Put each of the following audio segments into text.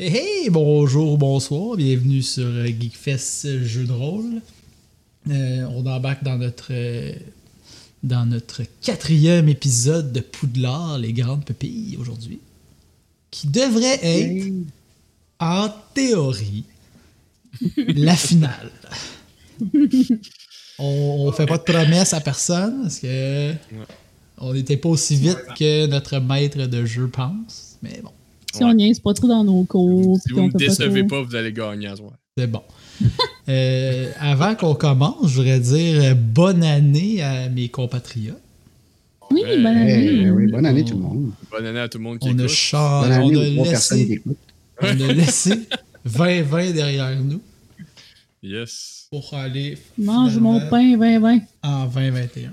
Eh, Hey, hey, bonjour, bonsoir, bienvenue sur euh, Geekfest Jeu de rôle. Euh, on embarque dans notre, euh, dans notre quatrième épisode de Poudlard, les grandes pépilles aujourd'hui, qui devrait être, en théorie, la finale. on, on fait pas de promesse à personne parce que on n'était pas aussi vite que notre maître de jeu pense, mais bon. Si on niaise pas trop dans nos cours. Si puis vous qu'on ne me fait décevez trop- pas, vous allez gagner à ce moment. C'est bon. Euh, avant qu'on commence, je voudrais dire euh, bonne année à mes compatriotes. Oui, Eh, bonne année. Eh oui, bonne année tout le monde. Bonne année à tout le monde qui On a, écoute. chan- Bonne Ah, on année a aux trois personnes qui laissé, écoutent. on a laissé 20-20 derrière nous Yes, pour aller Mange finalement mon pain, vin, vin. en 2021.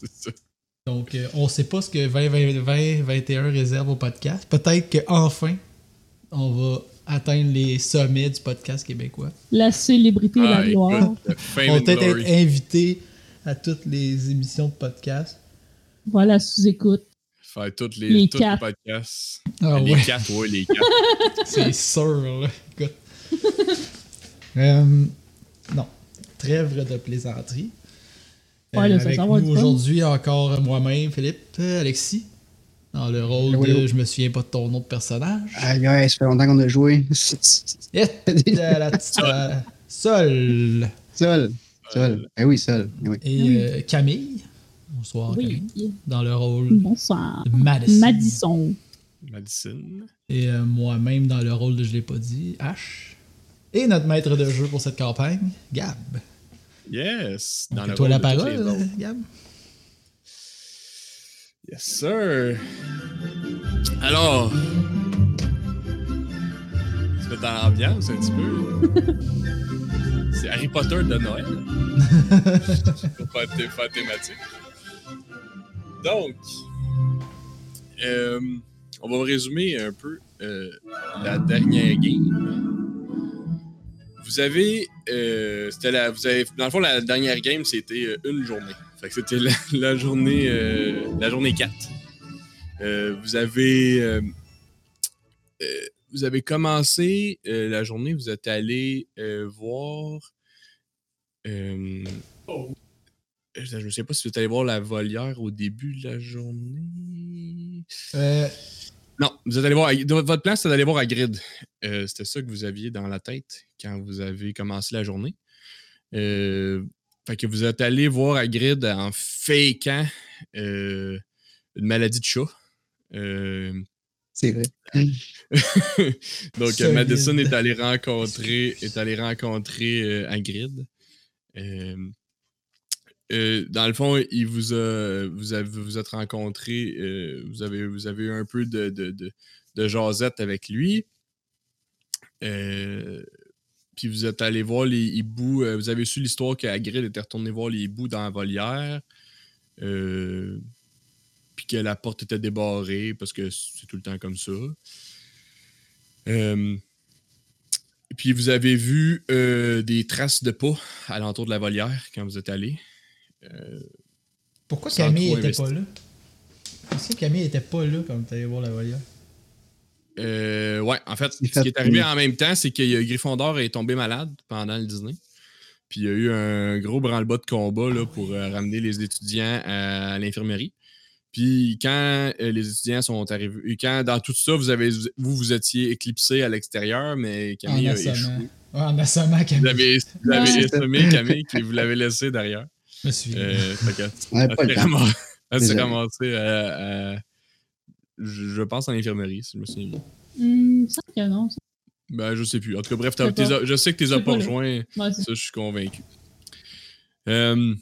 c'est ça. Donc, euh, on sait pas ce que 2021 réserve au podcast. Peut-être qu'enfin, on va atteindre les sommets du podcast québécois. La célébrité et Ah, la gloire. écoute, euh, fame On va and peut-être glory. être invité à toutes les émissions de podcast. Voilà, sous-écoute. Faire toutes les, Les toutes les quatre. podcasts. Ah les ouais. quatre, ouais, les quatre. C'est sûr, là. Écoute. Euh, non. Trêve de plaisanterie. Euh, Ouais, là, ça avec s'en va nous du fun. aujourd'hui, encore moi-même, Philippe, euh, Alexis, dans le rôle Allô, de allô. Je me souviens pas de ton nom de personnage. Aïe, aïe, ça fait longtemps qu'on a joué. Et à la petite- euh, Sol. Sol. Euh, Sol. Eh oui, Sol. Eh oui. Et Oui. euh, Camille. Bonsoir, Oui. Mm. Camille. Dans le rôle Bonsoir. de Madison. Madison. Madison. Et euh, moi-même, dans le rôle de Je l'ai pas dit, H. Et notre maître de jeu pour cette campagne, Gab. Yes. Dans Donc, le toi rôle la de toutes les parole, autres. Gab. Yes, sir. Alors. Tu mets dans l'ambiance un petit peu. C'est Harry Potter de Noël. Pour faire, thé- faire thématique. Donc, euh, on va résumer un peu euh, la dernière game. Vous avez, euh, c'était la, vous avez, dans le fond, la dernière game, c'était euh, une journée. Fait que c'était la, la journée, euh, la journée 4. Euh, vous avez, euh, euh, vous avez commencé euh, la journée, vous êtes allé euh, voir. euh, je ne sais pas si vous êtes allé voir la volière au début de la journée. Euh, Non, vous êtes allé voir. à- Votre plan, c'était d'aller voir à Grid. Euh, c'était ça que vous aviez dans la tête quand vous avez commencé la journée. Euh, fait que vous êtes allé voir à Grid en fakeant euh, une maladie de chat. Euh, C'est vrai. donc, euh, Solide. Madison est allé rencontrer, est allé rencontrer euh, Hagrid. Euh, euh, dans le fond, il vous a, vous avez, vous êtes rencontré, euh, vous avez, vous avez eu un peu de, de, de, de jasette avec lui. Euh, puis vous êtes allé voir les hiboux. euh, vous avez su l'histoire que Hagrid était retourné voir les hiboux dans la volière. Euh, puis que la porte était débarrée parce que c'est tout le temps comme ça. Euh, puis vous avez vu euh, des traces de pas à l'entour de la volière quand vous êtes allé. Euh, Pourquoi Sans Camille trop était pas investi- là? Est-ce que Camille était pas là quand t'allais voir la volière? euh, ouais, en fait, Il ce qui fait est arrivé peur. en même temps, c'est que euh, Gryffondor est tombé malade pendant le dîner. Puis il y a eu un gros branle-bas de combat là, pour euh, ramener les étudiants à, à l'infirmerie. Puis quand euh, les étudiants sont arrivés, quand dans tout ça, vous avez vous, vous étiez éclipsé à l'extérieur, mais Camille en a échoué. assommant. Ouais, en assommant Vous Camille. l'avez vous l'avez Ouais. essommé, Camille, puis vous l'avez laissé derrière. Je me suis. Euh, fait que- On n'avait Elle pas le s'est temps. ramas- elle s'est Désolé. ramassée à, à- euh, je, je pense à l'infirmerie, si je me souviens bien. Hum, ça que non. ça. Ben, je sais plus. En tout cas, bref, t'as- Je sais pas. t'es a- je sais que tu les Je as sais pas pas, là. rejoints. Ouais, c'est- Ça, je suis convaincu. Euh,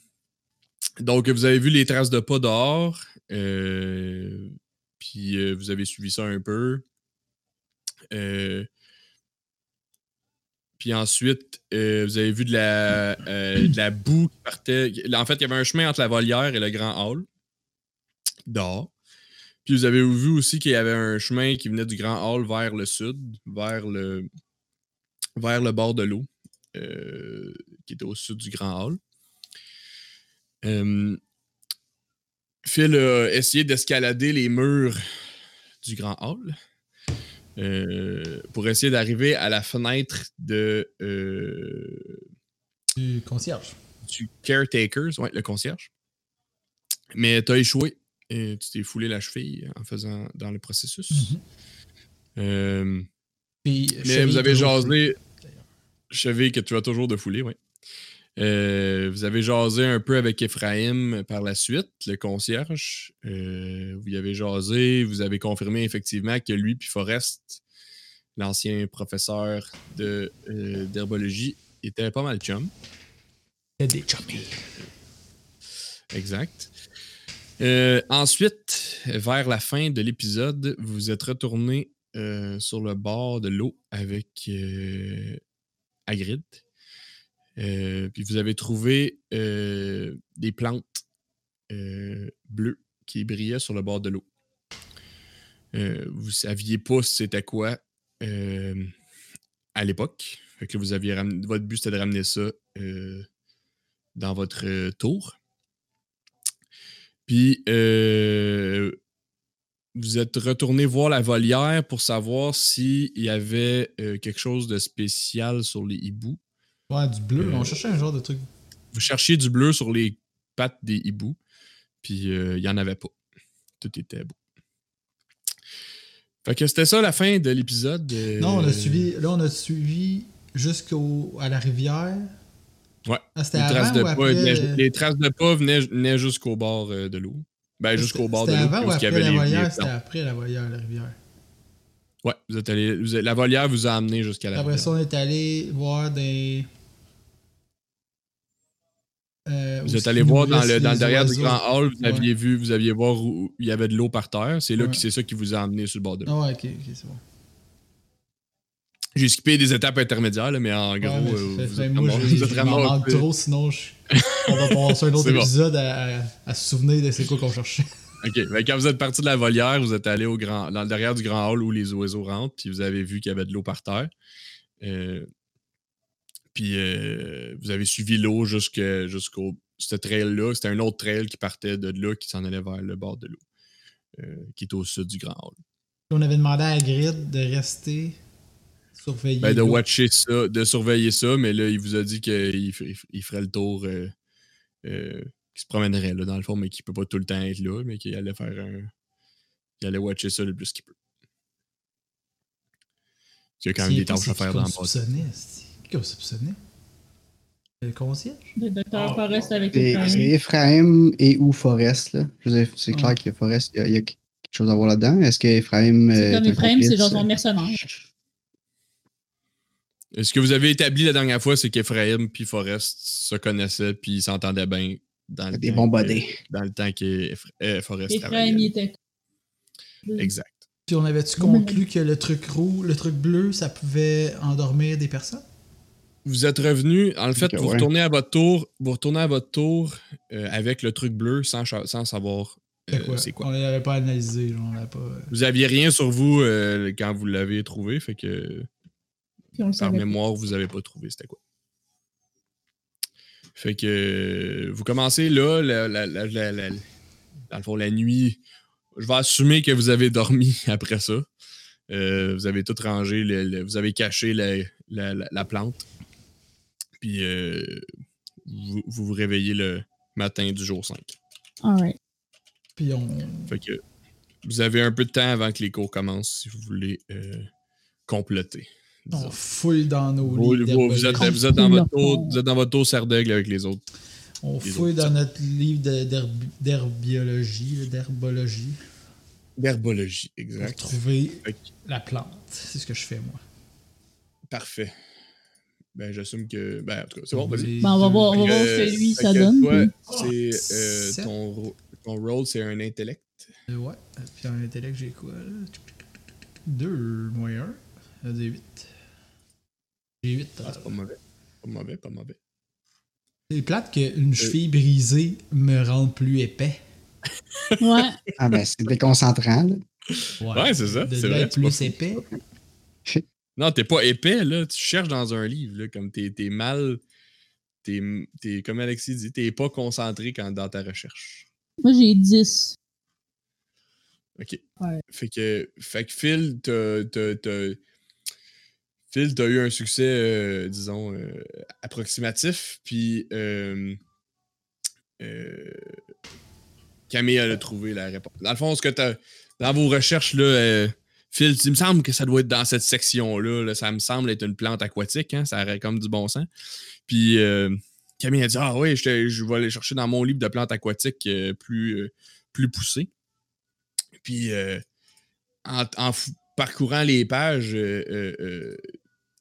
donc, vous avez vu les traces de pas dehors. euh, puis, euh, vous avez suivi ça un peu. Euh, puis ensuite, euh, vous avez vu de la, euh, de la boue qui partait. En fait, il y avait un chemin entre la volière et le grand hall. Dehors. Puis vous avez vu aussi qu'il y avait un chemin qui venait du grand hall vers le sud, vers le, vers le bord de l'eau euh, qui était au sud du Grand Hall. Euh, Phil a essayé d'escalader les murs du Grand Hall. euh, pour essayer d'arriver à la fenêtre de, euh, Du concierge. du caretakers, ouais, le concierge. Mais tu as échoué et tu t'es foulé la cheville en faisant dans le processus. Mhm. Euh, Puis, mais Chevy vous avez est toujours jasé. d'ailleurs. Cheville que tu as toujours de fouler, oui. Euh, vous avez jasé un peu avec Ephraim par la suite, le concierge. Euh, vous y avez jasé, vous avez confirmé effectivement que lui puis Forrest, l'ancien professeur de, euh, d'herbologie, était pas mal chum. fait des chummies. Exact. Euh, ensuite, vers la fin de l'épisode, vous vous êtes retourné euh, sur le bord de l'eau avec euh, Hagrid. Euh, puis vous avez trouvé euh, des plantes euh, bleues qui brillaient sur le bord de l'eau. Euh, vous saviez pas c'était quoi euh, à l'époque. Fait que vous aviez ramené- votre but c'était de ramener ça euh, dans votre euh, tour. Puis euh, vous êtes retourné voir la volière pour savoir s'il y avait euh, quelque chose de spécial sur les hiboux. Ouais, du bleu. Euh, On cherchait un genre de truc. Vous cherchiez du bleu sur les pattes des hiboux, puis euh, il n'y en avait pas. Tout était beau. Fait que c'était ça la fin de l'épisode. euh, Non, on a suivi. Là, on a suivi jusqu'à la rivière. Ouais. Ah, c'était Les traces, avant de ou pas, après. venaient- les traces de pas venaient, venaient jusqu'au bord euh, de l'eau. Ben, jusqu'au bord de l'eau. C'était avant où ou est-ce qu'il après y avait la les- les volière? C'était plantes. après la volière, la rivière. Ouais, vous êtes allé, vous êtes- la volière vous a amené jusqu'à la Après rivière. ça, on est allé voir des. Euh, Vous où êtes allé ils voir dans nourrissent le, dans le les derrière du oiseaux. grand hall, vous Ouais. aviez vu, vous aviez voir où il y avait de l'eau par terre. C'est là Ouais. que c'est ça qui vous a amené sur le bord de l'eau. Ah ouais, ok, ok, c'est bon. J'ai skippé des étapes intermédiaires, là, mais en gros, Ouais, mais euh, c'est- vous fait- êtes moi, vraiment- je- vous êtes je vraiment m'en manque occupé. trop, sinon je- on va passer un autre C'est bon. épisode à, à- à se souvenir de c'est quoi qu'on cherchait. OK. Ben, quand vous êtes parti de la volière, vous êtes allé au grand, dans le derrière du grand hall où les oiseaux rentrent, puis vous avez vu qu'il y avait de l'eau par terre. Euh, puis euh, vous avez suivi l'eau jusque- jusqu'au. Ce trail-là, c'était un autre trail qui partait de là, qui s'en allait vers le bord de l'eau, euh, qui est au sud du grand hall. On avait demandé à Grid de rester surveiller. Ben, de l'eau. watcher ça, de surveiller ça, mais là, il vous a dit qu'il f- il f- il ferait le tour, euh, euh, qu'il se promènerait, là, dans le fond, mais qu'il peut pas tout le temps être là, mais qu'il allait faire un. Il allait watcher ça le plus qu'il peut. Il y a quand même C'est des pas tâches à c'est qui faire dans le passé. conceptionnait, c'est- Qui conceptionnait Le concierge Le Oh, docteur Forrest avec les C'est femmes. c'est Ephraim et ou Forrest, là. Je veux dire, c'est Ah. clair que Forrest, il y, a- il y a quelque chose à voir là-dedans. Est-ce que Ephraim. C'est euh, comme est un Ephraim, c'est complice, genre son euh? mercenaire. Et Ce que vous avez établi la dernière fois, c'est qu'Ephraim puis Forrest se connaissaient puis ils s'entendaient bien dans le Des temps bons que- bodés. Dans le temps que Ephra- euh, Forrest Ephraim, travaillait. il était. Exact. Puis on avait-tu conclu que le truc roux, le truc bleu, ça pouvait endormir des personnes Vous êtes revenu, en fait, Ok, vous ouais. retournez à votre tour, vous retournez à votre tour euh, avec le truc bleu sans, cha- sans savoir euh, C'était quoi? c'est quoi. On l'avait pas analysé, genre, on l'avait pas. euh, Vous aviez rien sur vous euh, quand vous l'avez trouvé, fait que euh, Puis on le par savait. mémoire, vous avez pas trouvé c'était quoi. Fait que euh, vous commencez là, la- la- la- la- la- dans le fond, la nuit. Je vais assumer que vous avez dormi après ça. Euh, vous avez tout rangé, le- le- vous avez caché la, la- la- la plante. Puis euh, vous, vous vous réveillez le matin du jour 5. Alright. Puis on. Fait que vous avez un peu de temps avant que les cours commencent si vous voulez euh, comploter. disons. On fouille dans nos Vous, livres. vous- vous d'herbologie. êtes, vous êtes dans Comploter. votre tour, vous êtes dans votre tour sardaigle avec les autres. On les fouille autres. dans notre livre de- d'herb- d'herbiologie, là, d'herbologie, D'herbologie, pour exact. trouver Fait que, la plante. C'est ce que je fais, moi. parfait. Ben, j'assume que. Ben, en tout cas, c'est bon, vas-y. Les Ben, on va deux. voir, on va voir ce Euh, que lui, fait ça que donne. toi, puis- c'est, euh, Sept. ton, ro- ton rôle, c'est un intellect. Euh, Ouais. Puis en intellect, j'ai quoi, là? Deux, moins un. Ça veut dire huit. J'ai huit. euh, Ah, c'est pas mauvais. Pas mauvais, pas mauvais. C'est plate Euh. qu'une cheville brisée me rende plus épais. Ouais. Ah, ben, c'est déconcentrant, là. Ouais, c'est ça, De c'est là, vrai, être c'est pas plus fou. épais. Non, t'es pas épais, là. Tu cherches dans un livre, là. Comme t'es t'es mal. T'es, t'es- comme Alexis dit, t'es pas concentré quand, dans ta recherche. Moi, j'ai 10. OK. Ouais. Fait que, fait que Phil, t'as- t'as- t'as- Phil, t'as eu un succès, euh, disons, euh, approximatif, puis euh, euh, Camille, elle a trouvé la réponse. Dans le fond, ce que t'as... Dans vos recherches, là, euh, Phil, il me semble que ça doit être dans cette section-là. là. ça me semble être une plante aquatique, hein, ça aurait comme du bon sens. Puis euh, Camille a dit Ah oui, je, je vais aller chercher dans mon livre de plantes aquatiques euh, plus, euh, plus poussées. Puis euh, en, en fou- parcourant les pages, euh, euh, euh,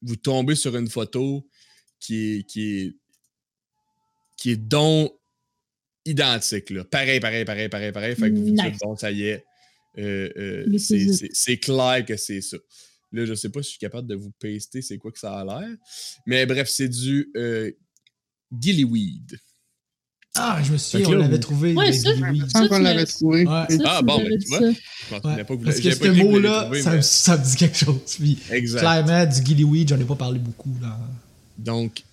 vous tombez sur une photo qui est, qui est, qui est donc identique. Là. Pareil, pareil, pareil, pareil, pareil. Fait que vous vous dites, Nice. bon, ça y est. Euh, euh, Mais c'est- c'est- c'est c'est clair que c'est ça. Là, je sais pas si je suis capable de vous paster c'est quoi que ça a l'air. Mais bref, c'est du euh, gillyweed. Ah, je me souviens, Fait que on là, l'avait vous- trouvé. Ouais, avec ça, Louis. Je pense Ça, qu'on tu l'avait l'as- trouvé. Ouais. Ça, Ah, tu bon, m'avais ben, dit tu vois. ça. Je m'en Ouais, souvenais pas vous Parce l'avez- que j'avais ce pas dit que vous mot-là, l'avez ça, trouvé, me- ça me dit quelque chose. Puis, mais- Exact. clairement, du gillyweed, j'en ai pas parlé beaucoup. Là. Donc,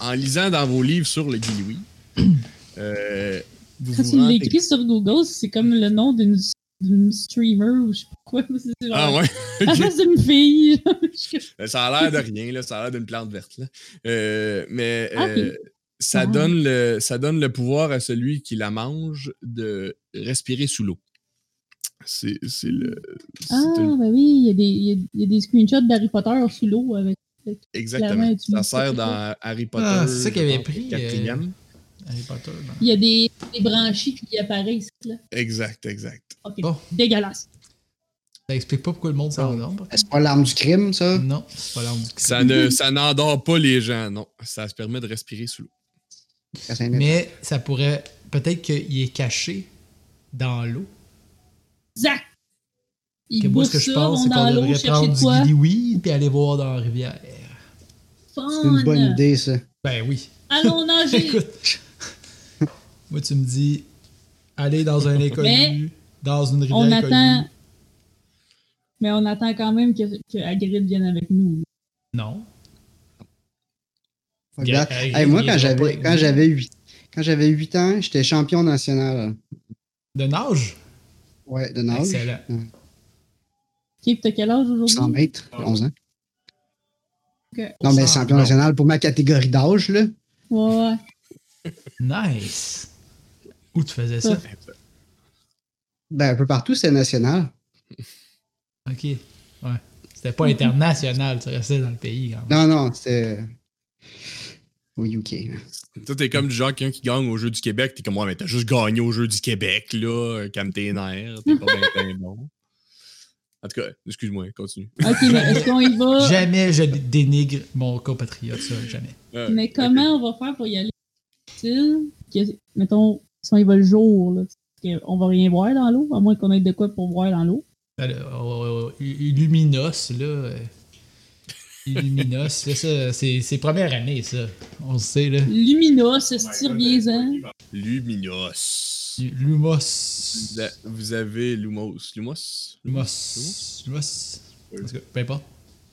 en lisant dans vos livres sur le gillyweed, euh, vous Quand tu vous rendez... l'écris sur Google, c'est comme le nom d'une d'une streamer ou je sais pas quoi. mais c'est genre- Ah ouais? À la Ok. place d'une fille. Je- Ben, Ça a l'air de rien, là. ça a l'air d'une plante verte. là. Euh, mais Ah, euh, ça, Ah. donne le, ça donne le pouvoir à celui qui la mange de respirer sous l'eau. C'est c'est le. c'est ah, une- ben oui, il y, a des- il y a- il y a des screenshots d'Harry Potter sous l'eau avec. Exactement. Clairement, tu Ça me sert fais dans Harry Potter. Ah, c'est ça qu'il je avait pense, pris, euh, Quatrième. Harry Potter, non? Il y a des, des branchies qui apparaissent là. Exact, exact. Ok. Bon. Dégueulasse. Ça explique pas pourquoi le monde s'en nombre. C'est pas l'arme du crime, ça? Non, c'est pas l'arme du crime. Ça ne, ça n'endort pas les gens, non. Ça se permet de respirer sous l'eau. Ça, c'est- Mais ça pourrait. Peut-être qu'il est caché dans l'eau. Zach! Que Ils moi, bouffent ce que je ça, pense, vont c'est dans qu'on l'eau devrait chercher prendre de du quoi? gillyweed puis aller voir dans la rivière. Fun! C'est une bonne idée, ça. Ben oui. Allons nager! Écoute, moi, tu me dis, aller dans un inconnu, Mais dans une rivière on inconnue. attend. Mais on attend quand même que, que Hagrid vienne avec nous. Non. Pas Yeah, grave. hey, Hey, moi, il ira quand pas j'avais avec quand nous. j'avais 8, quand j'avais 8 ans, j'étais champion national De nage? ouais, de nage. Excellent. Ok, t'as quel âge 100 aujourd'hui? mètres, 11 ans. Ok. Non, mais Ah, champion non. national pour ma catégorie d'âge, là. Ouais, ouais. Nice. Où tu faisais ça? Ben, un peu partout, c'est national. Ok. Ouais. C'était pas international, tu restais dans le pays quand même. Non, non, c'était au UK. là. Toi, t'es comme du genre quelqu'un qui gagne au jeu du Québec. T'es comme, ouais, mais t'as juste gagné au jeu du Québec, là, euh, calme tes nerfs. T'es pas bien bon. En tout cas, excuse-moi, continue. Ok, mais est-ce qu'on y va? Jamais je dénigre mon compatriote, ça, jamais. Euh, Mais comment on va faire pour y aller? Est-il que- mettons, si on y va le jour, là, parce que on va rien voir dans l'eau, à moins qu'on ait de quoi pour voir dans l'eau. Alors, oh, oh, oh, Illuminos, là. euh, Illuminos, là, ça, c'est c'est première année, ça. On le sait, là. Lumina, se tire bien en Luminos. Lumos. Vous a- Vous avez Lumos. Lumos? Lumos. Lumos. En tout cas, peu importe.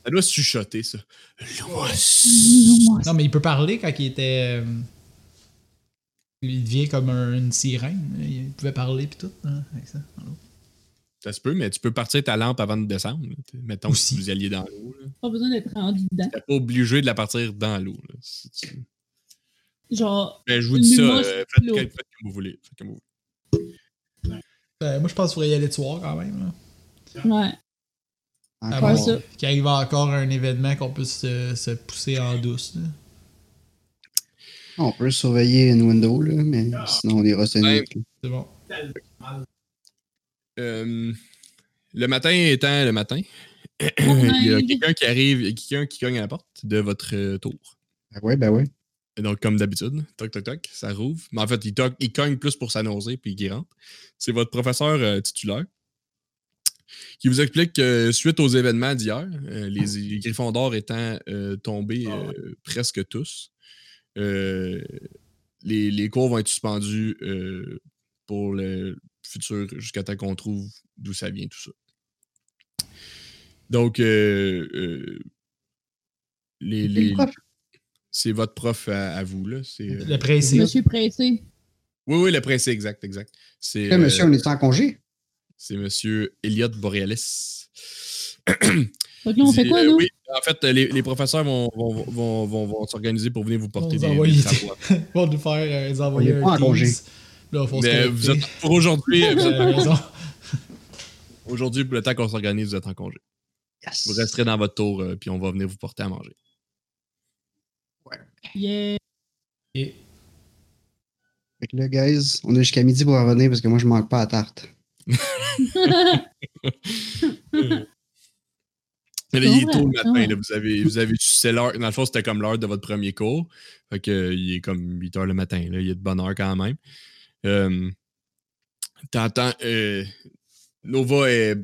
Ça doit chuchoter, ça. Lumos. Lumos. Non, mais il peut parler quand il était. euh, il devient comme un- une sirène. là. Il pouvait parler pis tout. hein, avec ça, dans l'eau. Ça se peut, mais tu peux partir ta lampe avant de descendre. là. T'sais, Mettons que Aussi. si vous alliez dans l'eau. là. Pas besoin d'être rendu dedans. T'es pas obligé de la partir dans l'eau. là, si tu- Genre, Ben, je vous dis ça. Lumos, euh, faites, l'eau. faites comme vous voulez. Faites comme vous voulez. Euh, moi, je pense qu'il faudrait y aller de soir quand même. Là. ouais. Encore. Avant Ouais, ça. Qu'il arrive encore un événement qu'on puisse se, se pousser en douce. là. On peut surveiller une window, là, mais sinon on ira se Ouais. nier, là. C'est bon. Euh, le matin étant le matin, il y a Morning. quelqu'un qui arrive, il y a quelqu'un qui cogne à la porte de votre euh, tour. Ben ouais, ben ouais. Et Donc, comme d'habitude, toc, toc, toc, ça rouvre. Mais en fait, il, toc- il cogne plus pour s'annoncer puis il rentre. C'est votre professeur euh, titulaire qui vous explique que suite aux événements d'hier, euh, les, les Griffons d'Or étant euh, tombés euh, presque tous, euh, les, les cours vont être suspendus euh, pour le futur jusqu'à temps qu'on trouve d'où ça vient tout ça. Donc, euh, euh, les, Les les, profs, c'est votre prof à, à vous, là. C'est, euh, Le pressé. Monsieur pressé. Oui, oui, le principe, exact, exact. C'est, là, euh, monsieur, on est en congé. C'est monsieur Elliot Borealis. Donc là, on fait Dis- quoi, euh, nous? Oui, en fait, les, les professeurs vont, vont, vont, vont, vont s'organiser pour venir vous porter vous des, envoie des des- savoirs. Bon, nous faire euh, les envoyer On est un pas en Teams. congé. Là, faut se Mais connecter. Euh, vous êtes pour aujourd'hui. vous Vous êtes- avez raison. Aujourd'hui, pour le temps qu'on s'organise, vous êtes en congé. Yes. Vous resterez dans votre tour, euh, puis on va venir vous porter à manger. Yeah. Et Fait que là, guys, on est jusqu'à midi pour revenir parce que moi, je manque pas à tarte. Mais là, il est Ouais, tôt le matin, ouais. là, vous avez, vous avez sucé l'heure. Dans le fond, c'était comme l'heure de votre premier cours. Fait que, euh, il est comme 8 heures le matin. Là, il est de bonne heure quand même. Euh, T'entends. euh, Nova est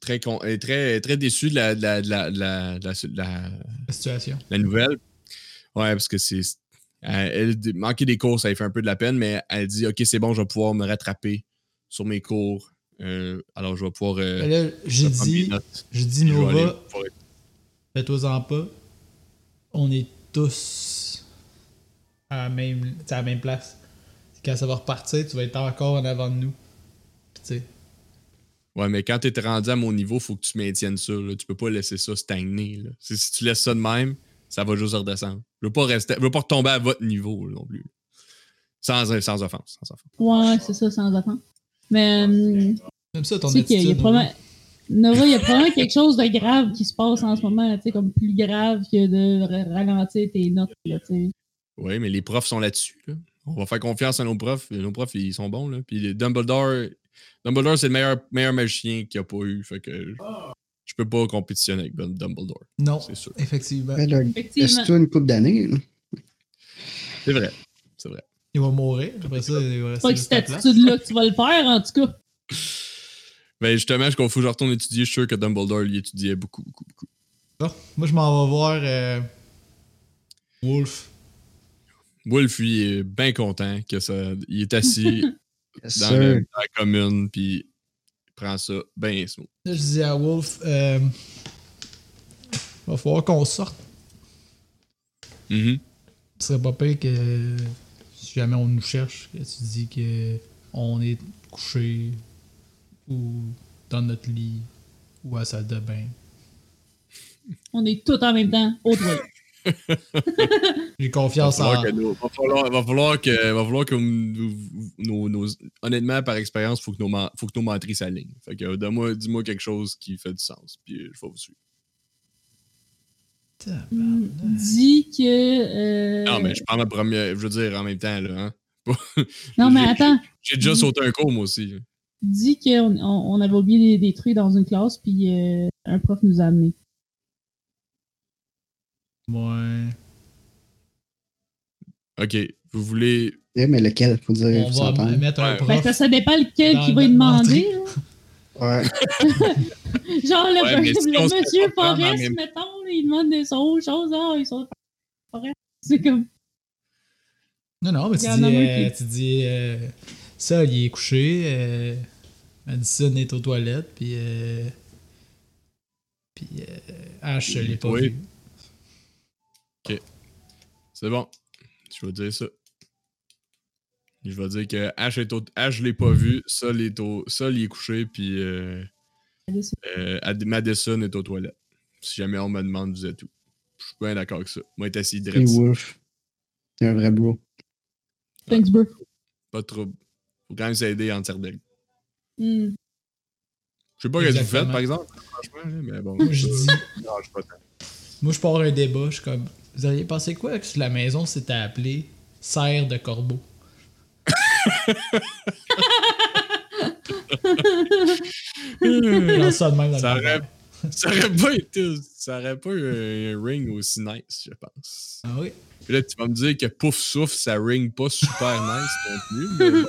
très, con- est très, très déçu de la- de la- de la- de la- de la- de la, la situation. la nouvelle. Ouais, parce que c'est. Elle, elle- de- manquer des cours, ça lui fait un peu de la peine, mais elle dit Ok, c'est bon, je vais pouvoir me rattraper sur mes cours. Euh, alors, je vais pouvoir. euh, Mais là, j'ai reprendre mes dit, notes. j'ai dit, Je vais aller euh, Nova, pouvoir- fais-toi-en pas. On est tous à la même, t'sais, à la même place. Quand ça va repartir, tu vas être encore en avant de nous. Puis, tu sais, Ouais, mais quand t'es rendu à mon niveau, faut que tu maintiennes ça. là. Tu peux pas laisser ça stagner. là. Si, si tu laisses ça de même, ça va juste redescendre. Je veux pas, rester, je veux pas retomber à votre niveau là, non plus. Sans, sans offense. Sans offense. Ouais, c'est ça, sans attendre. Mais, hum, Même ça, ton tu sais qu'il y a- il y a attitude, probablement. Nova, il y a probablement quelque chose de grave qui se passe en ce moment, tu sais, comme plus grave que de r- ralentir tes notes, là, tu sais. Oui, mais les profs sont là-dessus. là. On va faire confiance à nos profs. et Nos profs, ils sont bons. Là. Puis Dumbledore, Dumbledore c'est le meilleur, meilleur magicien qu'il n'y a pas eu. Fait que je, je peux pas compétitionner avec Dum- Dumbledore, Non, c'est sûr. effectivement. Mais Ben là, Effectivement. laisse-toi une coupe d'années. là. C'est vrai. C'est vrai. Il va mourir. Après ça, il va rester. C'est pas que juste cette à place. attitude-là que tu vas le faire, en tout cas. Ben justement, je faut que je retourne étudier. Je suis sûr que Dumbledore, lui, étudiait beaucoup, beaucoup, beaucoup. Bon, moi, je m'en vais voir euh, Wolf. Wolf, lui, est bien content que ça. Il est assis Yes, dans, sir. le- dans la commune, puis il prend ça bien smooth. Là, je dis à Wolf, euh, va falloir qu'on sorte. Mhm. Ce serait pas pire que si jamais on nous cherche, que tu dis que on est couché ou dans notre lit ou à la salle de bain. On est tous en même temps, au toit. Ah, J'ai Va confiance en. falloir, que nos- va falloir- va falloir que, va falloir que nous- nous- nos- nos- honnêtement, par expérience, faut que nos, men- faut que nos menteries s'alignent. Fait que, euh, donne-moi- dis-moi quelque chose qui fait du sens, puis euh, je vais vous suivre. Dis que. euh, Non, mais je prends ma première, je veux dire, en même temps, là, hein. non, mais j'ai- attends. J'ai déjà sauté un cours, moi aussi. Dis qu'on on, on avait oublié des, des trucs dans une classe, puis euh, un prof nous a amenés. Ouais. OK, vous voulez... Eh, Mais lequel, faut dire, On faut va s'entendre. mettre un Ouais. Ben, ça, prof. ça dépend lequel Dans- qui dans va le lui demander. là. Ouais. Genre, le, Ouais, mais si le on se monsieur fait pas prendre en Forest, même- mettons, il demande des choses, choses, ah, ils sont Forest. C'est comme. Non, non, mais tu Il y en a dis, un euh, qui- tu dis euh, ça, il est couché. euh, Madison est aux toilettes, puis. euh, puis. Euh, H, je l'ai pas Oui. vu. C'est bon. Je vais dire ça. Je vais dire que H est au... H, je l'ai pas vu. Sol est au... Sol, il est couché, puis euh, euh, Ad- Madison est aux toilettes. Si jamais on me demande, vous êtes où? Je suis bien d'accord avec ça. Moi, être assis Et direct, Wolf. C'est un vrai bro. Thanks, bro. pas de trouble. Faut quand même s'aider en tire d'aigle. Hmm. Je sais pas ce que vous Exactement. faites, par exemple, franchement, là, mais bon. Moi, je dis. Non, je suis pas tant. Moi, je pars un débat. Je suis comme. Vous auriez pensé quoi que la maison s'était appelée Serre de Corbeau? Dans ça de même dans le Ça commentaire. aurait- Ça aurait pas été. Ça aurait pas eu un, un ring aussi nice, je pense. Ah oui. Puis là, tu vas me dire que Pouf Souffle, ça ring pas super nice non plus, mais bon.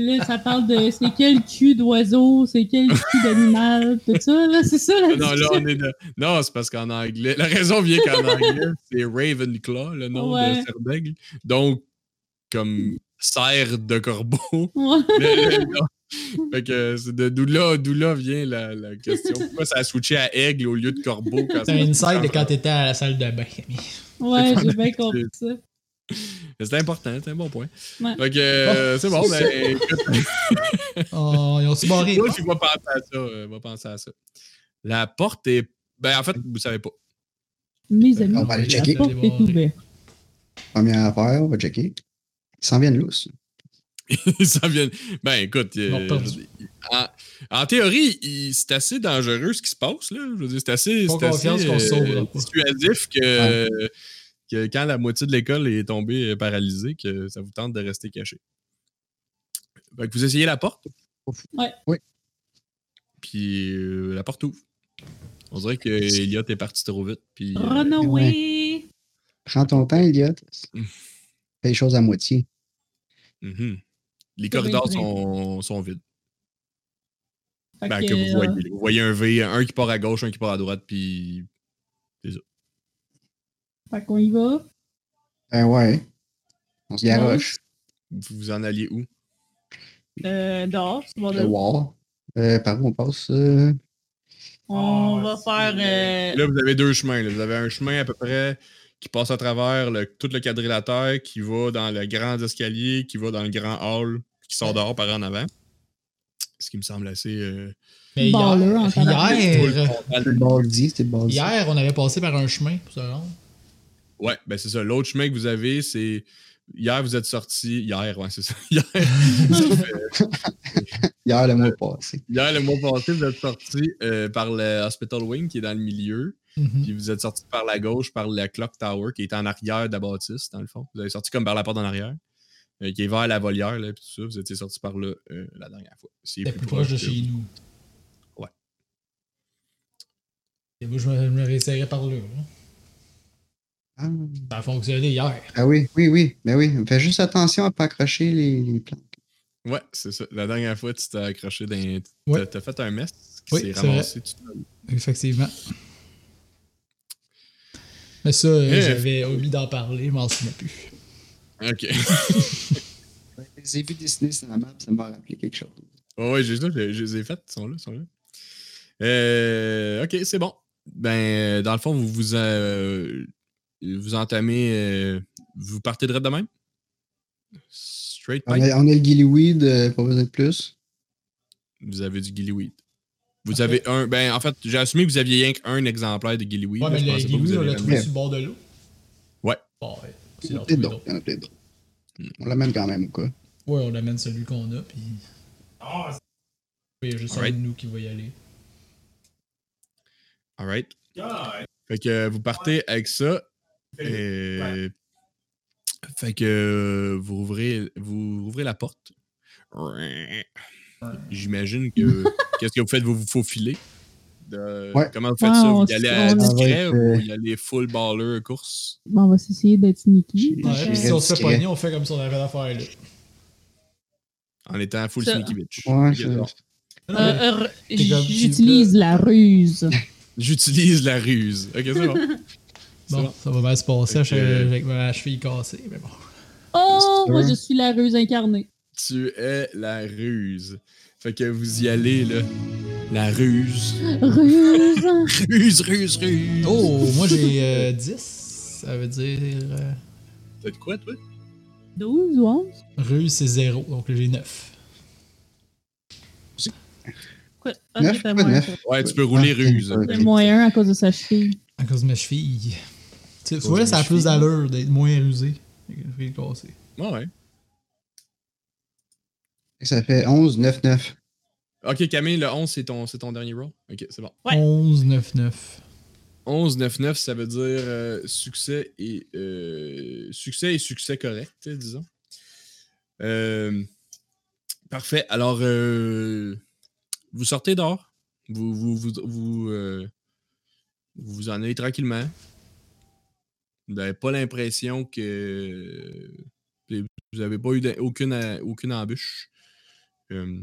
Là, ça parle de c'est quel cul d'oiseau, c'est quel cul d'animal, tout ça, là, c'est ça. Là, Non, là, on est là. Non, c'est parce qu'en anglais. La raison vient qu'en anglais, c'est Ravenclaw, le nom Ouais. de serre d'aigle. Donc, comme serre de corbeau. Ouais. Le- le- non. fait que c'est de- d'où là, d'où là vient la, la question. Pourquoi ça a switché à aigle au lieu de corbeau quand T'as une ça- insight de quand t'étais à la salle de bain, Camille. Ouais, j'ai bien compris ça. C'est important, c'est un bon point. Ouais. Fait que, euh, c'est bon, ben, écoute, Oh, ils ont se barré. moi, je vais penser à ça. euh, je vais penser à ça. La porte est. Ben, en fait, vous savez pas. Mes amis, Ah, On va aller la checker. porte est ouverte. Première affaire, on va checker. Ils s'en viennent lousse. Ils s'en viennent. Ben, écoute. euh, l'ont perdu. je veux dire, en, en théorie, il- c'est assez dangereux ce qui se passe. Là. Je veux dire, c'est assez, Pas c'est assez euh, confiance qu'on se sauvera pas. dissuasif que, que quand la moitié de l'école est tombée euh, paralysée, que ça vous tente de rester caché. Fait que vous essayez la porte. Ouais. Oui. Puis euh, la porte ouvre. On dirait que Elliot est parti trop vite. Puis, euh, Runaway! Prends ton temps, Elliot. Mm. Fais les choses à moitié. mhm. Les C'est bien corridors vrai. sont, sont vides. Fait Bah, Ben, que, que vous euh, voyez. là. Vous voyez un V, un qui part à gauche, un qui part à droite, puis fait qu'on y va. Ben ouais. On se garoche. vous vous en alliez où? Euh, dehors, sur le bord de Le wall. Euh, par où on passe? euh? On Ah, va c'est- faire. euh, Là, vous avez deux chemins. là. Vous avez un chemin à peu près qui passe à travers le- tout le quadrilatère, qui va dans le grand escalier, qui va dans le grand hall, qui sort dehors par en avant. Ce qui me semble assez. euh, Mais Bon, là, en hier, tabarnak. hier, C'est le baldi, c'est le baldi. hier, on avait passé par un chemin, pour ça, non? Ouais, ben c'est ça. L'autre chemin que vous avez, c'est. Hier, vous êtes sorti. Hier, ouais, c'est ça. Hier, Hier, le mois passé. hier, le mois passé, vous êtes sorti euh, par le Hospital Wing qui est dans le milieu. Mhm. Puis vous êtes sorti par la gauche, par la Clock Tower, qui est en arrière de la bâtisse, dans le fond. Vous avez sorti comme par la porte en arrière, euh, qui est vers la volière, là, puis tout ça. Vous étiez sorti par là euh, la dernière fois. C'est C'était plus proche de chez nous. Ouais. Et moi, je me, je me réessayerais par là. hein. Ah. Ça a fonctionné hier. Ah oui, oui, oui. Ben oui. Fais juste attention à ne pas accrocher les, les plantes. Ouais, c'est ça. La dernière fois, tu t'es accroché dans. t'as- Ouais. T'as fait un mess qui Oui, s'est c'est ramassé tout seul. Effectivement. Mais ça, euh, Eh. j'avais omis d'en parler, je m'en souviens plus. Ok. J'ai vu dessiner sur la map, ça m'a rappelé quelque chose. ouais, ouais, j'ai ça, je je les ai faites. Ils sont là, ils sont là. Euh, ok, c'est bon. Ben, euh, dans le fond, vous vous, euh, vous entamez. euh, vous partez droit de même? Straight On pipe? a, on a le gillyweed, euh, pas besoin de plus. Vous avez du Gillyweed. Vous avez un. Ben, en fait, j'ai assumé que vous aviez rien qu'un exemplaire de Gillyweed. Ouais, là, mais je le pensais pas que vous Guilou, on aviez l'a la trouvé même. sur le bord de l'eau. Ouais. Bon, ouais. Il C'est y en a leur trouvé peut-être d'autres. d'autres. il y en a peut-être d'autres. On l'a même quand même, au cas. Ouais, on amène celui qu'on a, puis. Oui, il y a juste un Ah, Alright. de nous qui va y aller. Alright. Fait que euh, vous partez avec ça. euh, Fait que euh, vous ouvrez, vous ouvrez la porte. J'imagine que. Qu'est-ce que vous faites? Vous vous faufilez? De- Ouais. Comment vous faites Ouais, ça? on Vous se y allez à promène. discret Avec, ou euh, vous y allez full baller course? bon, on va essayer d'être sneaky. Ouais, J'irais puis si on se fait discret. pogner, on fait comme si on avait l'affaire là. En étant full Ça- sneaky bitch. Ouais, Ok, c'est- d'accord. Non, Euh, non, mais- euh, T'es comme- J'utilise la ruse. J'utilise la ruse. Ok, c'est bon. C'est Bon, bon. ça va bien se passer Fait je- que- avec ma cheville cassée, mais bon. Oh, C'est moi ça. je suis la ruse incarnée. Tu es la ruse. Fait que vous y allez, là. La ruse. Ruse! Ruse, ruse, ruse. Oh, moi j'ai euh, 10, ça veut dire. euh, T'as de quoi, toi? 12 ou 11? ruse c'est 0, donc là, j'ai 9. Quoi? Ah, Neuf, pas de neuf. Ouais, tu peux rouler Ah, ruse. ok. C'est moins 1 à cause de sa cheville. À cause de ma cheville. Tu tu cause vois, de ça a mes plus chevilles. d'allure d'être moins rusé. avec une cheville cassée. Ouais, ouais. Ça fait 11, 9, 9. Ok, Camille, le 11, c'est ton, c'est ton dernier roll. Ok, c'est bon. Ouais. 11, 9, 9. 11, 9, 9, ça veut dire euh, succès et euh, succès et succès correct, tu sais, disons. Euh, parfait. Alors, euh, vous sortez dehors. Vous vous, vous, vous, euh, vous vous en allez tranquillement. Vous n'avez pas l'impression que vous n'avez pas eu d'in- aucune, euh, aucune embûche. Euh,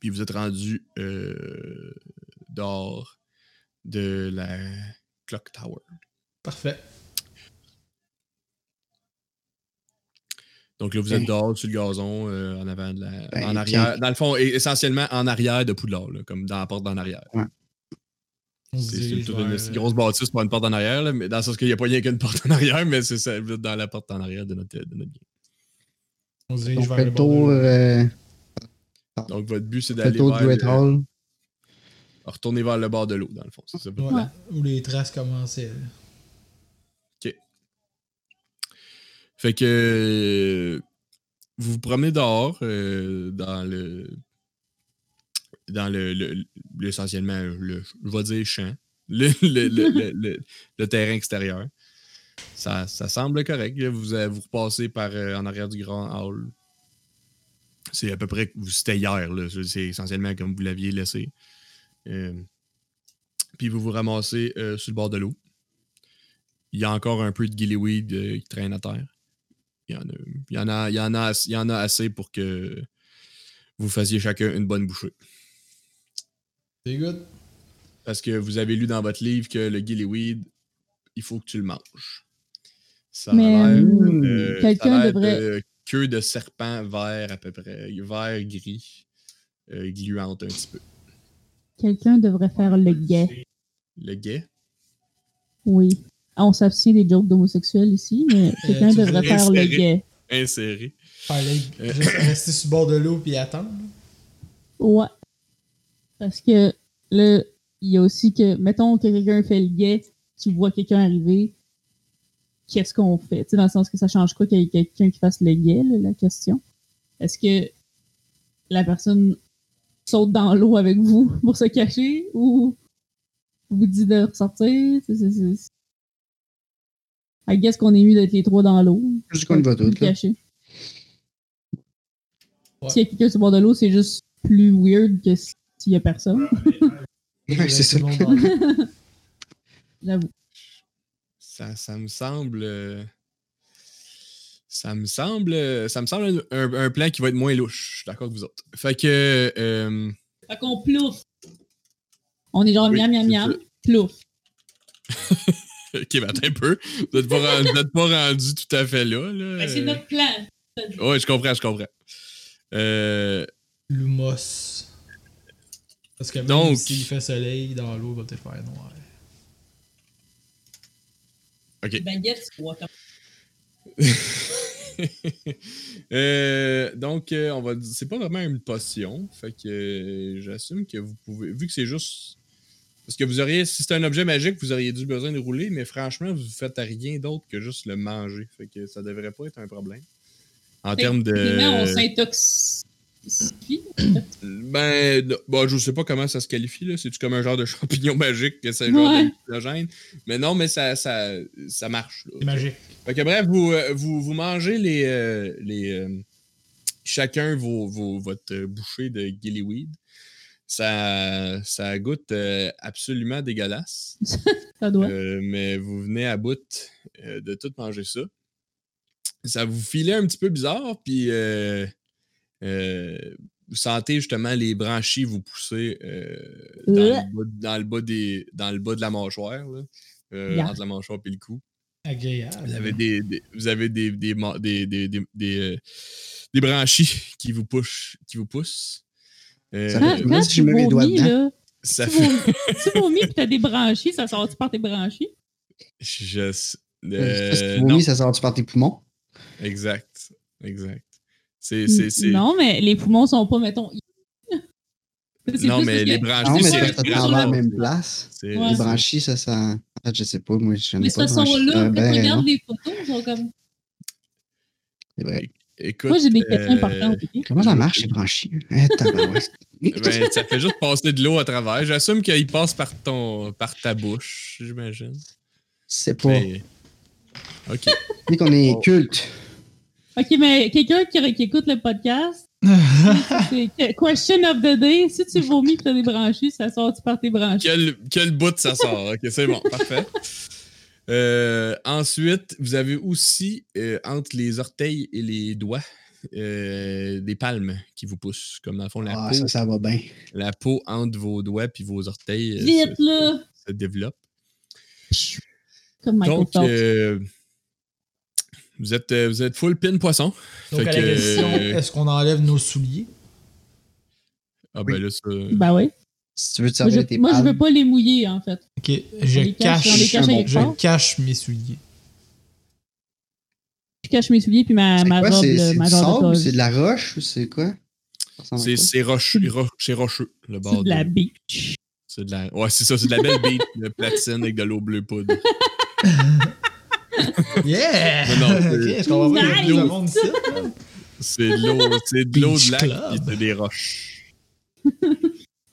puis vous êtes rendu euh, dehors de la Clock Tower. Parfait. Donc là, vous Ben. êtes dehors sur le gazon, euh, en avant de la. Ben, en arrière. Dans le fond, et- essentiellement en arrière de Poudlard, là, comme dans la porte d'en arrière. Ouais. On se C'est dirige c'est toute une, vers- c'est une grosse bâtisse pour une porte en arrière, là, mais dans le sens qu'il n'y a pas rien qu'une porte en arrière, mais c'est ça, dans la porte en arrière de notre, de notre game. on se On dirige vers fait le le tour, bord de- euh, Donc, votre but, c'est fait le d'aller tour de vers Great le- Hall. retourner vers le bord de l'eau, dans le fond. C'est ça, votre Ouais, Où les traces commençaient. Fait que euh, vous vous promenez dehors euh, dans le dans le, le- le- essentiellement le je vais dire champ, le, le- le- le- le- le terrain extérieur. Ça, ça semble correct. là. Vous, euh, vous repassez par euh, en arrière du grand hall. C'est à peu près vous c'était hier, là. C'est- c'est essentiellement comme vous l'aviez laissé. Euh, puis vous vous ramassez euh, sur le bord de l'eau. Il y a encore un peu de gillyweed euh, qui traîne à terre. Il y en a, il y en a, il y en a, ass- il y en a assez pour que vous fassiez chacun une bonne bouchée. C'est good. Parce que vous avez lu dans votre livre que le gillyweed, il faut que tu le manges. Ça a Mais, l'air, Ouh. euh, ça a quelqu'un l'air devrait- de queue de serpent vert à peu près, vert gris, euh, gluante un petit peu. Quelqu'un devrait faire le guet. Le guet. Oui. Ah, on s'abstient des jokes d'homosexuels ici, mais quelqu'un Euh, tu devrait voudrais faire le insérer- guet. inséré. Fallait Euh. juste rester sur le bord de l'eau puis attendre. Ouais. Parce que là, il y a aussi que, mettons que quelqu'un fait le guet, tu vois quelqu'un arriver, qu'est-ce qu'on fait? Tu sais, dans le sens que ça change quoi qu'il y ait quelqu'un qui fasse le guet, là, la question. Est-ce que la personne saute dans l'eau avec vous pour se cacher ou vous dit de ressortir? C'est, c'est, c'est... I guess qu'on est mieux d'être les trois dans l'eau. Juste qu'on y va Plus toutes, là. caché. Ouais. S'il y a quelqu'un sur le bord de l'eau, c'est juste plus weird que s'il y a personne, Ouais, c'est ça. Tout le monde dans le- j'avoue. Ça, ça me semble. euh, Ça me semble. euh, Ça me semble un, un- un plan qui va être moins louche. Je suis d'accord avec vous autres. Fait que. euh, Fait qu'on plouffe. On est genre Oui, miam, miam, c'est miam, ça. plouf. ok, ben, attends un peu. Vous n'êtes pas, rendu- vous êtes pas rendu tout à fait là. là. Ben, c'est notre plan. Ouais, je comprends, je comprends. Euh, Lumos. Parce que même Donc- s'il fait soleil, dans l'eau, il va peut-être faire noir. Ben, yes, ouais, comme- Euh, donc, euh, on va dire- c'est pas vraiment une potion. Fait que euh, j'assume que vous pouvez. Vu que c'est juste. Parce que vous auriez. Si c'était un objet magique, vous auriez dû besoin de rouler, mais franchement, vous faites rien d'autre que juste le manger. Fait que ça devrait pas être un problème. En termes Finalement, on de. s'intoxifie. Ben, non. bon, je sais pas comment ça se qualifie, là. C'est-tu comme un genre de champignon magique que c'est un Ouais. genre d'hallucinogène? Mais non, mais ça, ça, ça marche. là. C'est magique. Fait que bref, vous, euh, vous, vous mangez les. euh, les euh, chacun vos, vos- votre euh, bouchée de gillyweed. Ça, ça goûte euh, absolument dégueulasse. Ça doit. Euh, mais vous venez à bout euh, de tout manger ça. Ça vous filait un petit peu bizarre, puis euh, euh, vous sentez justement les branchies vous pousser euh, dans, le Ouais. bas, dans le bas des, dans le bas de la mâchoire, là, euh, Yeah. entre la mâchoire et le cou. Agréable. Vous avez des, des- vous avez des, des, ma- des, des, des, des, euh, des branchies qui vous pushent, qui vous poussent. Euh, Ça Quand, fait- quand moi, si tu je mets mes doigts vomis, là, ça tu fait- vomis- tu vomis pis t'as des branchies, ça sort-tu par tes branchies? je sais- Euh, si euh, tu non, vomis, ça sort-tu par tes poumons? exact, exact. C'est, c'est, c'est- Non, mais les poumons sont pas, mettons... C'est Non, plus mais parce que- les Non, branchies, c'est mais ça Ah, c'est fait vrai. dans la même place. Ah, c'est- Ouais. Les branchies, ça, ça. En fait, je sais pas, moi, je Mais n'ai ce pas de branchies. sont-là, Euh, quand ben, tu regardes non, les photos, ils sont comme... c'est vrai. Écoute, Moi, j'ai des questions euh, importantes. ok? Comment ça marche, les branchies? Eh, tabarouette. ben, ça fait juste passer de l'eau à travers. J'assume qu'il passe par ton, par ta bouche, j'imagine. C'est pas. Mais- Ok. Dès qu'on est Oh. culte. OK, mais quelqu'un qui, qui écoute le podcast, c'est que- question of the day, si tu vomis pis t'as des branchies, ça sort-tu par tes branchies? quel, quel bout ça sort. Ok, c'est bon, parfait. Euh, ensuite, vous avez aussi euh, entre les orteils et les doigts euh, des palmes qui vous poussent, comme dans le fond la, Ah, peau, ça, ça va bien. la peau entre vos doigts puis vos orteils euh, Vite, se, là! se développe. Comme Michael Donc, Phelps. euh, vous êtes euh, vous êtes full pin poisson. Donc, Fait à la que- question, est-ce qu'on enlève nos souliers Ah Oui. ben là ça. Ben oui. Si tu veux te Moi, servir je, tes moi, je palmes. veux pas les mouiller, en fait. Ok, je On les cache, cache, on les cache quelque je part. cache mes souliers. Je cache mes souliers puis ma, C'est ma quoi? robe, C'est euh, c'est ma du robe de sable? ou toile. C'est de la roche? ou C'est quoi? Ça ressemble à C'est quoi? c'est rocheux, ro- c'est rocheux, le bord. Ah, C'est de la de- beach. C'est de la. Ouais, c'est ça, c'est de la belle bite de platine avec de l'eau bleue poudre. Yeah! Non, euh, non, ok, c'est- je comprends pas, il y a Nice! plus de monde ici, là. C'est de l'eau, c'est de l'eau de Beach lac Club. et des roches.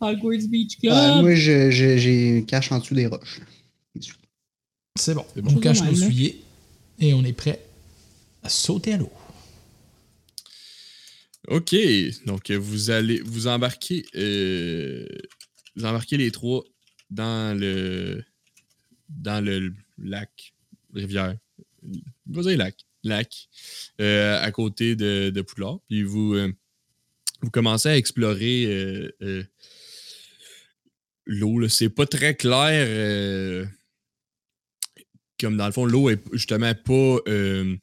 Hogwarts Beach Club. Ouais, Moi, je- je- j'ai cache en dessous des roches. C'est bon. C'est On bon. cache nos Normal, là. souliers et on est prêt à sauter à l'eau. Ok, donc euh, vous allez vous embarquer, euh, vous embarquez les trois dans le dans le lac rivière, je vais dire lac, lac, euh, à côté de, de Poudlard. Puis vous euh, vous commencez à explorer euh, euh, l'eau. là. C'est pas très clair. euh, comme dans le fond, l'eau est justement pas euh,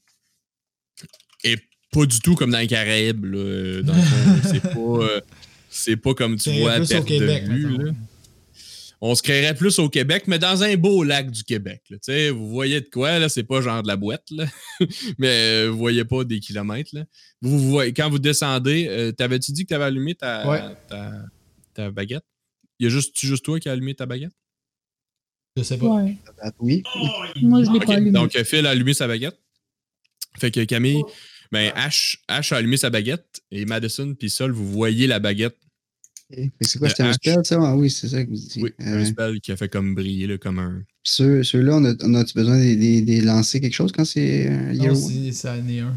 est pas du tout comme dans les Caraïbes. là, euh, dans le fond, c'est pas euh, c'est pas comme tu C'est vois à plus au perte Québec, de vue. mettons. là. On se créerait plus au Québec, mais dans un beau lac du Québec. là. Tu sais, vous voyez de quoi, là, c'est pas genre de la boîte, là. mais euh, vous voyez pas des kilomètres. Là. Vous, vous voyez, quand vous descendez, euh, t'avais-tu dit que t'avais allumé ta, Ouais. ta, ta baguette? Il y a juste, tu juste toi qui as allumé ta baguette? Je sais pas. Ouais. Ah, Oui. Moi, je l'ai pas Ok, allumé. Donc, euh, Phil a allumé sa baguette. Fait que Camille, ben, Ash, Ash a allumé sa baguette et Madison puis Sol, vous voyez la baguette. Ok. Fait que C'est quoi? Le C'était un H. spell, ça? Ah oui, c'est ça que vous dites. Euh, Oui, un Euh, spell qui a fait comme briller, là, comme un. ceux- Ceux-là, on a- on a-tu besoin de, de- de lancer quelque chose quand c'est euh, Non, Year One? c'est ça en est un.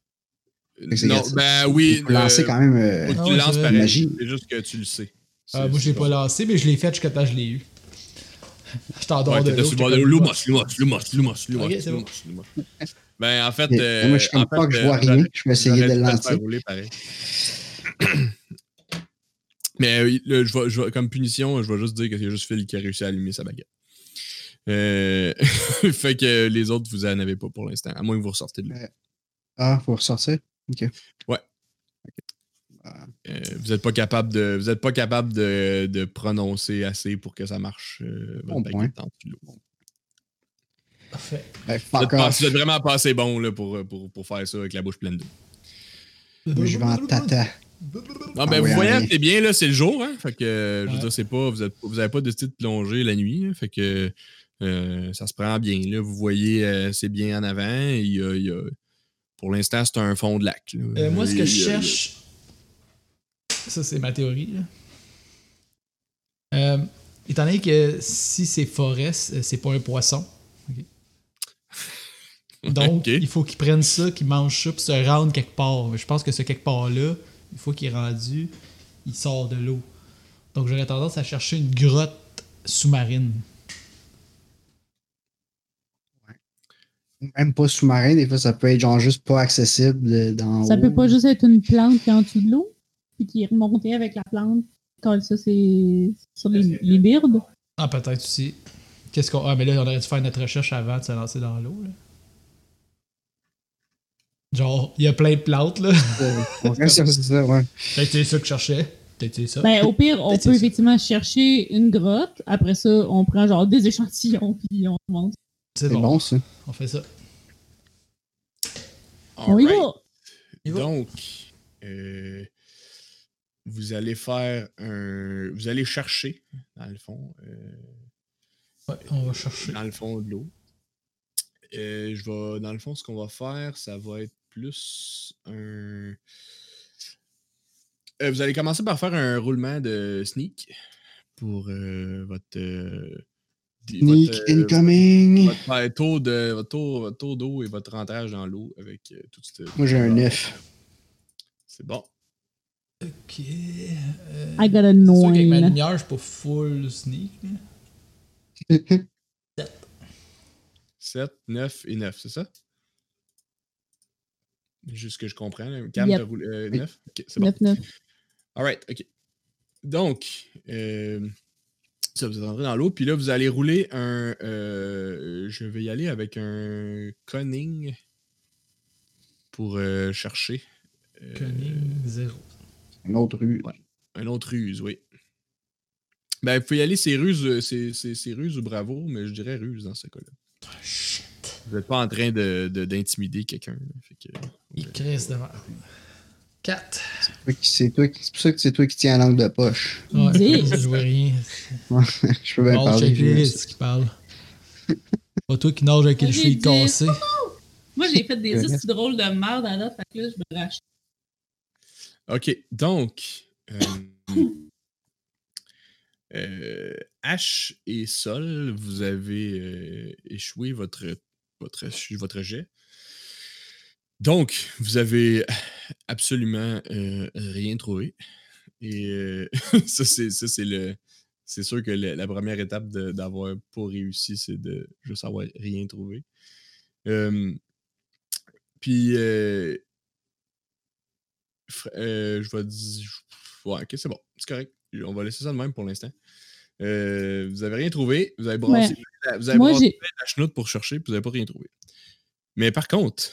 Ah, Fait que c'est Non, gratuit. ben oui. Faut lancer euh, quand même. euh, faut que Ah ouais, tu le lances c'est vrai. pareil. Magie. C'est juste que tu le sais. Ah, moi, je l'ai pas lancé, mais je l'ai fait jusqu'à temps que je l'ai eu. Je t'endors Ouais, de t'étais l'eau. sur le bord de j'étais l'eau. comme, Lumos, Lumos, Lumos, Lumos, Ok, Lumos, c'est bon. Lumos, Lumos. Ben, en fait. Ok. euh, Moi, je suis en comme fait, pas que je euh, vois rien. Je vais essayer J'aurais de le dû te lancer. faire rouler pareil. Mais euh, le- je vais- je vais- comme punition, je vais juste dire que c'est juste Phil qui a réussi à allumer sa baguette. Euh, fait que les autres, vous en avez pas pour l'instant, à moins que vous ressortez de là. Ah, faut ressortir? Ok. Ouais. Ok. Ah, Euh, vous n'êtes pas capable de, vous êtes pas capable de, de prononcer assez pour que ça marche. euh, votre Bon baguette dans tout l'eau. Parfait. ben, Vous, fuck êtes pas- off. vous êtes vraiment pas assez bon là, pour, euh, pour, pour faire ça avec la bouche pleine d'eau. Moi, je vais en tata. Non, Ah ben, oui, vous voyez, hein. c'est bien, là, c'est le jour, hein. Fait que, euh, je veux Ouais. dire, c'est pas, vous n'avez pas décidé de plonger la nuit, hein. Fait que, euh, ça se prend bien, là. Vous voyez, euh, c'est bien en avant. et il y a- il y a- pour l'instant, c'est un fond de lac, là. Euh, moi, ce Et que il je y a- cherche. Ça, c'est ma théorie. là. Euh, étant donné que si c'est forêt, c'est c'est pas un poisson. Ok. Donc, Ok. il faut qu'il prenne ça, qu'il mange ça, puis se rende quelque part. Mais je pense que ce quelque part-là, une fois qu'il est rendu, il sort de l'eau. Donc, j'aurais tendance à chercher une grotte sous-marine. Même pas sous-marin, des fois, ça peut être genre juste pas accessible de- d'en Ça haut. peut pas juste être une plante qui est en dessous de l'eau, puis qui est remontée avec la plante. Quand ça, c'est sur les, les birdes. Ah, peut-être aussi. Qu'est-ce qu'on. Ah, mais là, on aurait dû faire notre recherche avant de se lancer dans l'eau, là. Genre, il y a plein de plantes, là. Euh, on reste sur ça, ouais. Peut-être c'est ça que je cherchais. Peut-être c'est ça. Ben, au pire, on Peut-être c'est peut ça. effectivement chercher une grotte. Après ça, on prend genre des échantillons, puis on monte. c'est C'est bon. bon, ça. On fait ça. On y Alright. va! Il va. Donc, euh, vous allez faire un. Vous allez chercher, dans le fond, euh, Ouais, on va chercher. dans le fond de l'eau. Euh, je vais, dans le fond, ce qu'on va faire, ça va être plus un. Euh, vous allez commencer par faire un roulement de sneak pour euh, votre, euh, di- Nick votre, euh, incoming. votre- ouais, taux de- votre taux- votre taux d'eau et votre rentrage dans l'eau avec euh, tout ce. Moi, j'ai un 9. C'est bon. Ok. Euh, I got a c'est sûr qu'avec ma nine. lumière, je suis pas full sneak, là. 7, 9 et 9, c'est ça? Juste ce que je comprends. Là. Cam, Yep. t'as roulé, euh, Oui. 9? Ok, c'est bon. 9-9. Alright, ok. Donc, euh, ça, vous rentrez dans l'eau, puis là, vous allez rouler un. euh, je vais y aller avec un conning pour euh, chercher. euh, Cunning, zéro. Une autre rue. Ouais. Un autre ruse, oui. Ben, vous pouvez y aller, c'est ruse, euh, c'est- c'est c'est ruse ou bravo, mais je dirais ruse dans ce cas-là. Ah, shit. Vous n'êtes pas en train d'intimider de, d'intimider quelqu'un. là. Fait que- euh, Il crisse de merde. 4. Toi qui- C'est toi qui- c'est pour ça que c'est toi qui tiens la langue de poche. Ouais, Dix. je vois rien. Je peux bien Nage parler. avec j'ai les même risques qui parle. Pas toi qui nage avec les J'ai chevilles dit- cassées. Moi, j'ai fait des Ouais. histoires drôles de merde à l'autre, fait que là, je me rachète. OK, donc. euh, euh, H et Sol, vous avez euh, échoué votre, votre, votre jet. Donc, vous avez absolument euh, rien trouvé. Et euh, ça, c'est ça, c'est le. C'est sûr que la, la première étape de- d'avoir pas réussi, c'est de juste avoir rien trouvé. Euh, puis, euh, fr- euh, je vais dire. Ouais, ok, c'est bon, c'est correct. On va laisser ça de même pour l'instant. Euh, vous avez rien trouvé, vous avez brassé, la- vous avez Moi, brassé j'ai. la chenoute pour chercher, puis vous n'avez pas rien trouvé. Mais par contre,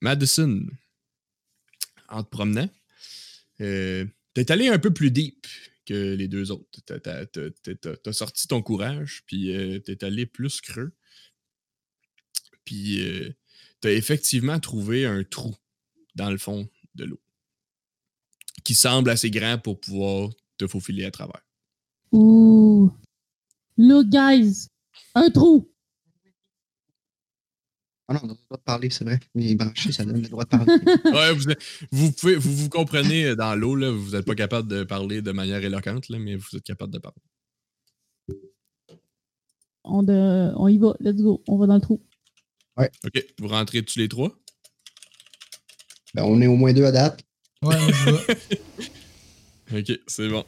Madison, en te promenant, euh, t'es allé un peu plus deep que les deux autres. T'as- t'as- t'as- t'as- T'as t'as sorti ton courage, puis euh, t'es allé plus creux. Puis euh, t'as effectivement trouvé un trou dans le fond de l'eau qui semble assez grand pour pouvoir te faufiler à travers. Ouh. Look, guys. Un trou. Ah non, on a le droit de parler, c'est vrai. Mais branché, ça donne le droit de parler. Ouais, vous, vous, pouvez- vous vous comprenez euh, dans l'eau, là, vous n'êtes pas capable de parler de manière éloquente, là, mais vous êtes capable de parler. On, de- on y va. Let's go. On va dans le trou. OK, vous rentrez tous les trois. Ben, on est au moins deux à date. Ouais, moi, je vois. OK, c'est bon.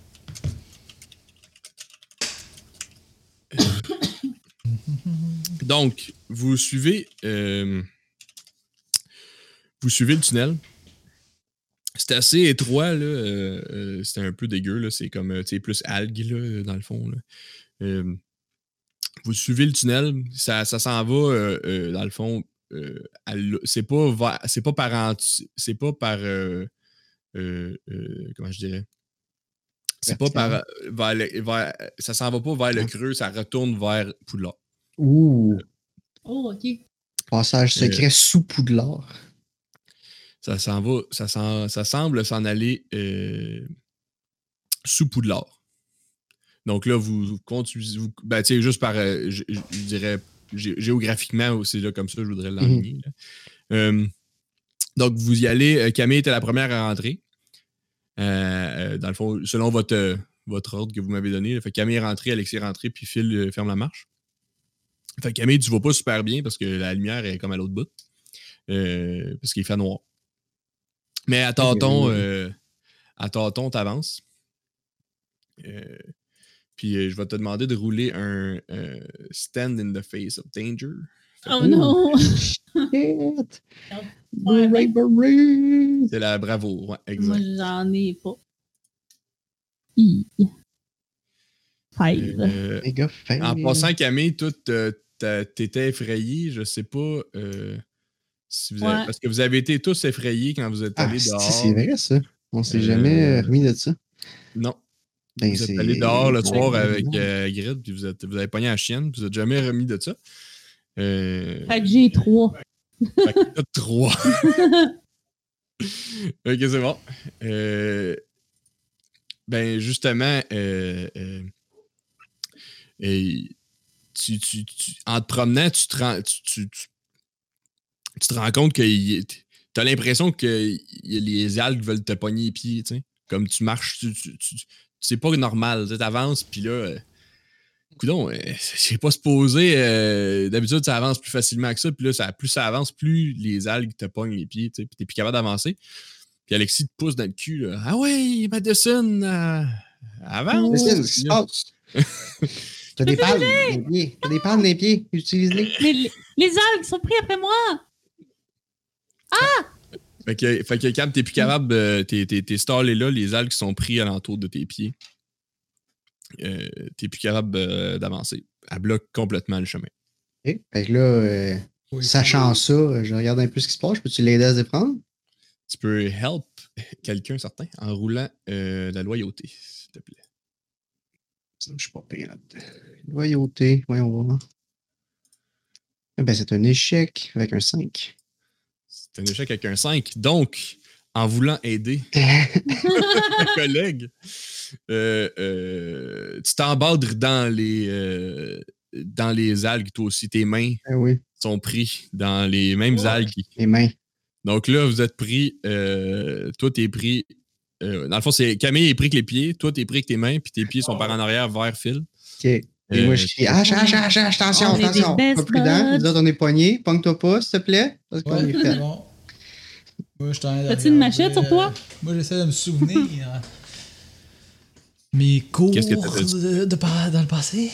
Donc, vous suivez, euh, vous suivez le tunnel. C'est assez étroit, là. euh, euh, c'est un peu dégueu, là. C'est comme, euh, tu sais, plus algues, là, dans le fond, là. Euh, vous suivez le tunnel. Ça, ça s'en va, euh, euh, dans le fond. euh, à l'o- c'est pas, vers- c'est pas par, en- c'est pas par euh, euh, euh, comment je dirais? C'est pas par. euh, Vers le- vers- ça s'en va pas vers le Ah. creux, ça retourne vers Poudlard. Ouh. Oh, OK. Passage Euh. secret sous Poudlard. Ça s'en va, ça, s'en- ça semble s'en aller euh, sous Poudlard. Donc là, vous, vous continuez. Vous, ben, tu sais, juste par. euh, je, je- je dirais gé- géographiquement aussi, là, comme ça, je voudrais l'enligner. là. Euh, donc, vous y allez. euh, Camille était la première à rentrer. Euh, euh, dans le fond, selon votre, euh, votre ordre que vous m'avez donné. là. Fait que Camille est rentrée, Alexis est rentré, puis Phil euh, ferme la marche. Fait que Camille, tu vois pas super bien parce que la lumière est comme à l'autre bout. Euh, parce qu'il fait noir. Mais à tâton, oui, oui. euh, à tâton, t'avances. Euh, puis euh, je vais te demander de rouler un euh, stand in the face of danger. Oh non. Shit! Ouais, ben- Bravery! C'est la bravoure, ouais, exact. Moi, j'en ai pas. Hi. Five. Euh, Les gars, fin. en passant, Camille, toi, t'as- t'as- t'étais effrayé, je sais pas euh, si vous avez- Ouais. parce que vous avez été tous effrayés quand vous êtes Ah, allés c'est- dehors. c'est vrai, ça. On s'est Euh, jamais remis de ça. Non, Ben, vous êtes c'est- allés dehors le soir Ouais. avec euh, Grid, puis vous, êtes, vous avez pogné la chienne, puis vous êtes jamais remis de ça. Euh, Fait que j'ai trois. Fait que t'as trois. ok, c'est bon. Euh, ben, justement, euh, euh, et tu- tu- tu- en te promenant, tu te rends, tu, tu- tu- tu te rends compte que tu as l'impression que y a les algues veulent te pogner les pieds. tu sais. Comme tu marches, tu, tu- tu- tu- c'est pas normal. Tu avances, puis là. euh, Coudon, euh, c'est pas supposé. euh, D'habitude, ça avance plus facilement que ça. Puis là, ça, plus ça avance, plus les algues te pognent les pieds. tu sais, Puis t'es plus capable d'avancer. Puis Alexis te pousse dans le cul. là. Ah ouais, Madison, euh, avance. Mais c'est ce qui se passe. T'as des palmes des pieds. T'as des palmes des pieds. Utilise-les. Mais les, les algues sont pris après moi. Fait que, fait que Cam, t'es plus capable, de- t'es, t'es, t'es stallé là, les algues sont pris alentour de tes pieds. Euh, t'es plus capable euh, d'avancer. Elle bloque complètement le chemin. Ok. Fait que là, euh, Oui. sachant ça, euh, je regarde un peu ce qui se passe. Je Peux-tu l'aider à se déprendre? Tu peux help quelqu'un certain en roulant euh, la loyauté, s'il te plaît. C'est ça, je suis pas pire là-dedans. Loyauté, voyons voir. Eh ben, c'est un échec avec un 5. C'est un échec avec un 5. Donc, en voulant aider Eh. Ben ta collègue, euh, euh, tu t'embadres dans les euh, dans les algues, toi aussi. Tes mains Ah oui, sont prises dans les mêmes Ouais. algues. les mains. Donc là, vous êtes pris. euh, toi, t'es pris. euh, dans le fond, c'est Camille est pris que les pieds. Toi, t'es pris avec tes mains, puis tes pieds sont par en arrière vers Phil. OK. Ah. Et Euh, moi, je crie Hache, hache, hache, hache, attention, On est des attention. Pas best prudent. buds. Nous autres, on est poignés. Pogne-toi pas, s'il te plaît. Parce qu'on Ouais, est c'est fait. bon. Moi, je t'en ai euh, T'as-tu une machette sur toi? Moi, j'essaie de me souvenir. hein. Mes cours Qu'est-ce que t'as dit? de, de par- dans le passé.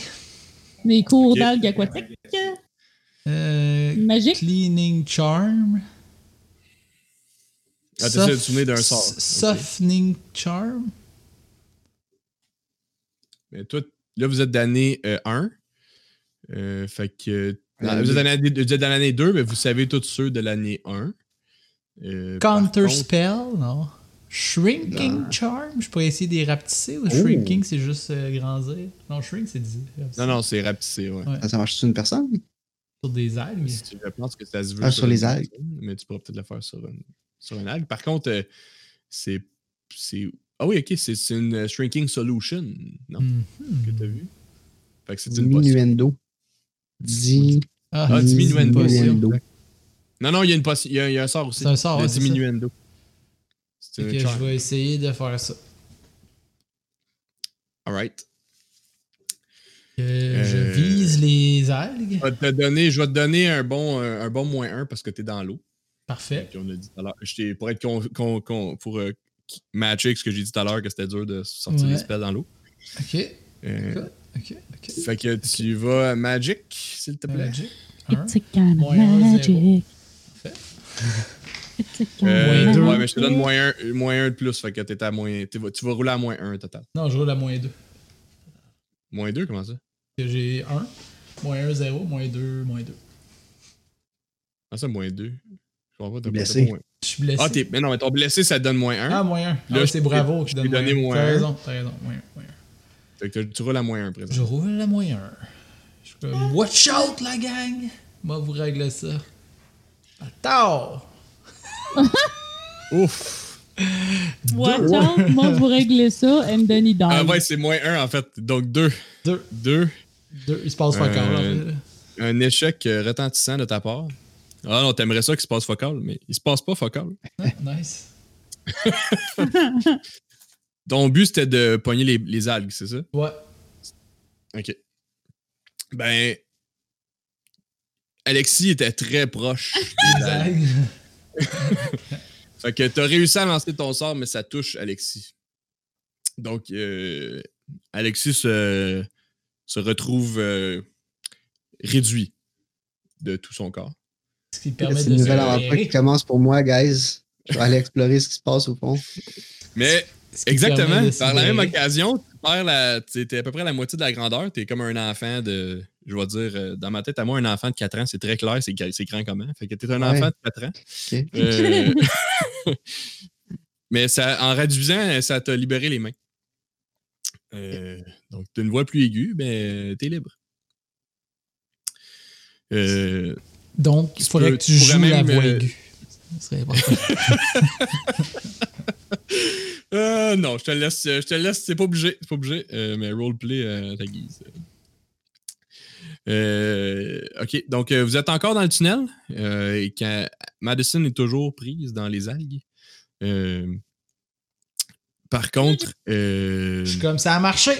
Mes cours Ok. d'algues aquatiques. Euh, Magique. cleaning Charm. Ah, t'essaies Sof- de te souvenir d'un sort. S- Ok. Softening Charm. Mais toi, là, vous êtes d'année 1. fait que. euh, Ouais, non, vous, êtes dans l'année- vous êtes dans l'année 2, mais vous savez tous ceux de l'année Euh, 1. Counter Spell, non. Shrinking Charm. Je pourrais essayer de les rapetisser ou Shrinking, c'est juste euh, grandir. Non, Shrink, c'est dit. Oh. Non, non, c'est rapetissé, ouais. Ouais. Ah, Ça marche sur une personne? Sur des algues. Si tu- Je pense que ça se veut. Ah, sur les une- algues. Mais tu pourras peut-être le faire sur une, sur une algue. Par contre, euh, c'est. c'est- Ah oui, ok, c'est c'est une euh, shrinking solution, non? Mhm. Que t'as vu? Fait que c'est une potion. Minuendo. Dis. Ah, Ah, diminuendo. c'est une potion. Diminuendo. Non, non, il y a, une potion- il y a, il y a un sort aussi. C'est un sort, Le ouais, c'est ça. diminuendo. C'est Fait un que charm. je vais essayer de faire ça. Alright. Que Je Euh, vise les algues. Je vais te donner, je vais te donner un bon, euh, un, un bon moins 1 parce que t'es dans l'eau. Parfait. Puis on a dit tout à l'heure. je t'ai- Pour être con, con- con- pour euh, qui- matcher avec ce que j'ai dit tout à l'heure, que c'était dur de sortir Ouais. les spells dans l'eau. Ok. Euh, Ok. Ok. Euh, fait que tu vas à Magic, s'il te plaît. Magic. Hein? Un. It's a kind of Moins un, zéro. magic. Parfait. It's a kind Euh, Moins of deux. ouais, mais magic. je te donne moins 1, moins un de plus. Fait que t'es à moins, tu vas- tu vas rouler à moins 1 total. Non, je roule à moins 2. Moins 2, comment ça? J'ai 1, moins 1, 0, moins 2, moins 2. Ah, ça, moins 2. Je comprends pas, t'as pas- Blessé. t'as pas moins- Je suis blessé. Ah, t'es, mais non, mais ton blessé, ça te donne moins 1. Ah, moins 1. Là, je c'est t'ai- bravo que je je t'ai donne moins donné 1. moins T'as un. raison, t'as raison. Moins 1, moins Fait que tu roules à moins 1 un. Je présent. roule à moins 1. Je suis comme, Watch out, la gang! Moi, vous régler ça. Attends! Ouf! Watch out, moi, vous réglez ça, and then he dies. Ah ouais, c'est moins 1 en fait. Donc 2. 2, 2. 2, il se passe pas Euh, encore. en fait, là. Un échec euh, retentissant de ta part. Ah non, t'aimerais ça qu'il se passe focal, mais il se passe pas focal. Ah, nice. Ton but, c'était de pogner les, les algues, c'est ça? Ouais. OK. Ben. Alexis était très proche. des algues. Zag. fait que t'as réussi à lancer ton sort, mais ça touche Alexis. Donc, euh, Alexis se, se retrouve euh, réduit de tout son corps. Ce qui permet C'est de une se nouvelle aventure qui libérer. commence pour moi, guys. Je vais aller explorer ce qui se passe au fond. Mais Ce qui permet Exactement. de se Par la même libérer. occasion, tu perds la. T'es t'es à peu près à la moitié de la grandeur. T'es comme un enfant de. Je vais dire, euh, dans ma tête, à moi, un enfant de 4 ans, c'est très clair, c'est c'est grand comment. Fait que t'es un Ouais. enfant de 4 ans. Ok. Euh, Mais ça, en réduisant, ça t'a libéré les mains. Euh, donc, t'as une voix plus aiguë, mais t'es libre. Euh, Donc, Tu il faudrait peux- que tu tu pourrais joues la même, voix euh, aiguë. Ce serait important. Euh, non, je te laisse, je te laisse, c'est pas obligé, c'est pas obligé, euh, mais roleplay euh, à ta guise. Euh, ok, donc euh, vous êtes encore dans le tunnel euh, et quand Madison est toujours prise dans les algues. Euh, par contre, euh, Je suis comme ça a marché.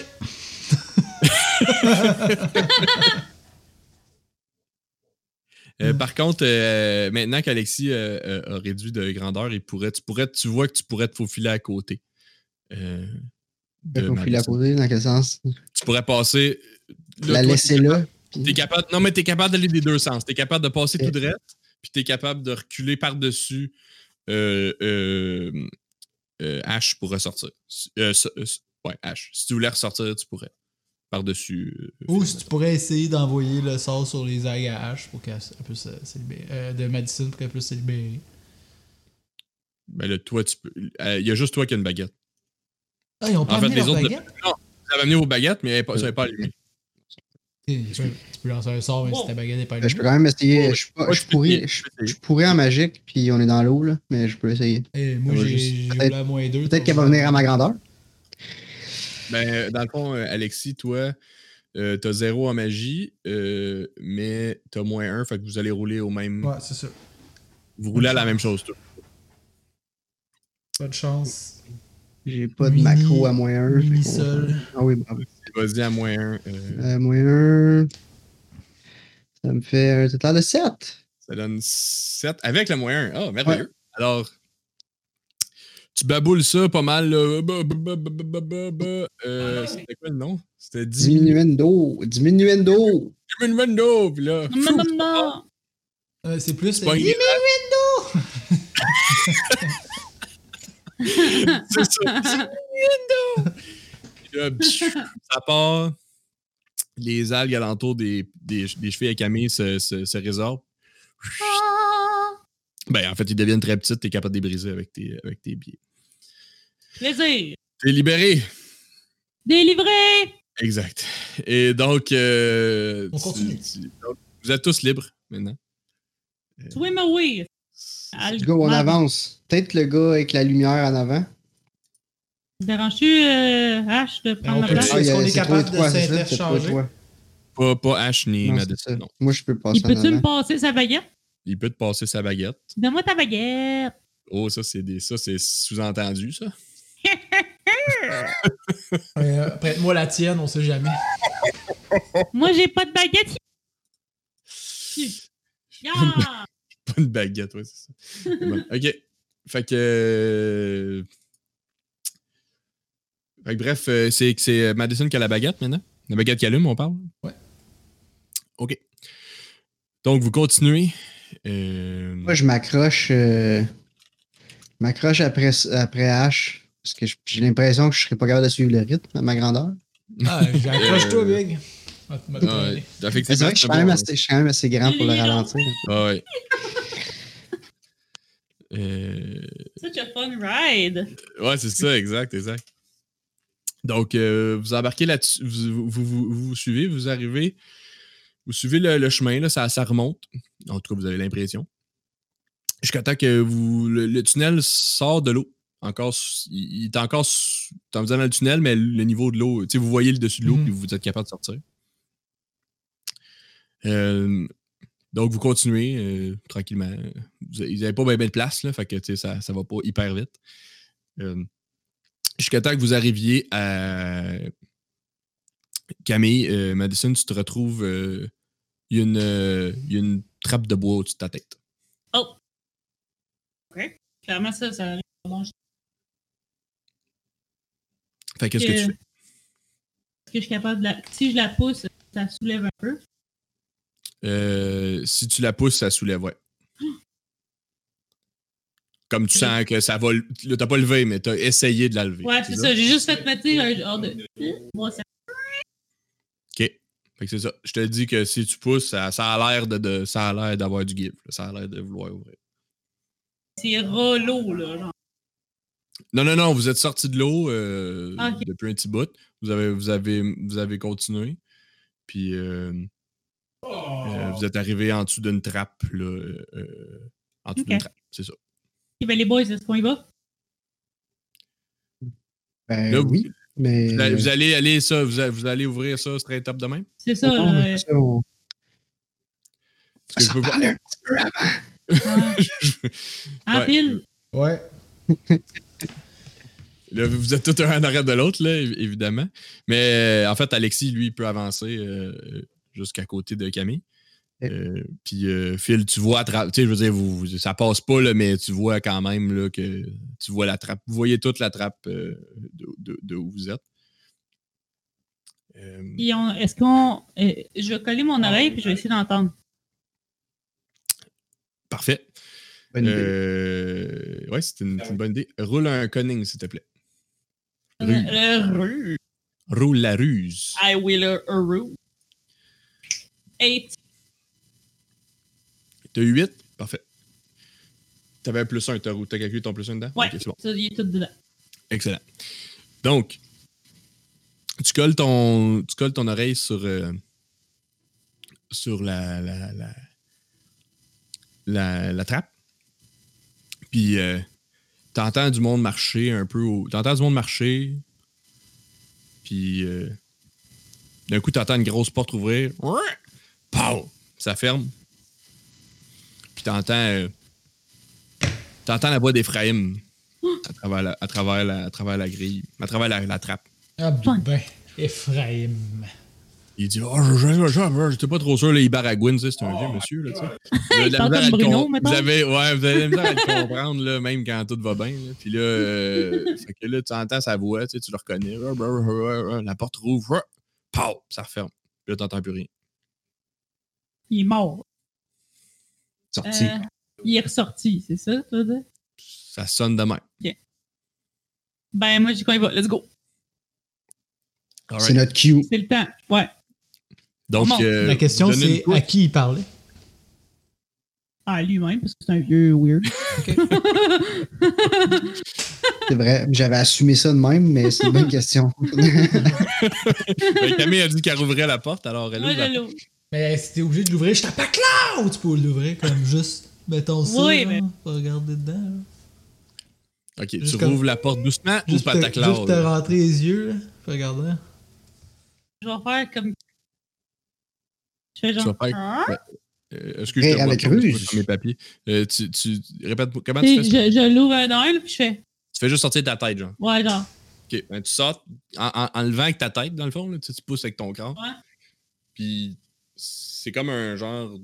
euh, Mm. par contre, euh, maintenant qu'Alexis euh, euh, a réduit de grandeur, il pourrait, tu pourrais, tu vois que tu pourrais te faufiler à côté. euh, de Fait qu'on peut la Madison. poser dans quel sens? tu pourrais passer. euh, là, La toi, laisser là. puis- T'es capable. Non, mais t'es capable d'aller des deux sens. T'es capable de passer Ok. tout droit, puis t'es capable de reculer par-dessus euh, euh, euh, H pour ressortir. Si- euh, so- euh, so- ouais, H. Si tu voulais ressortir, tu pourrais. Par-dessus. euh, Ou Phil, si tu pourrais essayer d'envoyer le sort sur les algues à H pour qu'elle elle puisse euh, se libérer. Euh, de Madison pour qu'elle puisse se libérer. Ben là, toi, tu peux. euh, Il y a juste toi qui as une baguette. Ah, ils ont pas pas fait, fait, amené les leur leur autres, baguette? Non, Vous avez amené vos baguettes, mais elles pas- elles sont pas allumées. Tu peux, tu peux lancer un sort, même si ta baguette n'est pas Ben, je peux allumée. quand même essayer. Ouais, je, suis pas- Moi, je peux pourrais, essayer, je, peux essayer. je pourrais en magique, puis on est dans l'eau, là, mais je peux essayer. Eh, moi, Ça va j'ai juste- j'ai peut-être- roulé à moins deux. Peut-être qu'elle va venir à ma grandeur. Ben, dans le fond, euh, Alexis, toi, euh, t'as zéro en magie, euh, mais t'as moins un, fait que vous allez rouler au même. Ouais, c'est ça. Vous roulez à la même chose, tout. Pas de chance. J'ai pas de Mini- macro à moins 1. Mini seul. Ah oui, bravo. Vas-y à moins un. euh, À moins 1. Ça me fait un total de 7. Ça donne 7 avec le moyen. Ah, merveilleux. Alors, tu baboules ça pas mal. là. Bah, bah, bah, bah, bah, bah, bah. Euh, C'était quoi le nom? C'était Diminu- Diminuendo. Diminuendo. Diminuendo. Puis là, Non, non, non, non. Euh, c'est plus. pas une- c'est ça. Diminuendo. Puis là, pshou, ça part. Les algues alentour des, des, des chevilles à Camille se, se, se résorbent. Ah. Ben, en fait, ils deviennent très petites. T'es capable de les briser avec tes, avec tes pieds. Plaisir. T'es libéré. Délivré. Euh. Exact. Et donc, euh, On continue. donc, vous êtes tous libres maintenant. Swim away. Go, on avance. Peut-être le gars avec la lumière en avant. Ah, Déranges-tu, euh, H, Ah, de on prendre ma peut place? dire- est-ce il y a- qu'on est c'est capable toi et toi, de c'est ça, c'est toi et s'interchanger? toi. Pas, pas Ash ni Non, c'est ça. Madison. Non. Moi, je peux passer Il en peut-tu me avant. passer sa baguette? Il peut te passer sa baguette. Donne-moi ta baguette. Oh, ça, c'est des, ça, c'est sous-entendu, ça. Euh, Prête-moi la tienne, on sait jamais. Moi, j'ai pas de baguette. Yeah! Pas une baguette, ouais, c'est ça. Bon, OK. Fait que. Fait que bref, euh, c'est c'est Madison qui a la baguette maintenant. La baguette qui allume, on parle. Ouais. OK. Donc, vous continuez. Euh, Moi, je m'accroche. euh, je m'accroche après, après H. Parce que je- j'ai l'impression que je serais pas capable de suivre le rythme à ma grandeur. Ah, j'ai- accroche-toi, Big. Ah, tu m'as Euh, ouais, traîné. Mais effectivement, C'est vrai que je suis, quand bon, même euh, assez, je suis quand même assez grand pour le ralentir. Ah ouais. Euh, Such a fun ride. ouais, c'est ça, exact, exact. Donc, euh, vous embarquez là-dessus, vous vous, vous- vous- vous suivez, vous arrivez, vous suivez le, le chemin, là, ça, ça remonte. En tout cas, vous avez l'impression. Jusqu'à temps que vous, le, le tunnel sort de l'eau. Encore, sous- il, il est encore, sous- dans- vous êtes dans le tunnel, mais le niveau de l'eau, tu sais, vous voyez le dessus de l'eau, Mhm. puis vous êtes capable de sortir. Euh, donc, vous continuez euh, tranquillement. Vous avez- Ils n'avaient pas bien de place, là, fait que tu sais, ça ne va pas hyper vite. Euh, Jusqu'à temps que vous arriviez à Camille, euh, Madison, tu te retrouves. euh, Il y, a une, euh, il y a une trappe de bois au-dessus de ta tête. Clairement, ça, ça arrive. Bon, je- Fait qu'est-ce que tu Euh. fais? Est-ce que je suis capable de la. Si je la pousse, ça soulève un peu. Euh, si tu la pousses, ça soulève, ouais. Comme tu sens que ça va. le- Là, t'as pas levé, mais t'as essayé de la lever. Ouais, c'est ça. J'ai juste fait mettre un hors de. Moi, ça. OK. Fait que c'est ça. Je te dis que si tu pousses, ça, ça a l'air de, de- ça a l'air d'avoir du give. là. Ça a l'air de vouloir ouvrir. C'est relou, là. genre. Non, non, non, vous êtes sorti de l'eau euh, Ah, ok. depuis un petit bout. Vous avez, vous avez, vous avez continué. Puis euh, euh, Oh. vous êtes arrivé en dessous d'une trappe. Là, euh, en dessous Ok. d'une trappe, c'est ça. Ok, ben les boys, est-ce qu'on y va? Ben Là, vous- oui, mais. Vous, allez- vous allez aller ça, vous, allez- vous allez ouvrir ça straight up de même? C'est ça. Non, mais euh, ça, on- Parce que je peux Ça pas- parle un petit peu avant. ouais. Ah, En Ouais. pile. Ouais. Là, vous êtes tous un en arrière de l'autre, là, évi- évidemment. Mais euh, en fait, Alexis, lui, il peut avancer euh, jusqu'à côté de Camille. Euh, puis euh, Phil, tu vois, à tra- tu sais, je veux dire, vous, vous- ça passe pas, là, mais tu vois quand même là, que tu vois la trappe. Vous voyez toute la trappe euh, de, de- de où vous êtes. Euh, Puis on- est-ce qu'on. euh, je vais coller mon oreille puis je vais essayer d'entendre. parfait. Bonne idée. Euh, ouais, c'est une, c'est une bonne idée. Roule un cunning, s'il te plaît. Ruse. Heureux. Roule la ruse. I will heureux. Eight. T'as 8? Parfait. T'avais un plus 1, t'as t'as calculé ton plus 1 dedans? Ouais. Ok, c'est bon. Ça, il est tout dedans. Excellent. Donc, tu colles ton, tu colles ton oreille sur, euh, sur la, la, la, la- la trappe. Puis euh, t'entends du monde marcher un peu. au- T'entends du monde marcher. Puis euh, d'un coup, t'entends une grosse porte ouvrir. Ouah! Pow! Ça ferme. Puis t'entends euh, t'entends la voix d'Ephraïm à travers la, à travers la, à travers la grille, à travers la, la trappe. Ah ben, Ephraim. Il dit Oh, je- je- je- je- j'étais pas trop sûr, là, il baragouine, tu sais, c'est un vieux monsieur, là, tu sais. Vous avez de la misère Oh, parle comme à le Bruno, com- mettons. Vous avez, ouais, vous avez de la misère à le comprendre, là, même quand tout va bien, là. Puis là, euh, fait que là, tu entends sa voix, tu sais, tu le reconnais. Rah, rah, rah, rah, rah. La porte rouvre, rah. pow, ça referme. Puis là, t'entends plus rien. Il est mort. Sorti. Euh, il est ressorti, c'est ça, tu veux dire? Ça sonne de même. Ben, moi, j'ai quoi, il va. Let's go. All C'est right. notre cue. C'est le temps. Ouais. Donc, Bon, euh, La question, donnez une c'est à qui il parlait. Ah, lui-même, parce que c'est un vieux weird. C'est vrai. J'avais assumé ça de même, mais c'est une bonne question. Ben, Camille a dit qu'elle rouvrait la porte, alors elle Moi, ouvre la je l'ouvre. Mais si t'es obligé de l'ouvrir, je t'appelle là ou tu peux l'ouvrir comme juste, mettons ça. Oui, là, mais- Pas regarder dedans. là. Ok, tu Juste rouvres comme- la porte doucement ou Juste, te, pataclar. juste te là? rentrer les yeux, là. Pas regarder. Je vais faire comme. Je fais Tu genre. vas faire- Ah? Euh, Excuse-moi, Rire avec ruse. mes papiers. Euh, tu, tu, répète, comment Tu tu sais, fais ça? je je l'ouvre un oeil, puis je fais. Tu fais juste sortir ta tête, genre. Ouais, genre. OK. Ben, tu sors en, en, en levant avec ta tête, dans le fond, là, tu, sais, tu pousses avec ton corps. Ouais. Puis c'est comme un genre.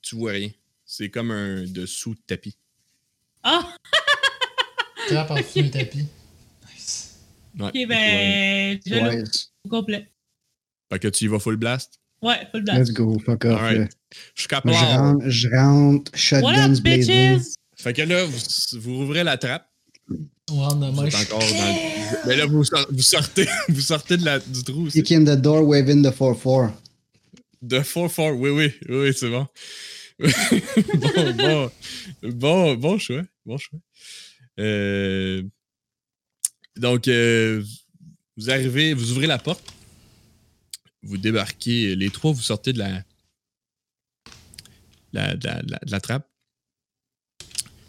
Tu vois rien. C'est comme un dessous de tapis. Ah, Trappe en dessous Ok. du tapis. Nice. Ouais, ok, tu vois rien. ben. Je l'ouvre Ouais, au complet. Fait que tu y vas full blast. Ouais, full blast. let's go, fuck off. Alright. là. Je suis Moi, Je capable. rentre, je rentre, What shotguns up, blazing. bitches? Fait que là, vous, vous rouvrez la trappe. On rentre dans le Vous êtes moche. encore dans le- Mais là, vous, sor- vous sortez, vous sortez de la, du trou. c'est- Kick in the door, waving the 4-4. De 4-4, oui, oui, oui, oui, c'est bon. bon, bon, bon, bon choix, bon choix. Euh, donc, euh, vous arrivez, vous ouvrez la porte, vous débarquez, les trois, vous sortez de la, la- de la- de la- de la trappe.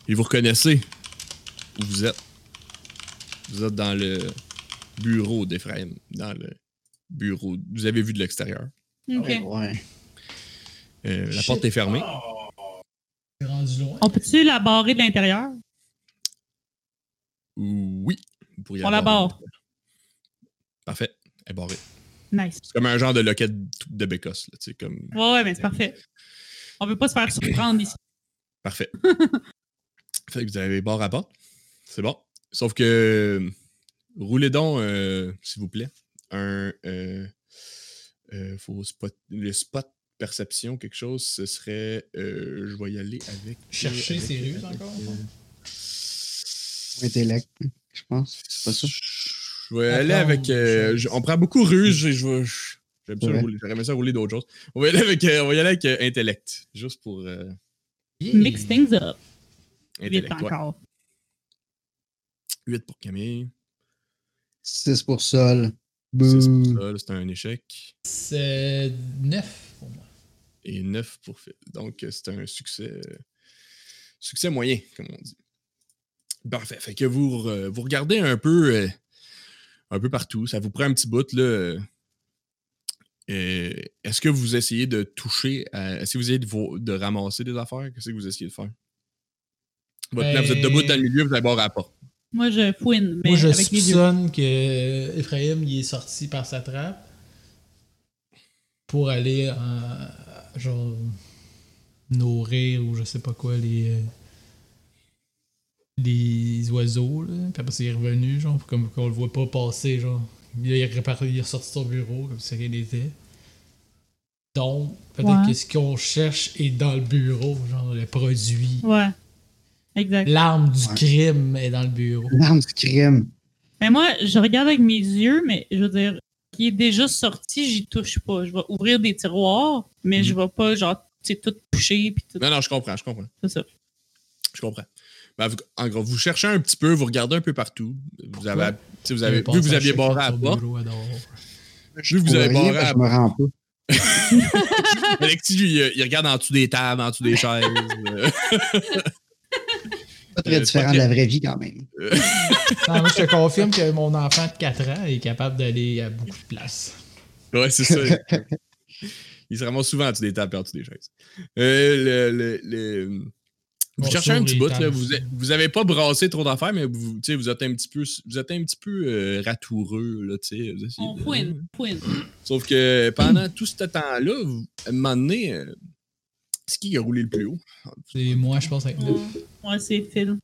Et vous reconnaissez où vous êtes. Vous êtes dans le bureau d'Ephraim, dans le bureau. Vous avez vu de l'extérieur. Ok. Ouais. Euh, la Shit. porte est fermée. T'es rendu loin. On peut-tu la barrer de l'intérieur? Oui. vous pourriez On la barrer. barre. Parfait. Elle est barrée. Nice. C'est comme un genre de loquet de, de bécosse. Là, tu sais, comme... Ouais, ouais, mais c'est parfait. On peut pas se faire surprendre ici. Parfait. fait que vous avez barre à porte. C'est bon. Sauf que roulez donc, euh, s'il vous plaît, un. euh, euh, faut spot, le spot perception, quelque chose, ce serait. euh, je vais y aller avec. Chercher avec- ses ruses avec, encore, euh, hein? Intellect, je pense. C'est pas ça. Ah, Je vais aller Attends, avec. euh, je- je- on prend beaucoup ruse et je vais. je- J'aime ça Ouais. rouler. J'aimerais ça rouler d'autres choses. On va y aller avec, euh, on va y aller avec euh, intellect. Juste pour. euh, Yeah. Mix things up. Vite intellect. encore. 8 pour Camille. 6 pour Sol. Six Boum. pour Sol, c'est un échec. C'est 9 pour moi. Et 9 pour Phil. Donc, euh, c'est un succès. euh, Succès moyen, comme on dit. Parfait. Fait que vous, euh, vous regardez un peu. euh, un peu partout. Ça vous prend un petit bout, là. euh, euh, Est-ce que vous essayez de toucher à- Est-ce que vous essayez de, vo- de ramasser des affaires? Qu'est-ce que vous essayez de faire? Votre plan, vous Ben- êtes debout dans le milieu, vous allez boire à la porte. Moi, je fouine, mais Moi, je avec les yeux. soupçonne que euh, Ephraim il est sorti par sa trappe pour aller en- genre nourrir ou je sais pas quoi les euh, les oiseaux là. Puis après c'est revenu genre pour comme qu'on le voit pas passer genre. Il est, reparti, il est sorti de son bureau comme si rien n'était. Donc peut-être Ouais. que ce qu'on cherche est dans le bureau genre le produit. Ouais. Exact. L'arme du Ouais. crime est dans le bureau. L'arme du crime. Mais moi, je regarde avec mes yeux, mais je veux dire, qui est déjà sorti, j'y touche pas. Je vais ouvrir des tiroirs, mais Mhm. je vais pas, genre, tu sais, tout toucher, puis tout. Non, non, je comprends, je comprends. C'est ça. Je comprends. Ben, vous- en gros, vous cherchez un petit peu, vous regardez un peu partout. Vous avez, tu sais, vous avez, vu que vous aviez barré à la porte, Je Vu que vous avez trouve rien, barré parce que à- je me rends pas. Alexis, lui, il, il regarde en dessous des tables, en dessous des chaises. euh, Pas très Euh, différent ok. de la vraie vie quand même. Non, moi, je te confirme que mon enfant de 4 ans est capable d'aller à beaucoup de places. ouais, c'est ça. Il se ramasse souvent en dessous des tables et en dessous des chaises. Euh, le, le- le- Vous Bon, cherchez un sur petit les bout, tables là, aussi. vous, a- vous avez pas brassé trop d'affaires, mais vous, tu sais, vous êtes un petit peu, vous êtes un petit peu euh, ratoureux. Là, tu sais, vous essayez On de- pouine, pouine. Sauf que pendant tout ce temps-là, vous- à un moment donné, euh, c'est qui qui a roulé le plus haut? C'est moi, je pense, avec moi. Ouais, c'est Phil.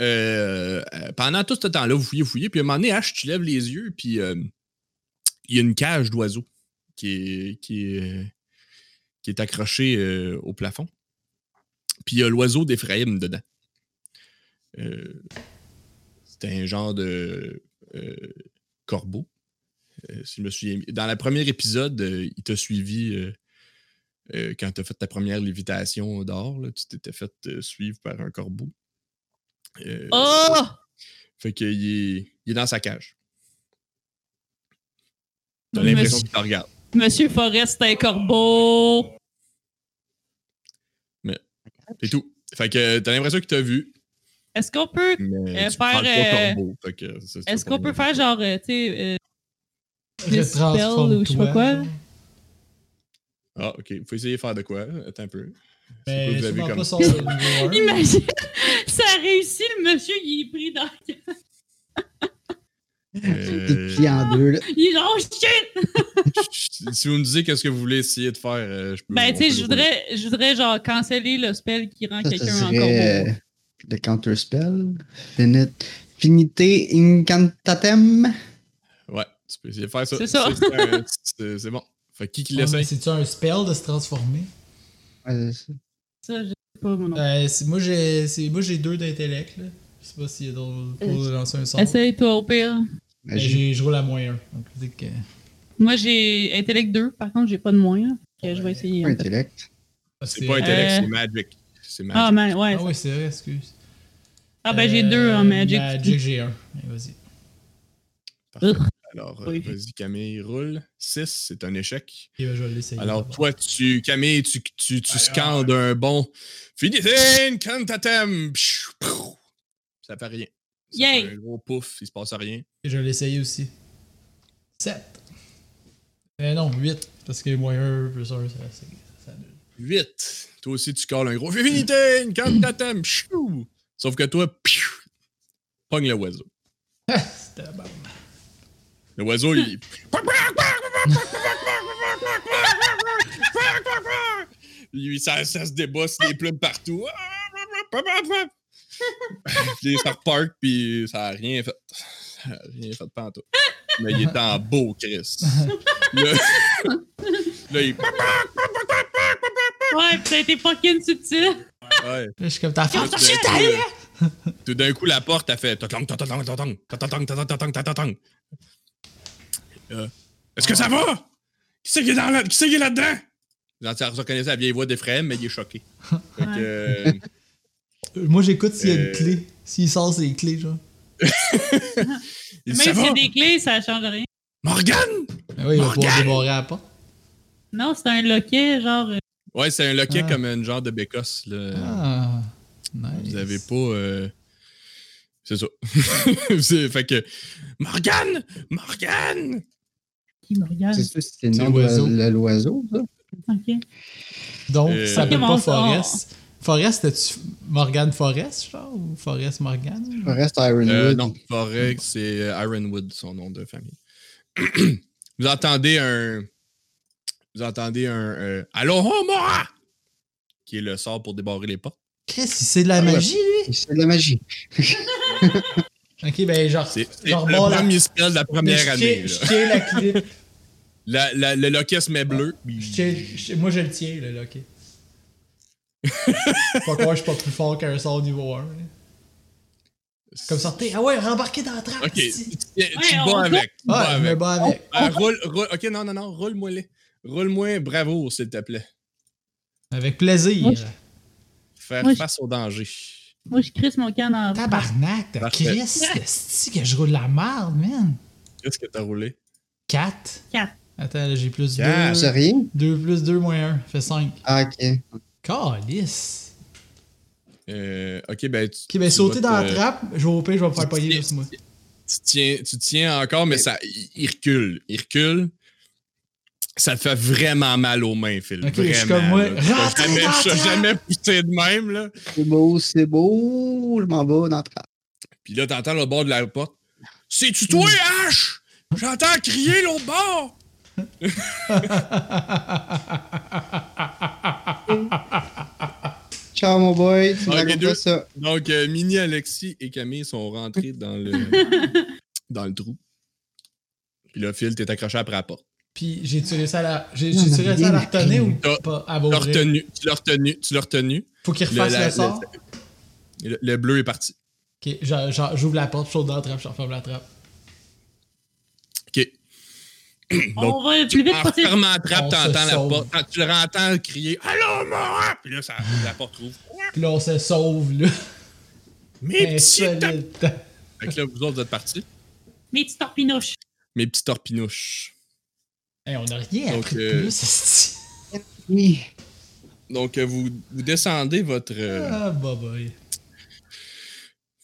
Euh, euh, pendant tout ce temps-là, vous fouillez, vous fouillez, puis à un moment donné, H, tu lèves les yeux, puis euh, il y a une cage d'oiseaux qui est, qui est, qui est accrochée euh, au plafond. Puis il y a l'oiseau d'Ephraïm dedans. Euh, C'est un genre de euh, corbeau. Euh, si je me souviens. bien. Dans le premier épisode, euh, il t'a suivi euh, euh, quand tu as fait ta première lévitation dehors. là, tu t'étais fait euh, suivre par un corbeau. Euh, Oh! fait qu'il est, il est dans sa cage. T'as l'impression Monsieur, qu'il te regarde. Monsieur Forest, c'est un corbeau. C'est tout. Fait que t'as l'impression qu'il t'a vu. Est-ce qu'on peut, Mais Euh, tu parles faire, pas euh, corbeau. Fait que ça, c'est est-ce pas qu'on peut grave. faire genre, euh, tu sais, euh, Dispel Retransforme-toi. ou je sais pas quoi. Ah, ok. Faut essayer de faire de quoi. Attends un peu. C'est Ben, quoi Mais que vous avez souvent Ben, comme- pas son niveau un. Imagine, ça a réussi, le monsieur, il est pris dans. Des Euh, pieds en deux, là. Il est genre, oh shit! si vous me disiez qu'est-ce que vous voulez essayer de faire, euh, je peux. Ben, on tu sais, peut je le rouler. voudrais, je voudrais genre canceller le spell qui rend Ça, ça quelqu'un en serait corbeau. euh, le counterspell. Finit... Finité incantatem. Ouais, tu peux essayer de faire ça. C'est ça. Ah, C'est, un- c'est- c'est bon. Fait que qui qui Ouais, mais l'essaye C'est-tu un spell de se transformer? Ouais, c'est ça. Ben, Ça, je sais pas, mon nom. Euh, c'est- moi, j'ai c'est- moi, j'ai deux d'intellect. là. Je sais pas s'il y a d'autres pour Euh, lancer un sort. Essaye-toi au pire. Ben, Mais Magie. j'ai- Je roule à moyen. Donc, je dis que- Moi, j'ai intellect 2, par contre, j'ai pas de moyens. Fait que je vais essayer. Pas intellect. C'est pas intellect, c'est magic. C'est magic. Ah, man, ouais. Ah oui, c'est vrai, excuse. Ah, ben, j'ai Euh, deux en Magic. Magic, j'ai un. Allez, Vas-y. Parfait. Ugh. Alors, euh, Ah, Oui. vas-y, Camille, roule. 6, c'est un échec. Ok, ben, je vais l'essayer. Alors, toi, tu, Camille, tu, tu, tu Alors, scandes un bon. Finissez, cantatem! Pshou, prou. Ça fait rien. Ça Yay. fait un gros pouf, il se passe rien. Et Je vais l'essayer aussi. 7. Euh, non, 8. Parce que moyen plus 1, ça, c'est- ça annule. 8. Toi aussi, tu colles un gros. Finissez, cantatem! Pshou. Sauf que toi, pshou, pogne le oiseau. Ah, C'était la bombe. Le oiseau, il. Lui, ça, ça se débosse, les plumes partout. Puis ça repark, puis ça a rien fait. Ça a rien fait pas tout. Mais il est en beau, Chris. Là, là, il. Ouais, pis ça a été fucking subtil. Là, Ouais. Je suis comme, t'as fait Tout d'un coup, là, Tout d'un coup, la porte a fait. totong, totong, totong, totong, totong, totong. Euh, Est-ce que ça va? Qui c'est qui est dans la- qui c'est qui est là-dedans? Vous ça reconnaissez la vieille voix d'Ephraim, mais il est choqué. Fait que, Ouais. euh, Euh, Moi, j'écoute s'il y a une Euh. clé. S'il sort ses clés, genre. il Même dit, si ça va? c'est des clés, ça change rien. Morgane! Ah oui, il va pouvoir Morgane! dévorer la porte. Non, c'est un loquet, genre. euh, Ouais, c'est un loquet Ah. comme une genre de bécosse. là. Ah. Nice. Vous avez pas. euh, C'est ça. C'est- fait que. Morgane! Morgane! Qui me Ah. regarde. C'est ça, c'est le C'est nom de l'oiseau. la- l'oiseau, ça? Ok. Donc, Euh, ça s'appelle pas Comment ça? Forest. Forest, t'as-tu Morgan Forest, genre Ou Forest Morgan Forest Ironwood. Euh, non, Forex, c'est euh, Ironwood, son nom de famille. vous entendez un. Vous entendez un. euh, Allô, Mora! Qui est le sort pour débarrer les portes. Chris, c'est de la Ah ouais. magie, lui C'est de la magie. Ok, ben, genre, C'est c'est genre, le bon, la- premier spell de la première je année. tiens- là. Je tiens la clé. La- la- le loquet se met bleu. puis- Je tiens- je- moi, je le tiens, là, là, ok. Pas quoi, je suis pas plus fort qu'un sort niveau 1. Comme sortez. Ah ouais, rembarquez dans la trappe. Ok, tu, ici. tu- tu te on bats va- avec. tu te bats Ah, je me avec. bats avec. Euh, roule- roule- ok, non, non, non, roule-moi les. Roule-moi bravo, s'il te plaît. Avec plaisir. Moi, je- Faire Moi, je- face au danger. Moi, je crisse mon camp dans. Tabarnak, t'as Parfait. Chris, c'est que je roule la merde, man. Qu'est-ce que t'as roulé? 4. Quatre. Attends, là, j'ai plus Quatre. C'est 2. rien? 2 plus 2 moins 1, fait 5. Ah, ok. Calice! Euh, ok, ben. Tu, Ok, ben tu sauter dans vas te- la trappe, je vais au pire, je vais me faire pogner juste moi. tu tiens, tu tiens encore, mais ça, il il recule. Il recule. Ça te fait vraiment mal aux mains, Phil. Ok, je vraiment. suis comme moi. là. Tu t'as Rentre jamais, dans je t'ai la trappe! jamais poussé de même, là. C'est beau, c'est beau. Je m'en vais dans le trappe. Puis là, t'entends le bord de la porte. C'est-tu toi, Mm. H? J'entends crier l'autre bord! Ciao, mon boy. Tu Ah, les m'as deux. raconté ça. Donc, euh, Mini, Alexis et Camille sont rentrés dans le, dans le trou. Puis là, Phil, t'es accroché après la porte. Puis j'ai-tu réussi à la, j'ai, Non, j'ai-tu mais réussi à la rien, retenir ou rien. pas? À Tu l'as l'ouvrir? retenu, tu l'as retenu, tu l'as retenu. Faut qu'il Le- refasse le, la- le- sort. Le, le bleu est parti. Ok, j'a- j'a- j'ouvre la porte, je saute dans la trappe, je referme la trappe. OK. Donc, On va le plus vite en possible. fermant la trappe, On t'entends se la sauve. porte. Quand tu le entends crier Allô, moi! Puis là, ça, la porte ouvre. Puis là, on se sauve, là. Mes Un petits tor- solide temps. Fait que là, vous autres, vous êtes partis. Mes petits torpinouches. Mes petits torpinouches. Hey, on a rien Donc, appris de euh, plus, esti. Oui. Donc, euh, vous, vous descendez votre. euh, Ah, bah, boy.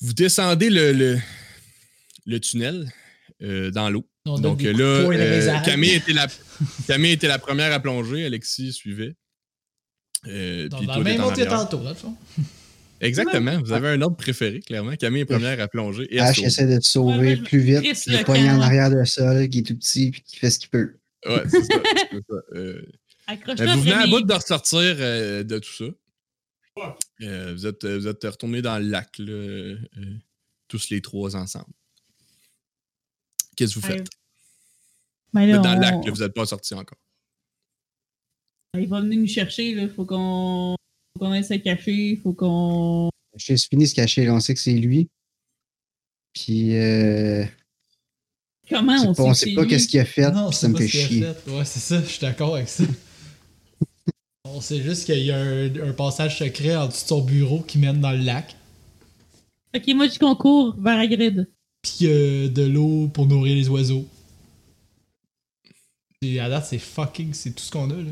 Vous descendez le, le, le tunnel euh, dans l'eau. On donne Donc des euh, coups de là, poing dans les euh, arêtes. Camille, était la, Camille était la première à plonger, Alexis suivait. Euh, Dans puis dans toi, le t'es même en ordre que arrière. tantôt, dans le fond. Exactement, vous avez un ordre préféré, clairement. Camille est première à plonger. Et à Ah, Ash sauter. essaie Ah, de te Ouais, moi, sauver je- plus vite. Chris, puis Il le est poigné en canard. arrière de ça, là, qui est tout petit, puis qui fait ce qu'il peut. Ouais, c'est ça. c'est ça. Euh, Accroche-toi Euh, vous venez à après bout mes... de ressortir euh, de tout ça. Euh, vous êtes, vous êtes retournés dans le lac, là, euh, euh, tous les trois ensemble. Qu'est-ce que vous faites? Ben Vous là, êtes dans le on- lac, là, vous n'êtes pas sortis encore. Il va venir nous chercher, là. Faut qu'on... Faut qu'on aille se cacher, faut qu'on... J'ai fini de se cacher, là, on sait que c'est lui. Puis, euh, Comment c'est Ah, on pas- on sait sait pas lui? qu'est-ce qu'il a fait, Non, puis c'est ça me pas fait ce qu'il a chier. fait. Ouais, c'est ça, je suis d'accord avec ça. on sait juste qu'il y a un, un passage secret en dessous de son bureau qui mène dans le lac. Ok, moi, je concours vers Agrid. Puis euh, de l'eau pour nourrir les oiseaux. Et à date, c'est fucking, c'est tout ce qu'on a, là.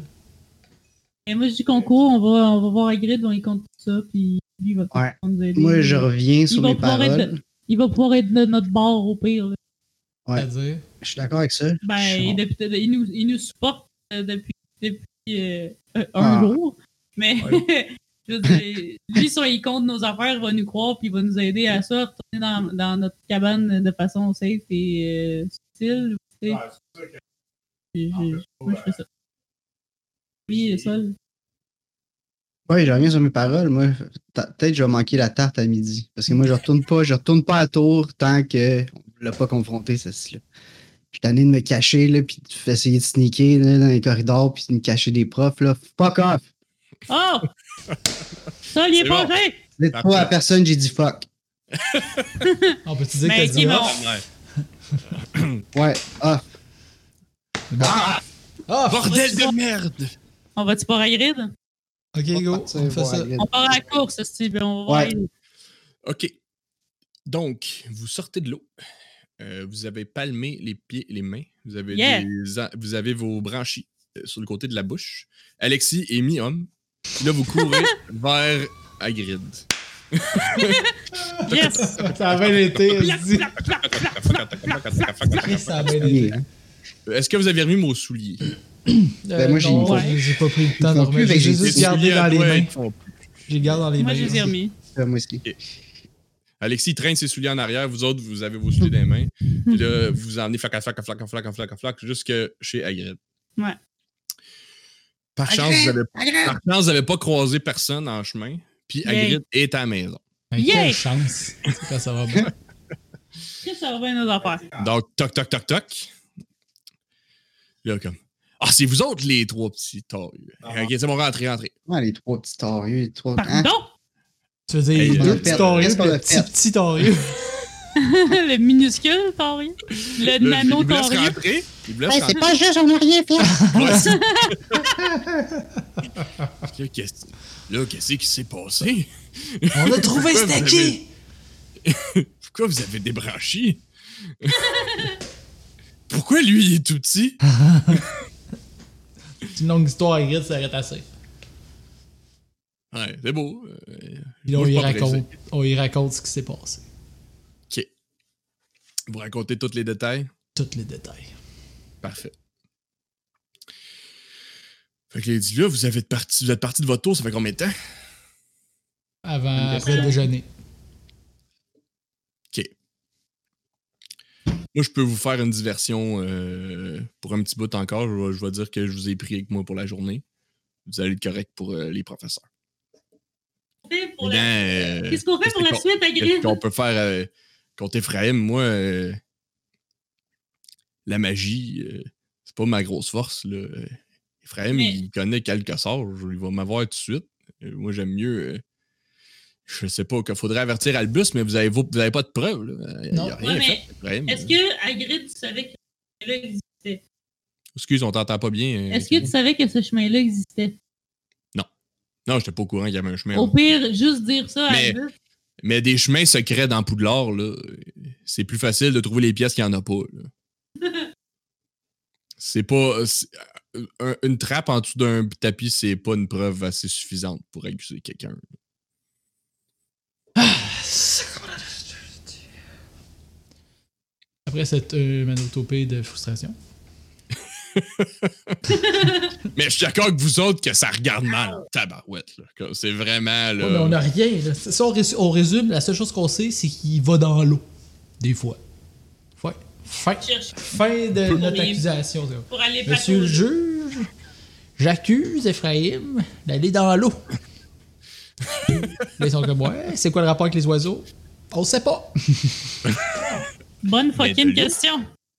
Et moi, je dis concours, on va, on va voir Agrid, on y compte tout ça, puis lui, il va Ouais. pouvoir nous aider. Moi, je reviens sur va mes pouvoir être- paroles. Il va pouvoir être de notre bord, au pire, là. Ouais. C'est-à-dire. Je suis d'accord avec ça. Ben, Je suis- il, depuis- il nous, il nous supporte euh, depuis, depuis euh, euh, Ah. un jour. Mais je veux dire, lui, si on y compte nos affaires, il va nous croire puis il va nous aider à ça, retourner dans, dans notre cabane de façon safe et euh, subtile. tu sais. Puis je- Moi, je fais ça. Oui, et ça. là. Ouais, je reviens sur mes paroles. Moi, Ta- peut-être je vais manquer la tarte à midi. Parce que moi, je retourne pas, je retourne pas à tour tant que on l'a pas confronté, ceci-là. Je suis tanné de me cacher, là, puis de- essayer de sneaker là, dans les corridors, puis de me cacher des profs, là. Fuck off! Oh! Ça, il est C'est pas bon. fait! Dites pas à personne, j'ai dit fuck. On peut-tu dire que Mais t'as qui dit m'a- off? Ouais, off. Off! Ah, Bordel de merde! On va-tu pas à Grid? Ok, go, on fait ça. On part à la course, Steve. On va Ouais. voir. OK. Donc, vous sortez de l'eau. Euh, vous avez palmé les pieds et les mains. Vous avez, Yeah. des en- vous avez vos branchies euh, sur le côté de la bouche. Alexis est mi-homme. Là, vous courez vers Hagrid. Yes! Ça a bien été, Plac, dit. plac, plac, plac. Ça a bien été. hein. Euh, Est-ce que vous avez remis mon soulier? Euh, moi, j'ai- non, Ouais. j'ai pas pris le temps Ils de font plus remettre. avec J'ai les juste petits gardé souliers à dans les toi, hein. mains. ils font- J'ai gardé dans les Moi, mains. je les ai remis. Moi aussi. Alexis traîne ses souliers en arrière, vous autres, vous avez vos souliers dans les mains. Puis Hmm. là, vous vous emmenez flac à flac à flac à flac à flac à flac jusque chez Hagrid. Ouais. Par chance, vous avez, par chance, vous n'avez pas croisé personne en chemin. Puis Yay. Hagrid est à la maison. Mais Quelle Yeah! chance. C'est quand ça va bien. Qu'est-ce que ça revient à nos affaires? Ah. Donc, toc, toc, toc, toc. Là, comme. Ah, c'est vous autres, les trois petits tarus. Ah. Ok, c'est bon, rentrez, rentrez. Ouais, les trois petits tarieux, les trois. hein? Pardon? Tu veux dire, Hey, deux euh, petits perte. tauriers, Qu'est-ce qu'on le a petit fait? petit taurier. le minuscule taurien? Le Là, il nano vous laisse taurien? rentrer. Il vous laisse rentrer. Ben, pas juste, on n'a rien fait. Ouais, c'est- Là, qu'est-ce là, qu'est-ce qui s'est passé? On a trouvé Pourquoi c'était vous qui? Pourquoi vous avez débranché? Pourquoi pourquoi lui, il est tout petit? C'est une longue histoire, Ingrid s'arrête à ça. Ouais, c'est beau. Euh, Puis là, on moi, je y, suis pas pressé. raconte, on y raconte ce qui s'est passé. OK. Vous racontez tous les détails? Tous les détails. Parfait. Fait que les dit là, vous, avez de parti, vous êtes parti de votre tour, ça fait combien de temps? Avant, Une après le question. déjeuner. Moi, je peux vous faire une diversion euh, pour un petit bout encore. Je vais, je vais dire que je vous ai pris avec moi pour la journée. Vous allez être correct pour euh, les professeurs. Pour la- Maintenant, euh, Qu'est-ce qu'on fait pour la qu'on- suite, Qu'est-ce Agrive? qu'on peut faire euh, contre Ephraim, moi, euh, la magie, euh, c'est pas ma grosse force. Là. Euh, Ephraim, Mais- il connaît quelques sorts, il va m'avoir tout de suite. Euh, moi, j'aime mieux. euh, je sais pas, qu'il faudrait avertir Albus, mais vous avez, vous, vous avez pas de preuves. là. Il y a Non. rien Ouais, fait, Ephraim. Est-ce que, Agrive, tu savais que ce chemin-là existait? Excuse, on t'entend pas bien. euh, Est-ce que tu savais que ce chemin-là existait? Non, j'étais pas au courant qu'il y avait un chemin. Au pire, juste dire ça à Mais- Albus. Mais des chemins secrets dans Poudlard, là, c'est plus facile de trouver les pièces qu'il n'y en a pas. là. c'est pas. c'est- euh, un- une trappe en dessous d'un tapis, c'est pas une preuve assez suffisante pour accuser quelqu'un. Après cette euh, manotopée de frustration. Mais je suis d'accord avec vous autres que ça regarde mal. Tabarouette, là. Comme C'est vraiment. Ouais, Ah! Là, Oh, mais on n'a rien. là. Si on, rés- on résume, la seule chose qu'on sait, c'est qu'il va dans l'eau. Des fois. Ouais. Fin. Je cherche Fin de notre Mais- accusation. ça. pour aller Monsieur le patauger. juge, j'accuse Ephraim d'aller dans l'eau. Là, Ils sont comme, ouais, c'est quoi le rapport avec les oiseaux? On sait pas. Bonne de l'eau. fucking question.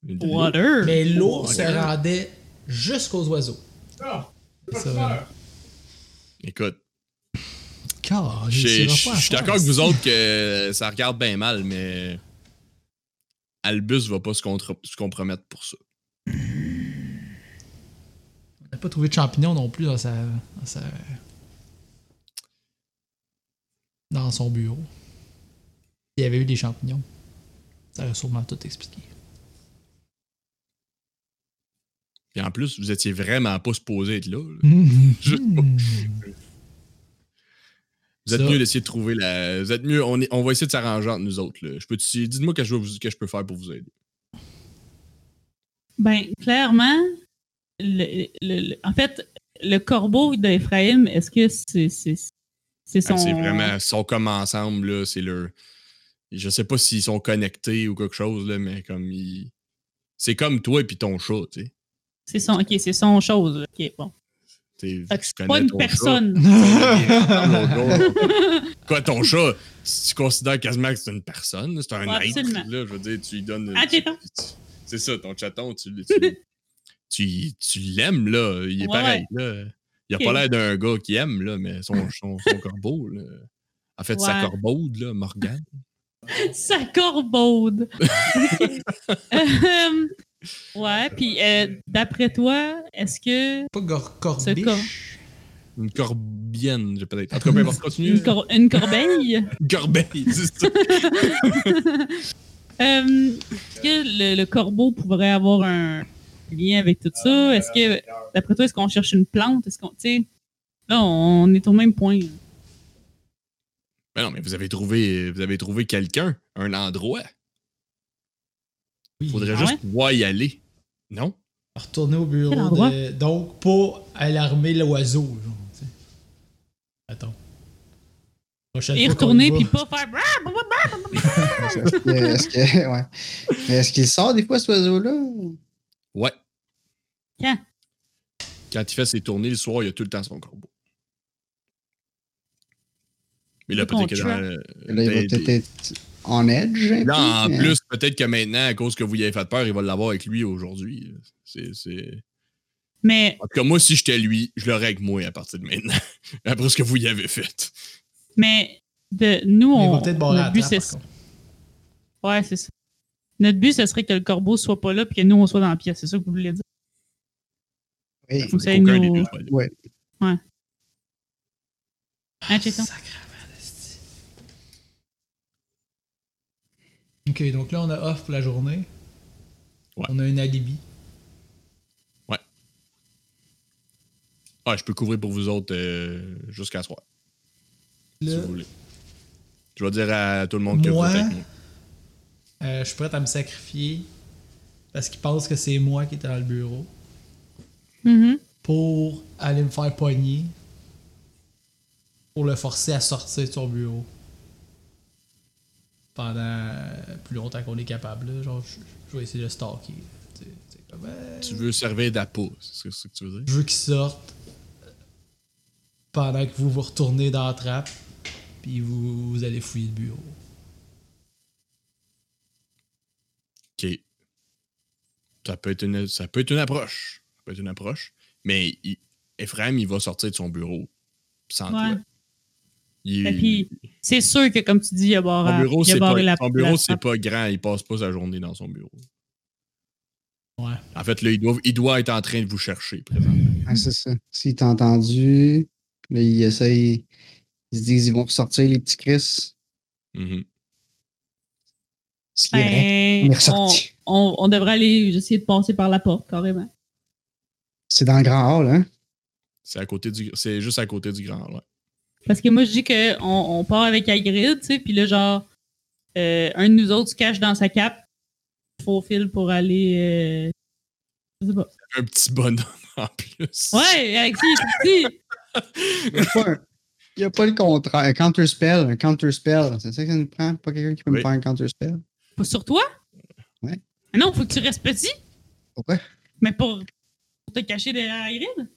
une- Water. Mais l'eau Oh, se regarde. rendait jusqu'aux oiseaux. Ah, Ça, Écoute, car, j'ai- je je suis d'accord avec vous autres que ça regarde bien mal, mais. Albus va pas se, contre- se compromettre pour ça. On n'a pas trouvé de champignons non plus dans sa. Dans, sa- dans son bureau. Il y avait eu des champignons. Ça aurait sûrement tout expliqué. Puis en plus, vous étiez vraiment pas supposé être là. là. Juste pas. Hmm. Vous êtes Ça. mieux d'essayer de trouver la. Vous êtes mieux. On, est- on va essayer de s'arranger entre nous autres. là. Je peux Dites-moi que je vais vous- que je peux faire pour vous aider. Ben, clairement, le, le- le- en fait, le corbeau d'Ephraim, est-ce que c'est c'est c'est Ah, son. C'est vraiment. Ils sont comme ensemble, là. C'est leur. Je sais pas s'ils sont connectés ou quelque chose, là, mais comme ils. C'est comme toi et puis ton chat, tu sais. C'est son, ok, c'est son chose. là. Ok, bon. T'es- Fait que Ah, tu Ah, c'est connais pas une ton personne. chat. L'autre jour. Quoi, ton chat, tu, tu considères quasiment que c'est une personne, c'est un Ouais, être. absolument. Là, je veux dire, tu lui donnes. Ah, tu- chaton. tu- C'est ça, ton chaton, tu, tu, tu- tu l'aimes, là. Il est Ouais, pareil, là. Il a pas Ok. l'air d'un gars qui aime, là, mais son, son, son corbeau, là. En fait, sa Ouais. corbaude, là, Morgane. Sa corbaude. Euh, ouais, puis euh, d'après toi, est-ce que. Pas gor- C'est quoi? corbiche. Une corbienne, j'ai peut-être. En tout cas, peu importe, continue. Une, cor- une corbeille? Une corbeille, c'est ça. Euh, est-ce que le, le corbeau pourrait avoir un lien avec tout Euh, ça? Est-ce que, d'après toi, est-ce qu'on cherche une plante? Est-ce qu'on, tu sais, là, on est au même point. Ben non, mais vous avez trouvé, vous avez trouvé quelqu'un, un endroit. Oui. Faudrait Ah juste ouais? pouvoir y aller. Non? Retourner au bureau. Quel endroit? de- Donc, pour alarmer l'oiseau. genre, tu sais. Attends. Prochaine Et fois qu'on y retourner, va. puis pas faire. Est-ce que- est-ce que- ouais. Mais est-ce qu'il sort des fois, cet oiseau-là? Ouais. Quand? Quand il fait ses tournées le soir, il a tout le temps son corbeau. Mais là, Faut peut-être que qu'on dans, track. euh, Là, il va des- peut-être être hein. en edge. un Là, en peu, mais- plus, peut-être que maintenant, à cause que vous y avez fait peur, il va l'avoir avec lui aujourd'hui. C'est, c'est- Mais, En tout cas, moi, si j'étais lui, je l'aurais avec moi à partir de maintenant. Après ce que vous y avez fait. mais, de, nous, Mais il va on. peut-être barrer notre la but, trappe, c'est par contre. Ouais, c'est ça. Notre but, ce serait que le corbeau soit pas là, puis que nous, on soit dans la pièce. C'est ça que vous voulez dire? Oui. Vous savez, Aucun des nous- deux soit là. Hein, Chetan? Sacrement, esti. Ok, donc là, on a off pour la journée. Ouais. On a un alibi. Ah, je peux couvrir pour vous autres euh, jusqu'à soir, si Là, vous voulez. Je vais dire à tout le monde que Moi? vous êtes avec moi. euh, je suis prêt à me sacrifier parce qu'ils pensent que c'est moi qui étais dans le bureau Mhm. pour aller me faire pogner pour le forcer à sortir de son bureau pendant euh, plus longtemps qu'on est capable. là. Genre, je, je vais essayer de le stalker. Tu sais, tu sais, comme, euh, Tu veux servir d'appât, c'est ce que tu veux dire? Je veux qu'il sorte euh, pendant que vous vous retournez dans la trappe, puis vous, vous allez fouiller le bureau. Ok. Ça peut être une, ça peut être une approche. Ça peut être une approche. Mais il- Ephraim, il va sortir de son bureau sans Ouais. toi. Il- Et puis, c'est sûr que, comme tu dis, il a barré, son bureau, il a c'est barré pas, la hein. son la- bureau, c'est pas grand. Il passe pas sa journée dans son bureau. Ouais. En fait, là, il doit, il doit être en train de vous chercher présentement. Ah, c'est ça. S'il t'a entendu, là, il essaye. Ils se disent ils vont ressortir les petits Chris. Mhm. Ce qui est vrai. Ben, On est on, ressorti. on, on devrait aller essayer de passer par la porte, carrément. C'est dans le grand hall, hein? C'est à côté du, c'est juste à côté du grand. Ouais. Parce que moi, je dis qu'on on part avec Hagrid, tu sais, puis là, genre, euh, un de nous autres se cache dans sa cape, faux fil pour aller. euh, je sais pas. Un petit bonhomme en plus. Ouais, Alexis, c'est petit. Il n'y a, pas un- il y a pas le contraire. Un counterspell, un counterspell. C'est ça que ça nous prend? Pas quelqu'un qui peut Oui. me faire un counterspell? Pas sur toi? Ouais. Ah non, faut que tu restes petit. Pourquoi? Mais pour, pour te cacher derrière Hagrid.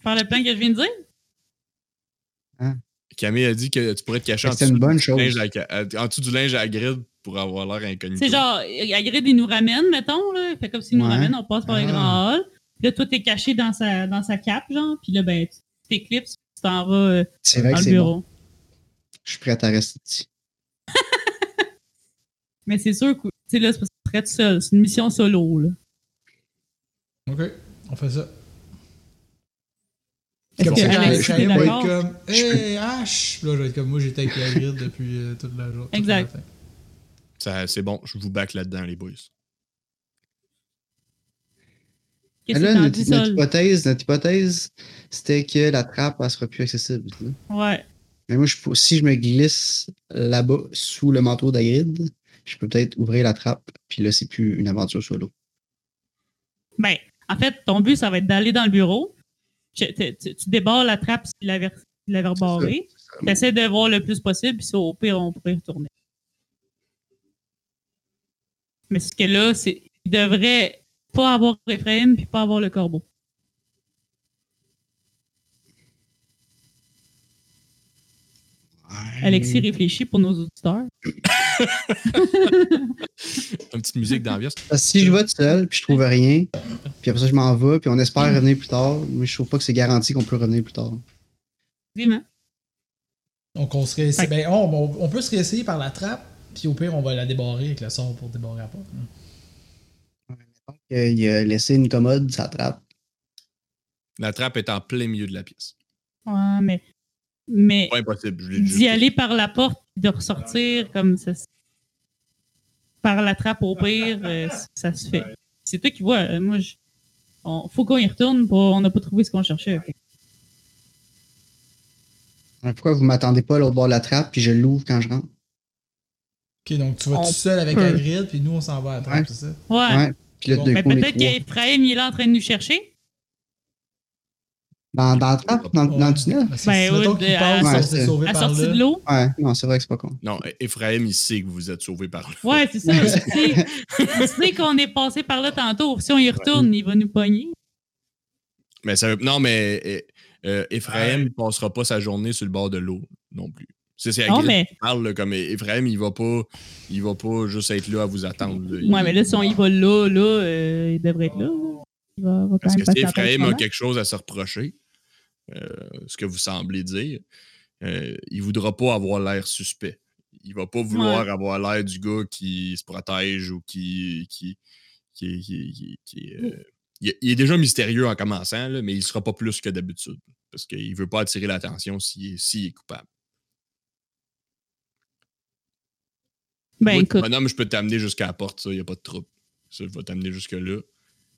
Faire le plan que je viens de dire. Camille a dit que tu pourrais te cacher en Ben, C'était dessous, une bonne du chose. linge à- à- en dessous du linge à grid pour avoir l'air inconnu. C'est genre, Hagrid, il nous ramène, mettons, là. Fait comme s'il nous Ouais. ramène, on passe par le Ah. grand hall. Puis là, toi, t'es caché dans sa, dans sa cape, genre. Puis là, ben, tu t'éclipses, tu t'en vas euh, C'est vrai dans que le c'est bon. bureau. Je suis prêt à rester ici. Mais c'est sûr que, tu sais, là, c'est parce que tu serais tout seul. C'est une mission solo, là. Ok, on fait ça. Est-ce Comme que ça, quand Alex, Chaim t'es va d'accord? être comme Je peux- Hey, H! Puis là, je vais être comme moi, j'étais avec la grille depuis euh, toute la journée. Exact. Ça- c'est bon, je vous back là-dedans, les boys. Qu'est-ce là, que t'en notre, dis, notre Sol? hypothèse, notre hypothèse, c'était que la trappe, elle sera plus accessible. là. Ouais. Mais moi, je, peux- si je me glisse là-bas, sous le manteau d'Agrid, je peux peut-être ouvrir la trappe, puis là, c'est plus une aventure solo. Ben, en fait, ton but, ça va être d'aller dans le bureau. Tu, tu- tu- tu débarres la trappe s'il l'avait s'il l'avait rebarrée. Tu essaies de voir le plus possible, puis ça, au pire, on pourrait y retourner. Mais ce que là, c'est. Il devrait pas avoir Ephraim, puis pas avoir le corbeau. Alexis Mmh. réfléchit pour nos auditeurs. Une petite musique d'ambiance. Parce que si je vais tout seul, puis je trouve rien, puis après ça, je m'en vais, puis on espère revenir plus tard, mais je trouve pas que c'est garanti qu'on peut revenir plus tard. Vraiment. Donc, on se réessaye. Fait- Ben, on, on- on peut se réessayer par la trappe, puis au pire, on va la débarrer avec le sort pour débarrer la porte. hein. Donc, euh, il a laissé une commode, sa trappe. La trappe est en plein milieu de la pièce. Ouais, mais. Mais Pas impossible. je l'ai d'y juste- aller par la porte, puis de ressortir comme ça. Par la trappe au pire, euh, ça se fait. C'est toi qui vois. euh, Moi, je... on... faut qu'on y retourne. Pour... On n'a pas trouvé ce qu'on cherchait. Fait que Hein, Pourquoi vous m'attendez pas à l'autre bord de la trappe, puis je l'ouvre quand je rentre? Ok, donc tu vas On tout seul avec peut. la grille, puis nous, on s'en va à la trappe, Ouais. c'est ça? Ouais. Ouais. Puis là, Bon, de Mais coup, on est peut-être trois. qu'Ephraim, il est là en train de nous chercher. Dans, dans la trappe, dans, dans le tunnel? Parce que Ben si, mettons oui, qu'il de- passe, à- on ouais, s'est c'est- sauvé À par sortie là. de l'eau. Ouais, non, c'est vrai que c'est pas con. Non, Ephraim, il sait que vous vous êtes sauvé par là. Ouais, c'est ça. Il sait, il sait qu'on est passé par là tantôt. Si on y retourne, il va nous pogner. Mais ça veut- Non, mais euh, euh, Ephraim, il passera pas sa journée sur le bord de l'eau non plus. C'est c'est Non, Hagrid mais- qui parle, là, comme Ephraim, il va pas il va pas juste être là à vous attendre. là. Il- Ouais, mais là, si on y va là, là, euh, il devrait être là. là. Il va, va quand Oh. Parce même que si passer par Ephraim là. a quelque chose à se reprocher, euh, ce que vous semblez dire, euh, il voudra pas avoir l'air suspect. Il va pas vouloir avoir l'air du gars qui se protège ou qui. qui, qui, qui- qui- qui, euh, il, est- il est déjà mystérieux en commençant, là, mais il sera pas plus que d'habitude. Parce qu'il veut pas attirer l'attention s'il est, s'il est coupable. Ben Moi, écoute, Ben, Ben, Bonhomme, je peux t'amener jusqu'à la porte, ça, il n'y a pas de trouble. ça va t'amener jusque-là.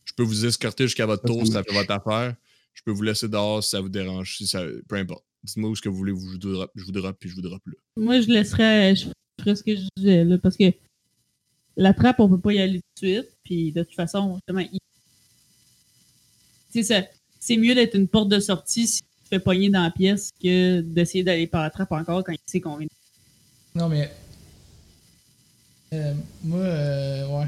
Je peux vous escorter jusqu'à votre Ça, ça tour si ça fait votre affaire. Je peux vous laisser dehors si ça vous dérange, si ça, peu importe. Dites-moi où ce que vous voulez, vous- je vous drop, je vous drop, puis je vous drop là. Moi, je laisserais. Je ferais ce que je disais, là, parce que la trappe, on peut pas y aller tout de suite. Puis de toute façon, justement, il- Tu sais, ça- c'est mieux d'être une porte de sortie si tu te fais pogner dans la pièce que d'essayer d'aller par la trappe encore quand il sait qu'on vient. Non, mais. Euh, moi, euh, ouais.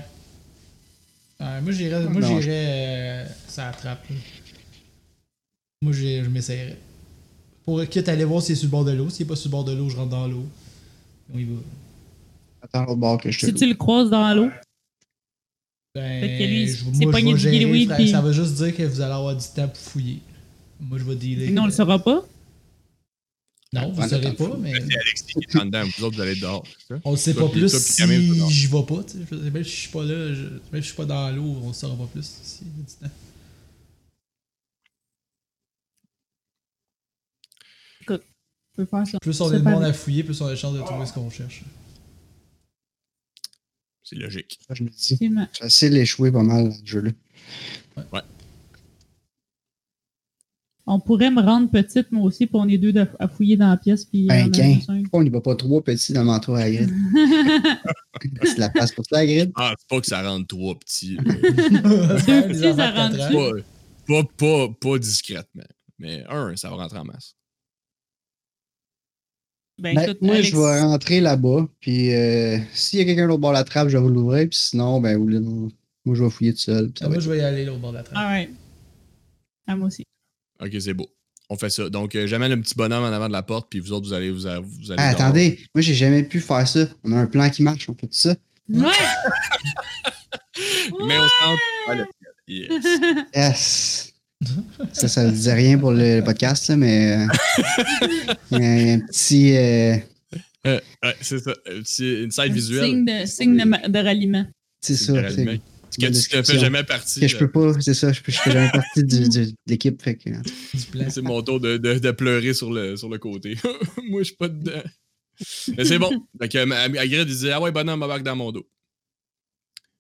Ouais, moi, j'irais. Moi, Non, j'irais. euh, ça attrape. là. Moi, j'ai- je m'essayerais. Pour quitte à aller voir s'il est sur le bord de l'eau. S'il est pas sur le bord de l'eau, je rentre dans l'eau. On y va. Attends l'autre bord que je te Si tu le croises dans l'eau, Ben, Fait que lui, je- c'est moi, je pogné vais de gérer, Gilly, frère. puis- Ça veut juste dire que vous allez avoir du temps pour fouiller. Moi, je vais dealer. non, on le saura pas. Non, vous Ouais, ne saurez attends, pas, mais C'est Alexis qui est en dedans, vous autres vous allez dehors. c'est ça? on le sait Toi, pas puis plus toi, puis si Camille, dedans. je vais pas. tu sais. Je veux dire, Même si je suis pas là, je- même si je suis pas dans l'eau, on le saura pas plus. si il y a du temps. Je peux faire ça. Plus on C'est est de pas monde vrai. à fouiller, plus on a de chance de trouver ce qu'on cherche. C'est logique. Je me dis, Effectivement. facile échouer pas mal dans ce jeu-là. On pourrait me rendre petite, moi aussi, puis on est deux de- à fouiller dans la pièce. Puis on Ben, a qu'un. besoin. Pourquoi on n'y va pas trop petit dans le manteau à Hagrid? C'est la place pour ça, Hagrid. Ah, c'est pas que ça rende trois petits. là. Deux petits arrangés. Ah, pas, pas, pas, pas discrètement. Mais un, ça va rentrer en masse. Ben, Ben, écoute, moi, Alex, je vais rentrer là-bas. Puis euh, s'il y a quelqu'un l'autre bord de la trappe, je vais vous l'ouvrir. Puis sinon, ben, vous le- moi, je vais fouiller tout seul. puis ça Ah, va Moi, être- je vais y aller l'autre bord de la trappe. Ah ouais. Ah, moi aussi. Ok, c'est beau. On fait ça. Donc, euh, j'amène le petit bonhomme en avant de la porte, puis vous autres, vous allez vous, a- vous allez. Ah, dehors. attendez, moi, j'ai jamais pu faire ça. On a un plan qui marche, on fait tout ça. Ouais! Mais on s'en. Ah, le- Yes. Yes! Ça, ça ne disait rien pour le podcast, là, mais euh, il y a un petit. euh, Ouais, c'est ça. Un petit inside Un visuel. Signe de, signe de, ma- de ralliement. c'est ça. c'est- Littéralement. Ce que Bonne tu ne fais description. jamais partie. euh, que je là. peux pas, c'est ça, je ne fais jamais partie du- du- de l'équipe. Fait que, Ah. Du plan. C'est mon tour de, de- de pleurer sur le, sur le côté. Moi, je suis pas dedans. Mais c'est bon. Fait que, ma- Hagrid, il disait Ah ouais, bonhomme, embarque dans mon dos.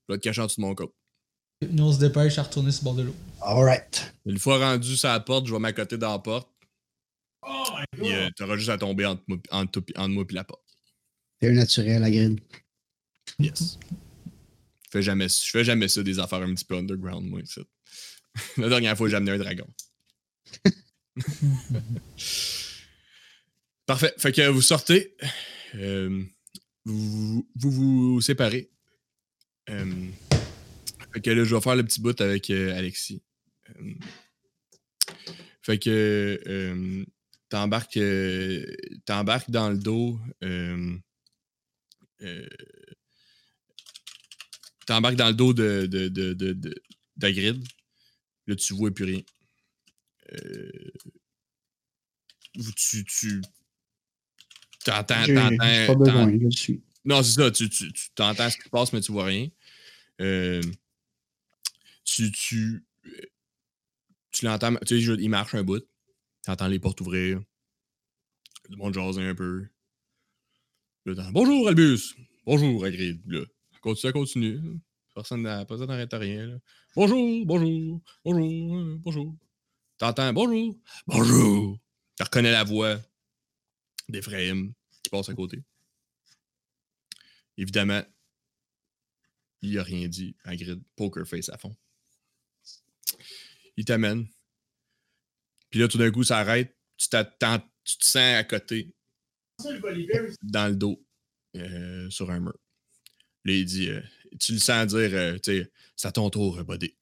Je vais te cacher en dessous de mon coat. Nous, on se dépêche à retourner sur le bord de l'eau. Alright. Une fois rendu sur la porte, je vais m'accoter dans la porte. Puis euh, t'auras juste à tomber entre moi, entre toi- entre moi puis la porte. C'est un naturel, la grille. Yes. Je fais jamais, je fais jamais ça des affaires un petit peu underground, moi. ici. la dernière fois, j'ai amené un dragon. Parfait. Fait que vous sortez. euh, vous, vous vous vous séparez. Euh, fait que là, je vais faire le petit bout avec euh, Alexis. Euh, fait que euh, t'embarques, euh, t'embarques dans le dos. euh, euh, t'embarques dans le dos de, de, de, de- de- d'Hagrid. Là, tu vois plus rien. Euh, vous- tu, tu t'entends, J'ai j'ai t'entends, pas t'entends- besoin, je le suis. non, c'est ça. Tu, tu, tu t'entends ce qui se passe, mais tu vois rien. Euh, tu, tu, euh, tu l'entends. Tu sais, je- il marche un bout. Tu entends les portes ouvrir. Le monde jaser un peu. Là, t'entends, Bonjour, Albus. Bonjour, Agrid. Là, continue, ça continue. Personne n'a- personne n'arrête à rien. là. Bonjour, bonjour, bonjour, euh, bonjour. T'entends bonjour, bonjour. Tu reconnais la voix d'Ephraim qui passe à côté. Évidemment, il n'a rien dit. Hagrid, poker face à fond. Il t'amène. Puis là, tout d'un coup, ça arrête. Tu t'attends, tu te sens à côté. Dans le dos. euh, sur un mur. Là, il dit euh, Tu le sens dire, euh, tu sais, c'est à ton tour, euh, Buddy.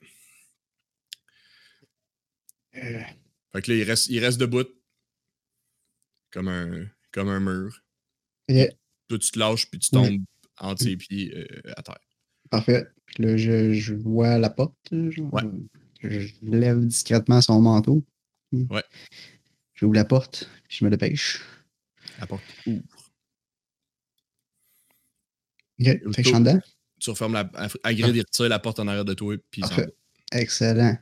Euh, Fait que là, il reste, il reste debout. Comme un, comme un mur. Yeah. Toi, tu te lâches, puis tu Oui. tombes entre ses pieds euh, à terre. Parfait. Puis Là, je, je vois la porte. là, genre. Ouais. Je lève discrètement son manteau. Ouais. J'ouvre la porte, puis je me dépêche. La porte ouvre. Ok, fait que je suis en dedans. Tu refermes la. Agrid, il retire la porte en arrière de toi, puis il s'en va. Parfait. Excellent.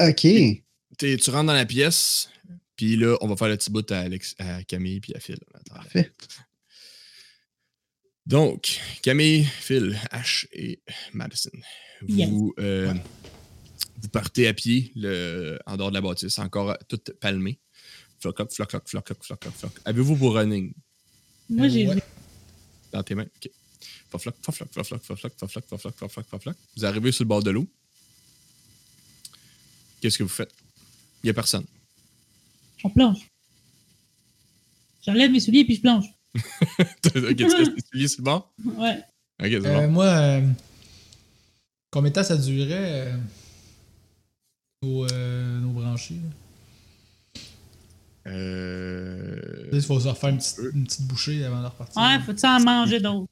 OK. Euh, T'es- Tu rentres dans la pièce, puis là, on va faire le petit bout à, Alex, à Camille, puis à Phil. Attends. Parfait. Donc, Camille, Phil, Ash et Madison, vous, Yes. euh, vous partez à pied le, en dehors de la bâtisse, encore euh, tout palmé. Floc, up, floc, up, floc, up, floc, up, floc. Avez-vous vos running Moi, j'ai Ouais. dans tes mains? OK. Floc, floc, floc, floc, floc, floc, floc, floc, floc, floc, floc, floc, floc, floc. Vous arrivez sur le bord de l'eau. Qu'est-ce que vous faites? Il n'y a personne. On plonge. J'enlève mes souliers puis je plonge. OK, tu restes essuyé sur le bord? Ouais. OK, c'est Euh, bon. moi, euh, combien de temps ça durait euh, nos, euh, nos branchés? là? Euh, Il faut se refaire une petite, peu. une petite bouchée avant de repartir. Ouais, faut-tu en manger d'autres?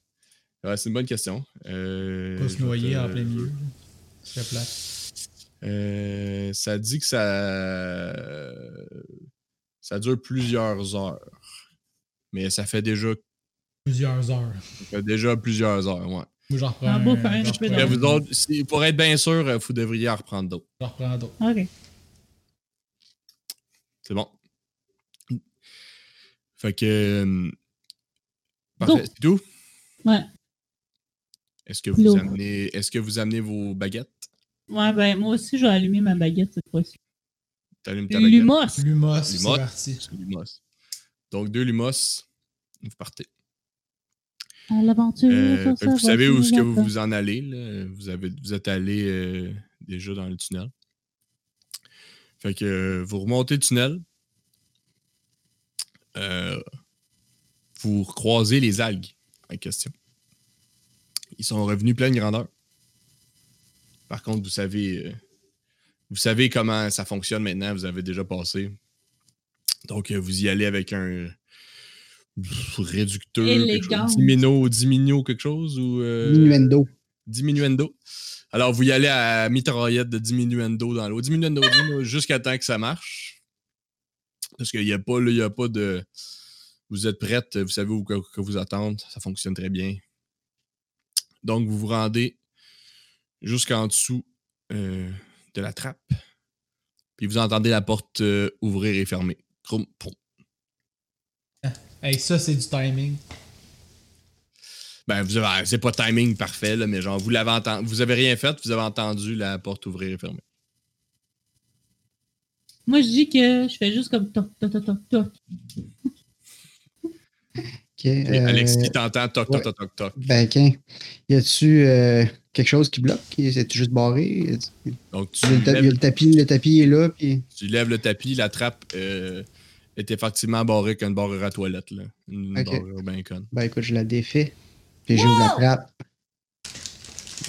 ouais, c'est une bonne question. Euh, Pas je se vais noyer te- en plein milieu. là. C'est plate. Euh, ça dit que ça. Ça dure plusieurs heures. Mais ça fait déjà, Plusieurs heures. ça fait déjà plusieurs heures, ouais. Moi, j'en reprends. Ah, bon, quand même, j'en je peux reprends- Mais Ouais. vous autres, si- pour être bien sûr, euh, vous devriez en reprendre d'autres. j'en reprends d'autres. OK. C'est bon. Fait que. euh, Go. Parfait, c'est tout? Ouais. Est-ce que, vous Lourd. amenez, est-ce que vous amenez vos baguettes? Ouais, ben, moi aussi, je vais allumer ma baguette cette fois-ci. T'allumes ta baguette? Lumos! Lumos, c'est Lumos. parti. C'est Lumos. Donc, deux Lumos, vous partez. À l'aventure. Euh, ça, fait ça que vous va, savez ça où est-ce que va, vous ça. vous en allez. là. Vous, avez, vous êtes allé euh, déjà dans le tunnel. Fait que euh, vous remontez le tunnel. Euh, vous croisez les algues en question. Ils sont revenus pleine grandeur. Par contre, vous savez, euh, vous savez comment ça fonctionne maintenant. Vous avez déjà passé. Donc, euh, vous y allez avec un pff, réducteur, quelque Élégant. chose. dimino, dimino quelque chose ou euh, Innuendo. diminuendo. Alors, vous y allez à mitraillette de diminuendo dans l'eau. Diminuendo, diminuendo, jusqu'à temps que ça marche. Parce qu'il n'y a pas, là, il y a pas de. Vous êtes prête, vous savez où que, que vous attendre. Ça fonctionne très bien. Donc, vous vous rendez jusqu'en dessous euh, de la trappe. Puis vous entendez la porte euh, ouvrir et fermer. Crum, prum. Hey, ça, c'est du timing. Ben, vous avez- c'est pas timing parfait, là, mais genre, vous l'avez entendu. Vous avez rien fait, vous avez entendu la porte ouvrir et fermer. Moi, je dis que je fais juste comme toc, toc, toc, toc, toc. Ok, euh, Alexis, t'entends toc, toc, ouais. toc, toc, toc. Ben, ok. Y a-tu euh, quelque chose qui bloque? C'est-tu juste barré? Donc, tu Il y a le, ta- il y a lèves, le tapis, le tapis est là, puis tu lèves le tapis, la trappe euh, est effectivement barrée comme une barre à toilette. Là. Une Ok. barre bien conne. ben écoute, je la défais, puis j'ouvre la trappe.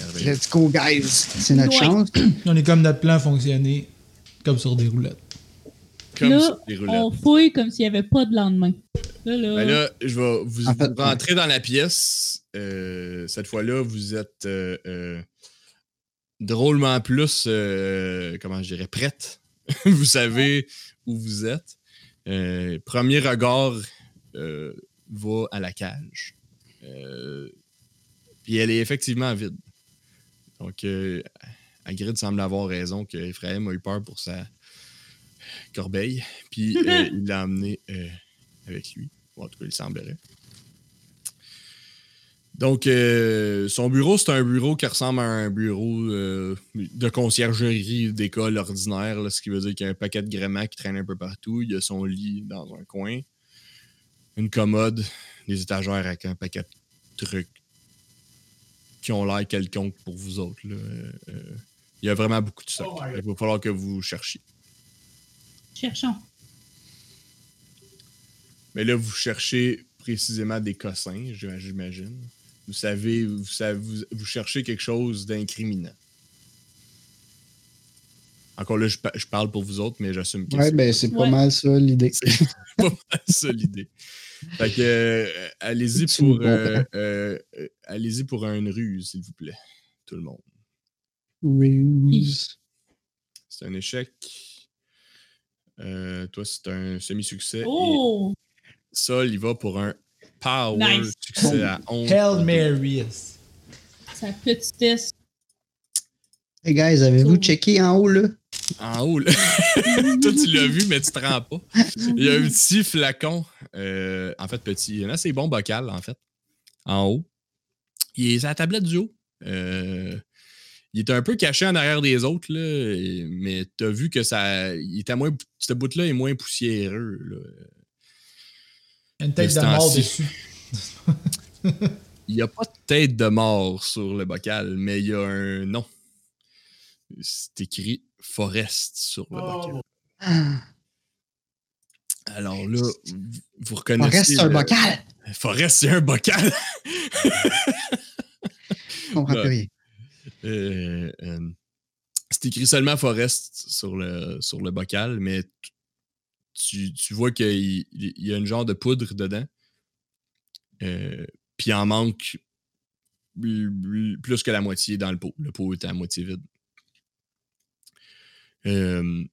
Merveilleux. Let's go, guys! C'est notre Ouais. chance. On est comme notre plan fonctionnait comme sur des roulettes. Comme Là, sur des roulettes. On fouille comme s'il n'y avait pas de lendemain. Là, là. Ben là, je vais vous, En fait, vous rentrez dans la pièce. Euh, cette fois-là, vous êtes euh, euh, drôlement plus, euh, comment je dirais, prête. vous savez où vous êtes. Euh, premier regard euh, va à la cage. Euh, puis elle est effectivement vide. Donc, euh, Hagrid semble avoir raison que Ephraim a eu peur pour sa corbeille. Puis euh, il l'a emmené euh, avec lui. Ou en tout cas, il semblerait. Donc, euh, son bureau, c'est un bureau qui ressemble à un bureau euh, de conciergerie d'école ordinaire, là, ce qui veut dire qu'il y a un paquet de gréements qui traîne un peu partout. Il y a son lit dans un coin, une commode, des étagères avec un paquet de trucs qui ont l'air quelconque pour vous autres. là. Euh, euh, il y a vraiment beaucoup de ça. il va falloir que vous cherchiez. Cherchons. Mais là, vous cherchez précisément des cossins, j'im- j'imagine. Vous savez, vous, savez- vous- vous cherchez quelque chose d'incriminant. Encore là, je, pa- je parle pour vous autres, mais j'assume que Ouais, c'est ben c'est pas Ouais. mal ça l'idée. pas mal ça l'idée. Fait que, euh, allez-y Tu pour, me comprends. euh, euh, euh, allez-y pour une ruse, s'il vous plaît, tout le monde. Ruse. C'est un échec. Euh, toi, c'est un semi-succès. Et Oh! Sol, il va pour un power Nice. succès à 11. Hail Mary. Sa petitesse. Hey guys, avez-vous checké en haut là? En haut, là. Toi, tu l'as vu, mais tu te rends pas. Il y a un petit flacon. euh, en fait, petit. Il y en a assez bon bocal, en fait. En haut. Il est à la tablette du haut. Euh, il est un peu caché en arrière des autres, là, et- mais tu as vu que ça. Il était moins, ce bout-là est moins poussiéreux. là. Une tête de Instant mort assis. dessus. Il n'y a pas de tête de mort sur le bocal, mais il y a un nom. C'est écrit Forest sur Oh. le bocal. Ah, Alors là, vous- vous on reconnaissez. reste un le- bocal! Forest, c'est un bocal. Je comprends Ouais. plus rien. Euh, euh, c'est écrit seulement Forest sur le, sur le bocal, mais t- tu, tu vois qu'il il- il y a une genre de poudre dedans. Euh, Puis il en manque l- l- plus que la moitié dans le pot. Le pot est à moitié vide. Euh,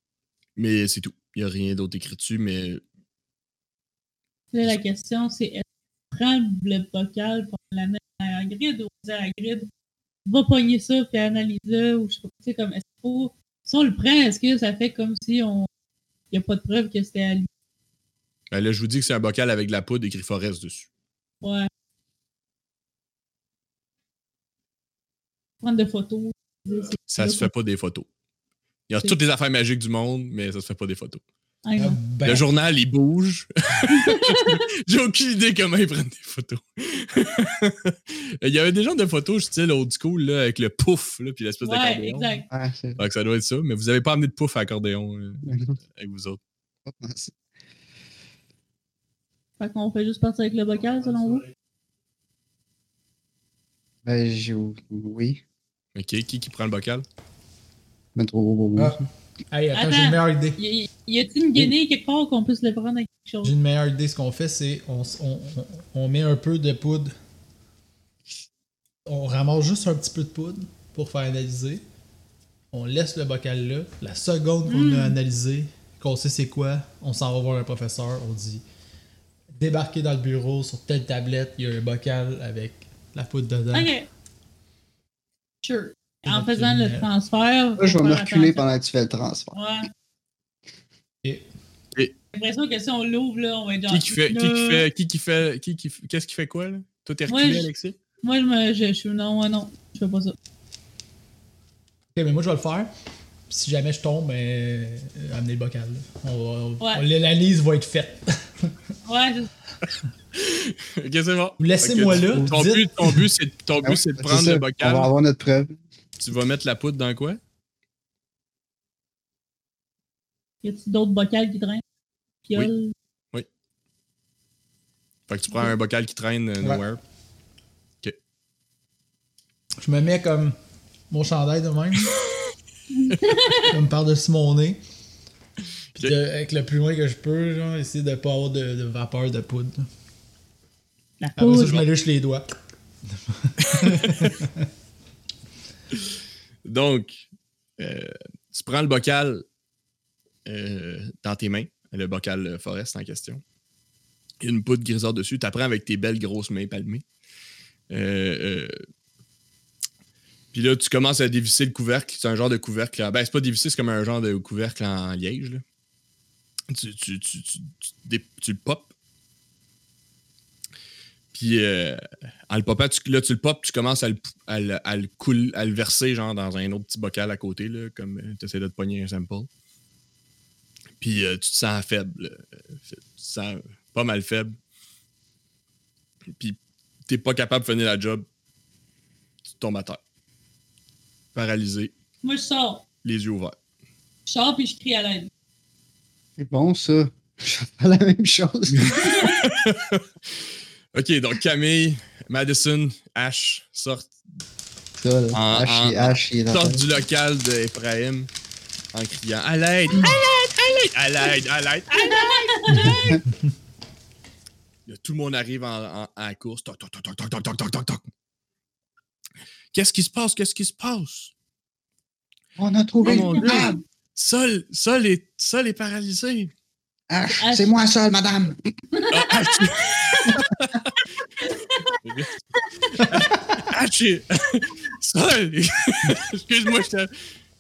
mais c'est tout. Il n'y a rien d'autre écrit dessus, mais Là, la question, c'est est-ce qu'on prend le bocal pour la mettre à Hagrid ou on dit à Hagrid, va pogner ça puis analyser ou je sais pas, tu sais, comme est-ce qu'il faut. Si on le prend, est-ce que ça fait comme si on. Il n'y a pas de preuve que c'était à lui. ben là, je vous dis que c'est un bocal avec de la poudre écrit Forest dessus. Ouais. Prendre des photos. dire c'est- Ça se fait pas des photos. Il y a C'est- toutes les affaires magiques du monde, mais ça se fait pas des photos. Ah, Ah, non. ben, Le journal, il bouge. J'ai aucune idée comment ils prennent des photos. il y avait des genres de photos style old school là, avec le pouf là, puis l'espèce Ouais, d'accordéon. exact. Ah, c'est... Fait que ça doit être ça, mais vous avez pas amené de pouf à accordéon euh, avec vous autres. Fait qu'on fait juste partir avec le bocal, selon vous. Ben, j'ai... Oui. Ok, qui qui prend le bocal? Mais trop gros pour moi. hey, attends, Attends. j'ai une meilleure idée. Y, y a-t-il une guinée quelque part qu'on puisse le prendre avec quelque J'ai chose? une meilleure idée. Ce qu'on fait, c'est on, s- on- on- on met un peu de poudre. On ramasse juste un petit peu de poudre pour faire analyser. On laisse le bocal là. La seconde qu'on Hmm. a analysé, qu'on sait c'est quoi, on s'en va voir un professeur. On dit débarquez dans le bureau sur telle tablette, il y a un bocal avec la poudre dedans. Ok. Sure. En Notre faisant le lumière. transfert. Là, je faut vais me faire reculer attention. pendant que tu fais le transfert. Ouais. Et- Et- J'ai l'impression que si on l'ouvre, là, on va être genre. Euh, Qui qui fait, qui qui Ah, Là, fait, qui qui fait, qui qui fait- qu'est-ce qui fait quoi là? Toi t'es Moi, reculé, je- Alexis? Moi, je me. Je, je suis. Non, ouais, non. Je fais pas ça. Ok, mais moi je vais le faire. Puis Si jamais je tombe, ben, euh, amenez le bocal. là. On va- on- Ouais. L'analyse va être faite. Ouais, je- Ok, c'est bon. Laissez-moi Ok, là, Ton dites- but, ton but, c'est, ton Ben but, Ben, c'est de prendre Ah ça, le On va bocal. avoir notre preuve. Tu vas mettre la poudre dans quoi? Y a-tu d'autres bocals qui traînent? Piole. Fait que tu prends un bocal qui traîne euh, nowhere. Je me mets comme mon chandail de même. comme par-dessus mon nez. Puis Ok. de- avec le plus loin que je peux, genre, essayer de pas avoir de, de vapeur de poudre. là. La Ah, Après ça, poudre. je me lèche les doigts. Donc, euh, tu prends le bocal euh, dans tes mains, le bocal euh, Forest en question. Il y a une poudre grisâtre dessus. Tu apprends avec tes belles grosses mains palmées. Euh, euh, puis là, tu commences à dévisser le couvercle. C'est un genre de couvercle. en- Ben, c'est pas dévissé, c'est comme un genre de couvercle en liège. là. Tu, tu, tu, tu, tu dé- tu le popes. Puis euh, en le popant, tu- là, tu le popes, tu commences à le, pou- à le- à le coul- à le verser genre dans un autre petit bocal à côté, là, comme tu essaies de te pogner un sample. Puis euh, tu te sens faible. euh, tu te sens pas mal faible. Puis t'es pas capable de finir la job. Tu tombes à terre. Paralysé, Moi, je sors. les yeux ouverts. Je sors puis je crie à l'aide. C'est bon, ça. Je vais faire la même chose. Ok, donc Camille, Madison, Ash sortent ça, là. En- H et en- H et sortent du local d'Ephraim en criant À l'aide! À l'aide! À l'aide! À l'aide! Ah, À l'aide! Là, Tout le monde arrive en, en- en course. Toc, toc, toc, toc, toc, toc, toc, toc, toc, toc. Qu'est-ce qui se passe? Qu'est-ce qui se passe? On a trouvé Oh mon le Dieu. coupable. Sol, Sol est, Sol est paralysé. H, H. c'est moi seul, madame. Ah, Ash! Ash! est- Ah, Sol! Excuse-moi, je t'ai-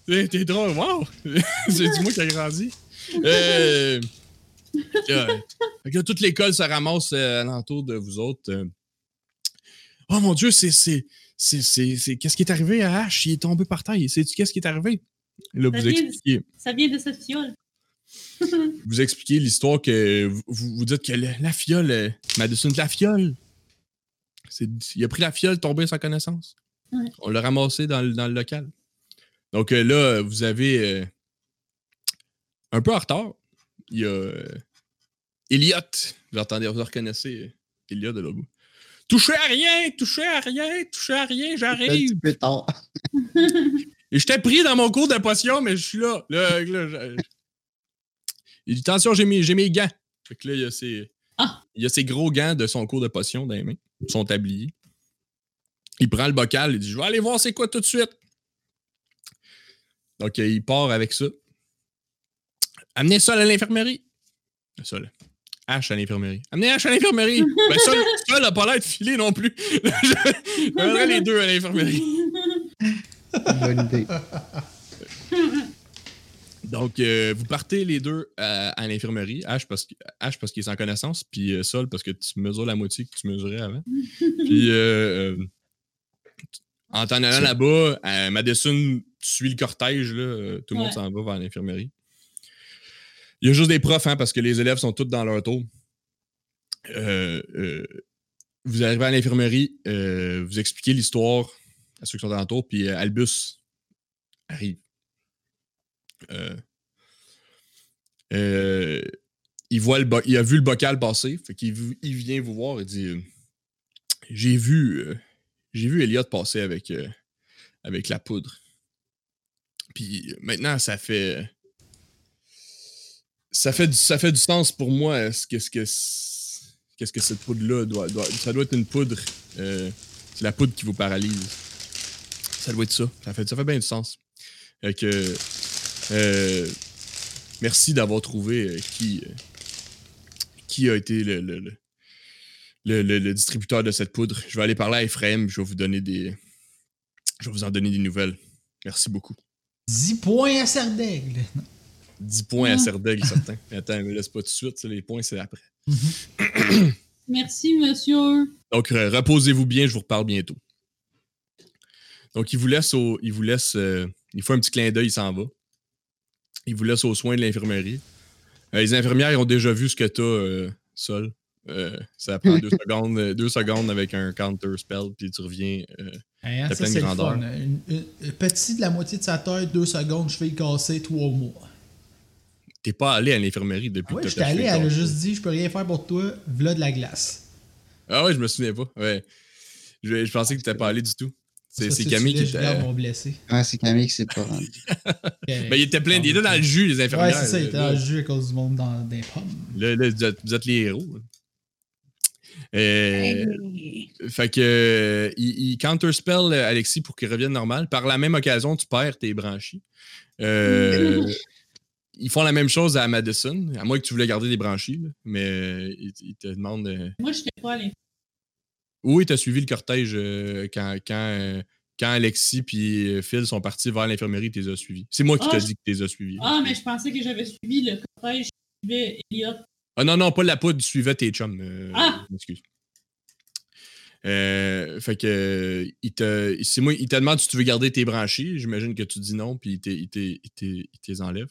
t'es- T'es drôle, wow! C'est du moi qui a grandi. Euh... Fait que là, toute l'école se ramasse euh, alentour de vous autres. euh. Oh mon Dieu, c'est. c'est- c'est- c'est- c'est- Qu'est-ce qui est arrivé à Ash? Il est tombé par terre. Sais-tu qu'est-ce qui est arrivé? Là, Ça vous vient- expliquez, Ça vient de cette fiole. vous expliquez l'histoire que vous- vous, vous dites que le- la fiole, euh, Madison, la fiole, c'est- il a pris la fiole tombée sans connaissance. Ouais. On l'a ramassée dans, le- dans le local. Donc euh, là, vous avez euh, un peu en retard. Il y a euh, Elliot. Vous entendez, vous reconnaissez euh, Elliot de l'autre bout. Touchez à rien, touchez à rien, touchez à rien, C'est un j'arrive. petit peu tard. Et j'étais pris dans mon cours de potion, mais je suis là. Là, là, je- Il dit Attention, j'ai mes, j'ai mes gants. Fait que là, il y a ses. Ah. Il y a ses gros gants de son cours de potion dans les mains, son tablier. Il prend le bocal, il dit Je vais aller voir c'est quoi tout de suite. Donc, euh, il part avec ça. Amenez Sol à l'infirmerie. Sol. H à l'infirmerie. Amenez H à l'infirmerie. ben, Sol, Sol a pas l'air de filer non plus. je je mènerai les deux à l'infirmerie. Bonne idée. Donc, euh, vous partez les deux à, à l'infirmerie, H parce, que- H parce qu'il est sans connaissance, puis euh, Sol parce que tu mesures la moitié que tu mesurais avant. puis, euh, euh, en t'en allant là-bas, à Madison, tu suis le cortège, là, euh, tout le monde Ouais. s'en va vers l'infirmerie. Il y a juste des profs, hein, parce que les élèves sont tous dans leur tour. Euh, euh, vous arrivez à l'infirmerie, euh, vous expliquez l'histoire à ceux qui sont alentour, puis euh, Albus arrive. Euh, euh, il, voit le bo- il a vu le bocal passer, fait qu'il v- il vient vous voir et dit euh, J'ai vu, euh, j'ai vu Elliot passer avec, euh, avec la poudre. Puis euh, maintenant, ça fait. Ça fait, du, ça fait du sens pour moi. euh, ce que- ce que c- Qu'est-ce que cette poudre-là doit, doit- Ça doit être une poudre. euh, c'est la poudre qui vous paralyse. Ça doit être ça. Ça fait, ça fait bien du sens. Fait que, euh, merci d'avoir trouvé euh, qui, euh, qui a été le, le- le- le- le- le distributeur de cette poudre. Je vais aller parler à Ephraim. Je vais vous donner des. Je vais vous en donner des nouvelles. Merci beaucoup. 10 points à Sardaigle. 10 points à Ah. Serdeg, certain. Mais Attends, me laisse pas tout de suite. ça, Les points, c'est après. Merci, monsieur. Donc, euh, reposez-vous bien, je vous reparle bientôt. Donc, il vous laisse au. Il vous laisse. euh, il fait un petit clin d'œil, il s'en va. Il vous laisse aux soins de l'infirmerie. Euh, les infirmières ils ont déjà vu ce que t'as euh, Sol. Euh, ça prend deux secondes, euh, deux secondes avec un counter spell, puis tu reviens. euh, Hein, T'as ça, plein de c'est le grandeur. fun. Une- une- une- petit de la moitié de sa taille, deux secondes, je vais y casser trois mois. T'es pas allé à l'infirmerie depuis Ah Ouais, que j'étais t'as fait allé, elle ton- a juste dit, je peux rien faire pour toi, v'là de la glace. Ah ouais, je me souviens pas. Ouais. Je, je pensais que t'étais pas allé du tout. C'est Ça, c'est si tu Camille voulais, qui Je t'a- garde mon blessé. Ah, c'est Camille qui s'est pas rendu. Ben, il était plein. Il était dans le jus, les infirmières. Ah, euh, Ouais, c'est ça, il était là. dans le jeu à cause du monde dans des pommes. Là, là, vous, êtes, vous êtes les héros. là. Euh, Fait que euh, il, il counterspell euh, Alexis pour qu'il revienne normal. Par la même occasion, tu perds tes branchies. Euh, ils font la même chose à Madison, à moins que tu voulais garder des branchies, là. mais euh, ils ils te demandent. euh, Moi, je t'ai pas allé. oui, t'as suivi le cortège euh, quand, quand, euh, quand Alexis puis euh, Phil sont partis vers l'infirmerie, tu les as suivis. C'est moi qui Ah, t'ai je- dit que tu les as suivis. Ah, mais je pensais que j'avais suivi le cortège. Je suivais Elliot. Ah non, non, pas la poudre, tu suivais tes chums. euh, Ah! Excuse. Euh, fait que euh, il te, c'est moi, il te demande si tu veux garder tes branchies. J'imagine que tu dis non, puis il te- il te- il te- il te les enlève.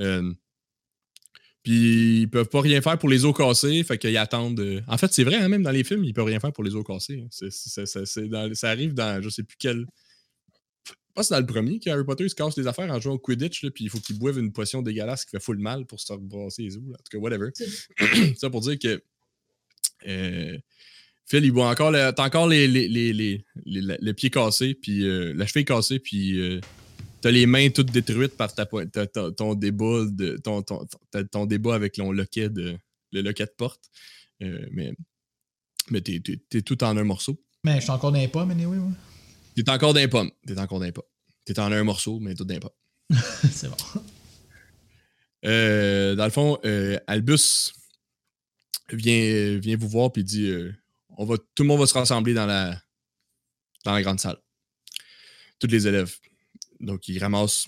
Euh, puis ils peuvent pas rien faire pour les os cassés, fait qu'ils attendent. euh, En fait, c'est vrai, hein, même dans les films, ils peuvent rien faire pour les os cassés. hein. C'est- c'est- c'est- c'est- c'est dans- ça arrive dans je sais plus quel. Je pense que c'est dans le premier que Harry Potter il se casse les affaires en jouant au Quidditch, là, puis il faut qu'il boive une potion dégueulasse qui fait full mal pour se rebrasser les os. là. En tout cas, whatever. ça pour dire que euh, Phil, il boit encore le, t'as encore les, les, les, les- les- la- le pied cassé, puis euh, la cheville cassée, puis euh, t'as les mains toutes détruites par ta, po- ta- ta- ton débat de, ton, ton, ton- ton débat avec ton loquet de, le loquet de porte. Euh, mais mais t'es, t'es- t'es tout en un morceau. Mais je suis encore dans les pommes, anyway, moi. T'es encore d'un pomme. T'es encore d'un pomme. T'es en un morceau, mais tout d'un pomme. c'est bon. Euh, dans le fond, euh, Albus vient, vient vous voir puis dit euh, on va, Tout le monde va se rassembler dans la, dans la grande salle. Tous les élèves. Donc, il ramasse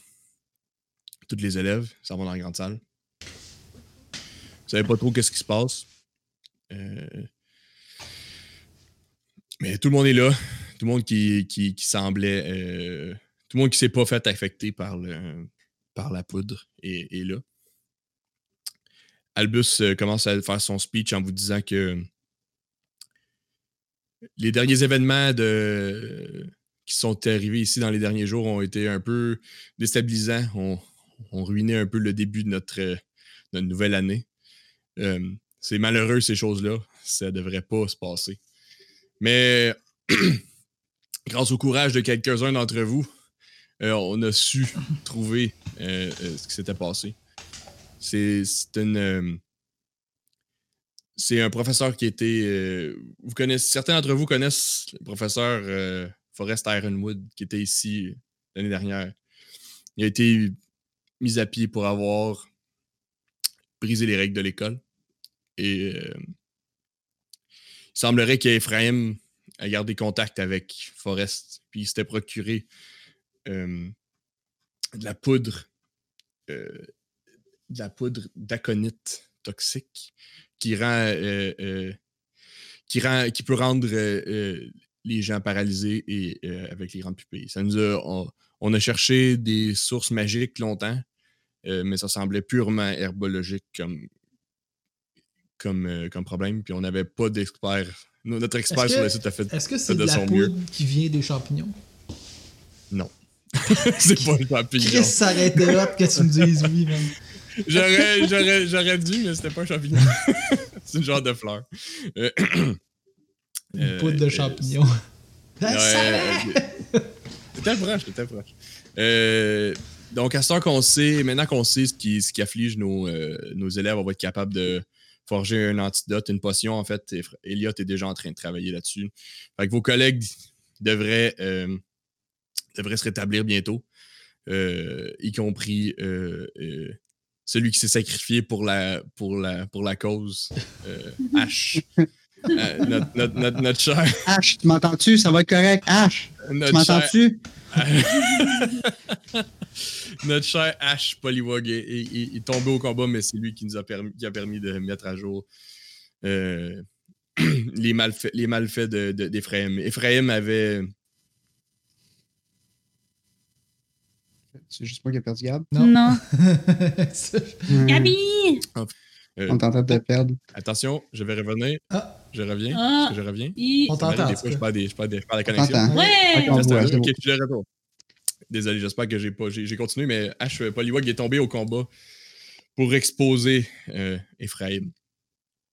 tous les élèves, ils s'en vont dans la grande salle. Vous savez pas trop qu'est-ce qui se passe. Euh, Mais tout le monde est là. Tout le monde qui, qui, qui semblait. euh, tout le monde qui s'est pas fait affecter par, le, par la poudre est, est là. Albus euh, commence à faire son speech en vous disant que euh, les derniers événements de, qui sont arrivés ici dans les derniers jours ont été un peu déstabilisants, ont, ont ruiné un peu le début de notre, euh, notre nouvelle année. Euh, c'est malheureux ces choses-là. Ça ne devrait pas se passer. Mais grâce au courage de quelques-uns d'entre vous, euh, on a su trouver euh, euh, ce qui s'était passé. C'est c'est une. euh, c'est un professeur qui était. euh, vous connaissez, certains d'entre vous connaissent le professeur euh, Forrest Ironwood qui était ici euh, l'année dernière. Il a été mis à pied pour avoir brisé les règles de l'école. Et euh, il semblerait qu'Ephraim a gardé contact avec Forrest, puis il s'était procuré euh, de la poudre, euh, de la poudre d'aconite toxique qui rend, euh, euh, qui rend, qui peut rendre euh, euh, les gens paralysés et euh, avec les grandes pupilles. Ça nous a, on, on a cherché des sources magiques longtemps, euh, mais ça semblait purement herbologique comme comme, euh, comme problème, puis on n'avait pas d'expert. No- Notre expert Est-ce sur que- le site a fait Est-ce que c'est de de la son poudre mieux. qui vient des champignons? c'est pas le champignon. Chris, ça aurait été hot que tu me dises oui, man. J'aurais, j'aurais, j'aurais dû, mais c'était pas un champignon. c'est une genre de fleur. Euh, Une Euh, poudre de euh, champignons. Ouais, euh, T'étais proche, t'étais proche. Euh, donc, à ce temps qu'on sait, maintenant qu'on sait ce qui, ce qui afflige nos, euh, nos élèves, on va être capable de forger un antidote, une potion. En fait, Eff- Elliot est déjà en train de travailler là-dessus. Fait que vos collègues devraient, euh, devraient se rétablir bientôt, euh, y compris euh, euh, celui qui s'est sacrifié pour la, pour la, pour la cause, euh, H. Euh, notre, notre, notre, notre cher. H, tu m'entends-tu? Ça va être correct. H, tu notre cher- m'entends-tu? Notre cher Ash Poliwag est, est- est- est tombé au combat, mais c'est lui qui nous a permis, qui a permis de mettre à jour euh, les malfaits, les malfaits de- de- d'Ephraim. Ephraim avait. C'est juste moi qui ai perdu Gab. Non. Non. Ça, Hum, Gabi! euh, On t'entend de perdre. attention, je vais revenir. Ah. Je reviens. Ah. Est-ce que je reviens. I- On Ça m'arrive, t'entend. Des fois, je perds, des- je perds des- je perds la On connexion. t'entend. Ouais! On Reste voit, à c'est vous. bon. Ok, je suis de retour. Désolé, j'espère que j'ai pas, j'ai j'ai continué, mais H. Poliwag est tombé au combat pour exposer euh, Ephraim.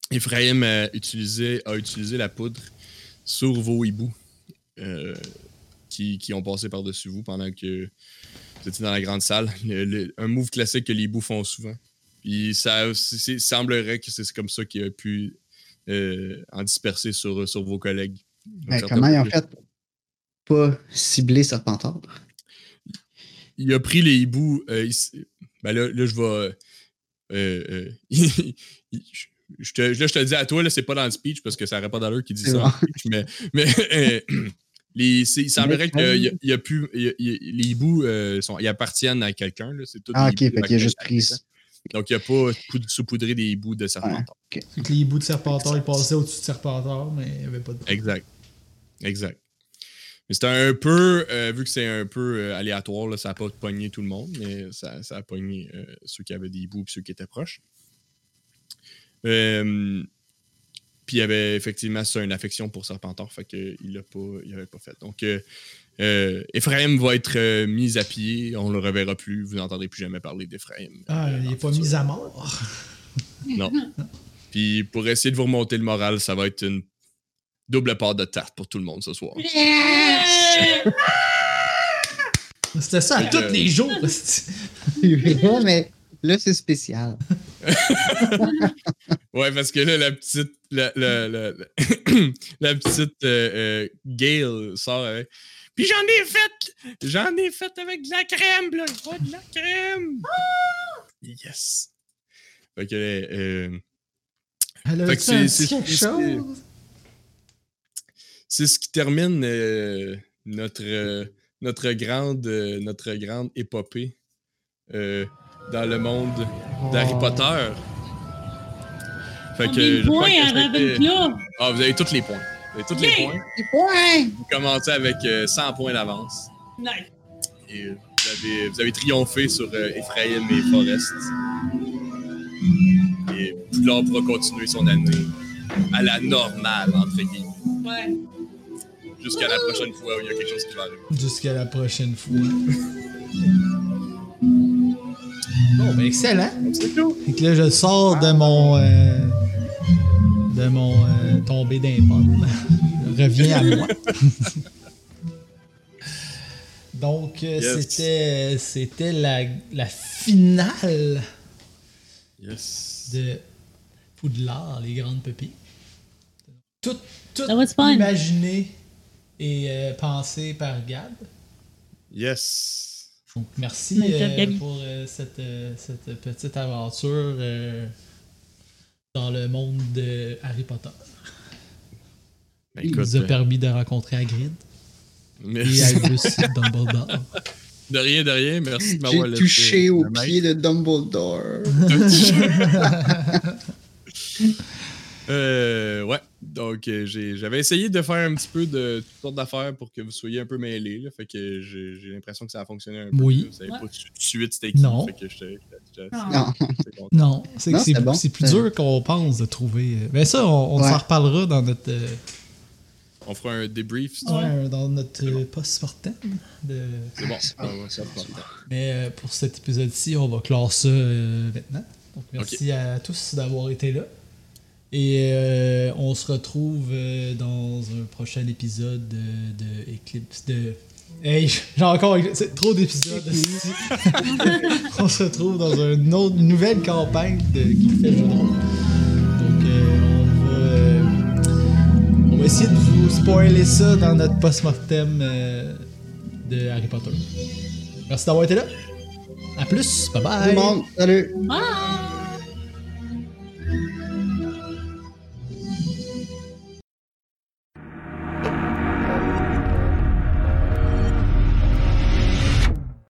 Ephraim a utilisé, a utilisé la poudre sur vos hiboux euh, qui, qui ont passé par-dessus vous pendant que vous étiez dans la grande salle. Le- le- un move classique que les hiboux font souvent. Puis ça c'est- c'est- semblerait que c'est comme ça qu'il a pu euh, en disperser sur, sur vos collègues. Donc, Mais certainement Ben, comment ils ont que- fait pour pas cibler Serpentard? il a pris les hiboux. euh, il s- ben là, là, je vais. euh, euh, il- il- je- je te, là, je te le dis à toi, là, c'est pas dans le speech parce que ça n'aurait pas d'allure qui dit C'est ça. bon. Mais, mais euh, les, c'est- il semblerait que Mais- euh, il y a- il y a plus- il y a- il y a- les hiboux euh, sont, ils appartiennent à quelqu'un. là, c'est tout Ah, des ok, hiboux fait qu'il a à- juste à- pris. Donc, il n'y a pas poud- saupoudré des hiboux de serpentard. Fait que les bouts de Serpentard, ils passaient au-dessus de Serpentard, mais il n'y avait pas de. Exact. Exact. Mais c'était un peu, euh, vu que c'est un peu euh, aléatoire, là, ça n'a pas pogné tout le monde, mais ça, ça a pogné euh, ceux qui avaient des bouts et ceux qui étaient proches. Euh, puis il y avait effectivement ça, une affection pour Serpentor, fait qu'il l'a pas, il l'avait pas fait. Donc, euh, euh, Ephraim va être euh, mis à pied, on le reverra plus, vous n'entendrez plus jamais parler d'Ephraim. Ah, euh, il dans n'est le pas futur. mis à mort. Non. Puis pour essayer de vous remonter le moral, ça va être une double part de tarte pour tout le monde ce soir. Yeah! C'était ça à Fait tous que- les jours. c'est- C'est vrai, mais là, c'est spécial. Ouais, parce que là, la petite. La, la, la, la, la petite euh, euh, Gale sort avec. Puis j'en ai fait! J'en ai fait avec de la crème, là! Je vois de la crème! Yes! Fait que. euh, Elle a fait Fait que un c'est- petit c'est- quelque c'est- chose. c'est ce qui termine euh, notre, euh, notre, grande, euh, notre grande épopée euh, dans le monde d'Harry Potter. Fait Combien de je crois points que à Ah, ça a été- Ravenclaw? Ah, euh, vous avez tous les points. Vous avez tous les Yay! points. Des points! Vous commencez avec euh, 100 points d'avance. Nice. Et euh, vous avez, vous avez triomphé sur euh, Ephraim et Forrest. Et euh, Poudlard pourra continuer son année à la normale, entre guillemets. Ouais. Jusqu'à la prochaine fois où il y a quelque chose qui va arriver. Jusqu'à la prochaine fois. Bon, ben excellent. C'est tout. Fait que là, je sors de mon. euh, de mon euh, tombé d'impôts. je reviens à moi. Donc, euh, Yes. c'était, c'était la, la finale Yes. de Poudlard, les grandes pupilles. Tout, tout That was fun. imaginé et euh, pensé par Gab. Yes. Donc, merci Bonne job, euh, Gabi. pour euh, cette, euh, cette petite aventure euh, dans le monde de Harry Potter. Ben, Il nous a permis de rencontrer Hagrid et merci. Albus Dumbledore. De rien, de rien. Merci de m'avoir J'ai laissé touché au le mic. pied de Dumbledore. Euh, ouais. Donc, euh, j'ai- j'avais essayé de faire un petit peu de toutes sortes d'affaires pour que vous soyez un peu mêlés. là. Fait que j'ai j'ai l'impression que ça a fonctionné un peu. Oui. là. Vous savez Ouais. pas tout de suite c'était qui. Non. Fait que j'étais- j'étais- Ah. Non. j'étais content. Non, c'est que Non, c'est c'est bon. c'est plus C'est- dur qu'on pense de trouver. euh, Mais ça, on, on Ouais. s'en reparlera dans notre, euh, On fera un débrief si tu veux. ouais, dans notre euh, post-mortem. de- C'est bon. Ah, Ouais, ouais, ça prend le temps. Mais euh, pour cet épisode-ci, on va clore ça euh, maintenant. Donc, merci à tous d'avoir été là. Et euh, on se retrouve euh, dans un prochain épisode de, de Eclipse de. Hey, j'ai encore c'est trop d'épisodes. esti. on se retrouve dans une, autre, une nouvelle campagne de qui fait jeu de rôle. Donc euh, on va euh, on va essayer de vous spoiler ça dans notre post-mortem euh, de Harry Potter. Merci d'avoir été là. À plus. Bye Tout bye. le monde, salut! Bye.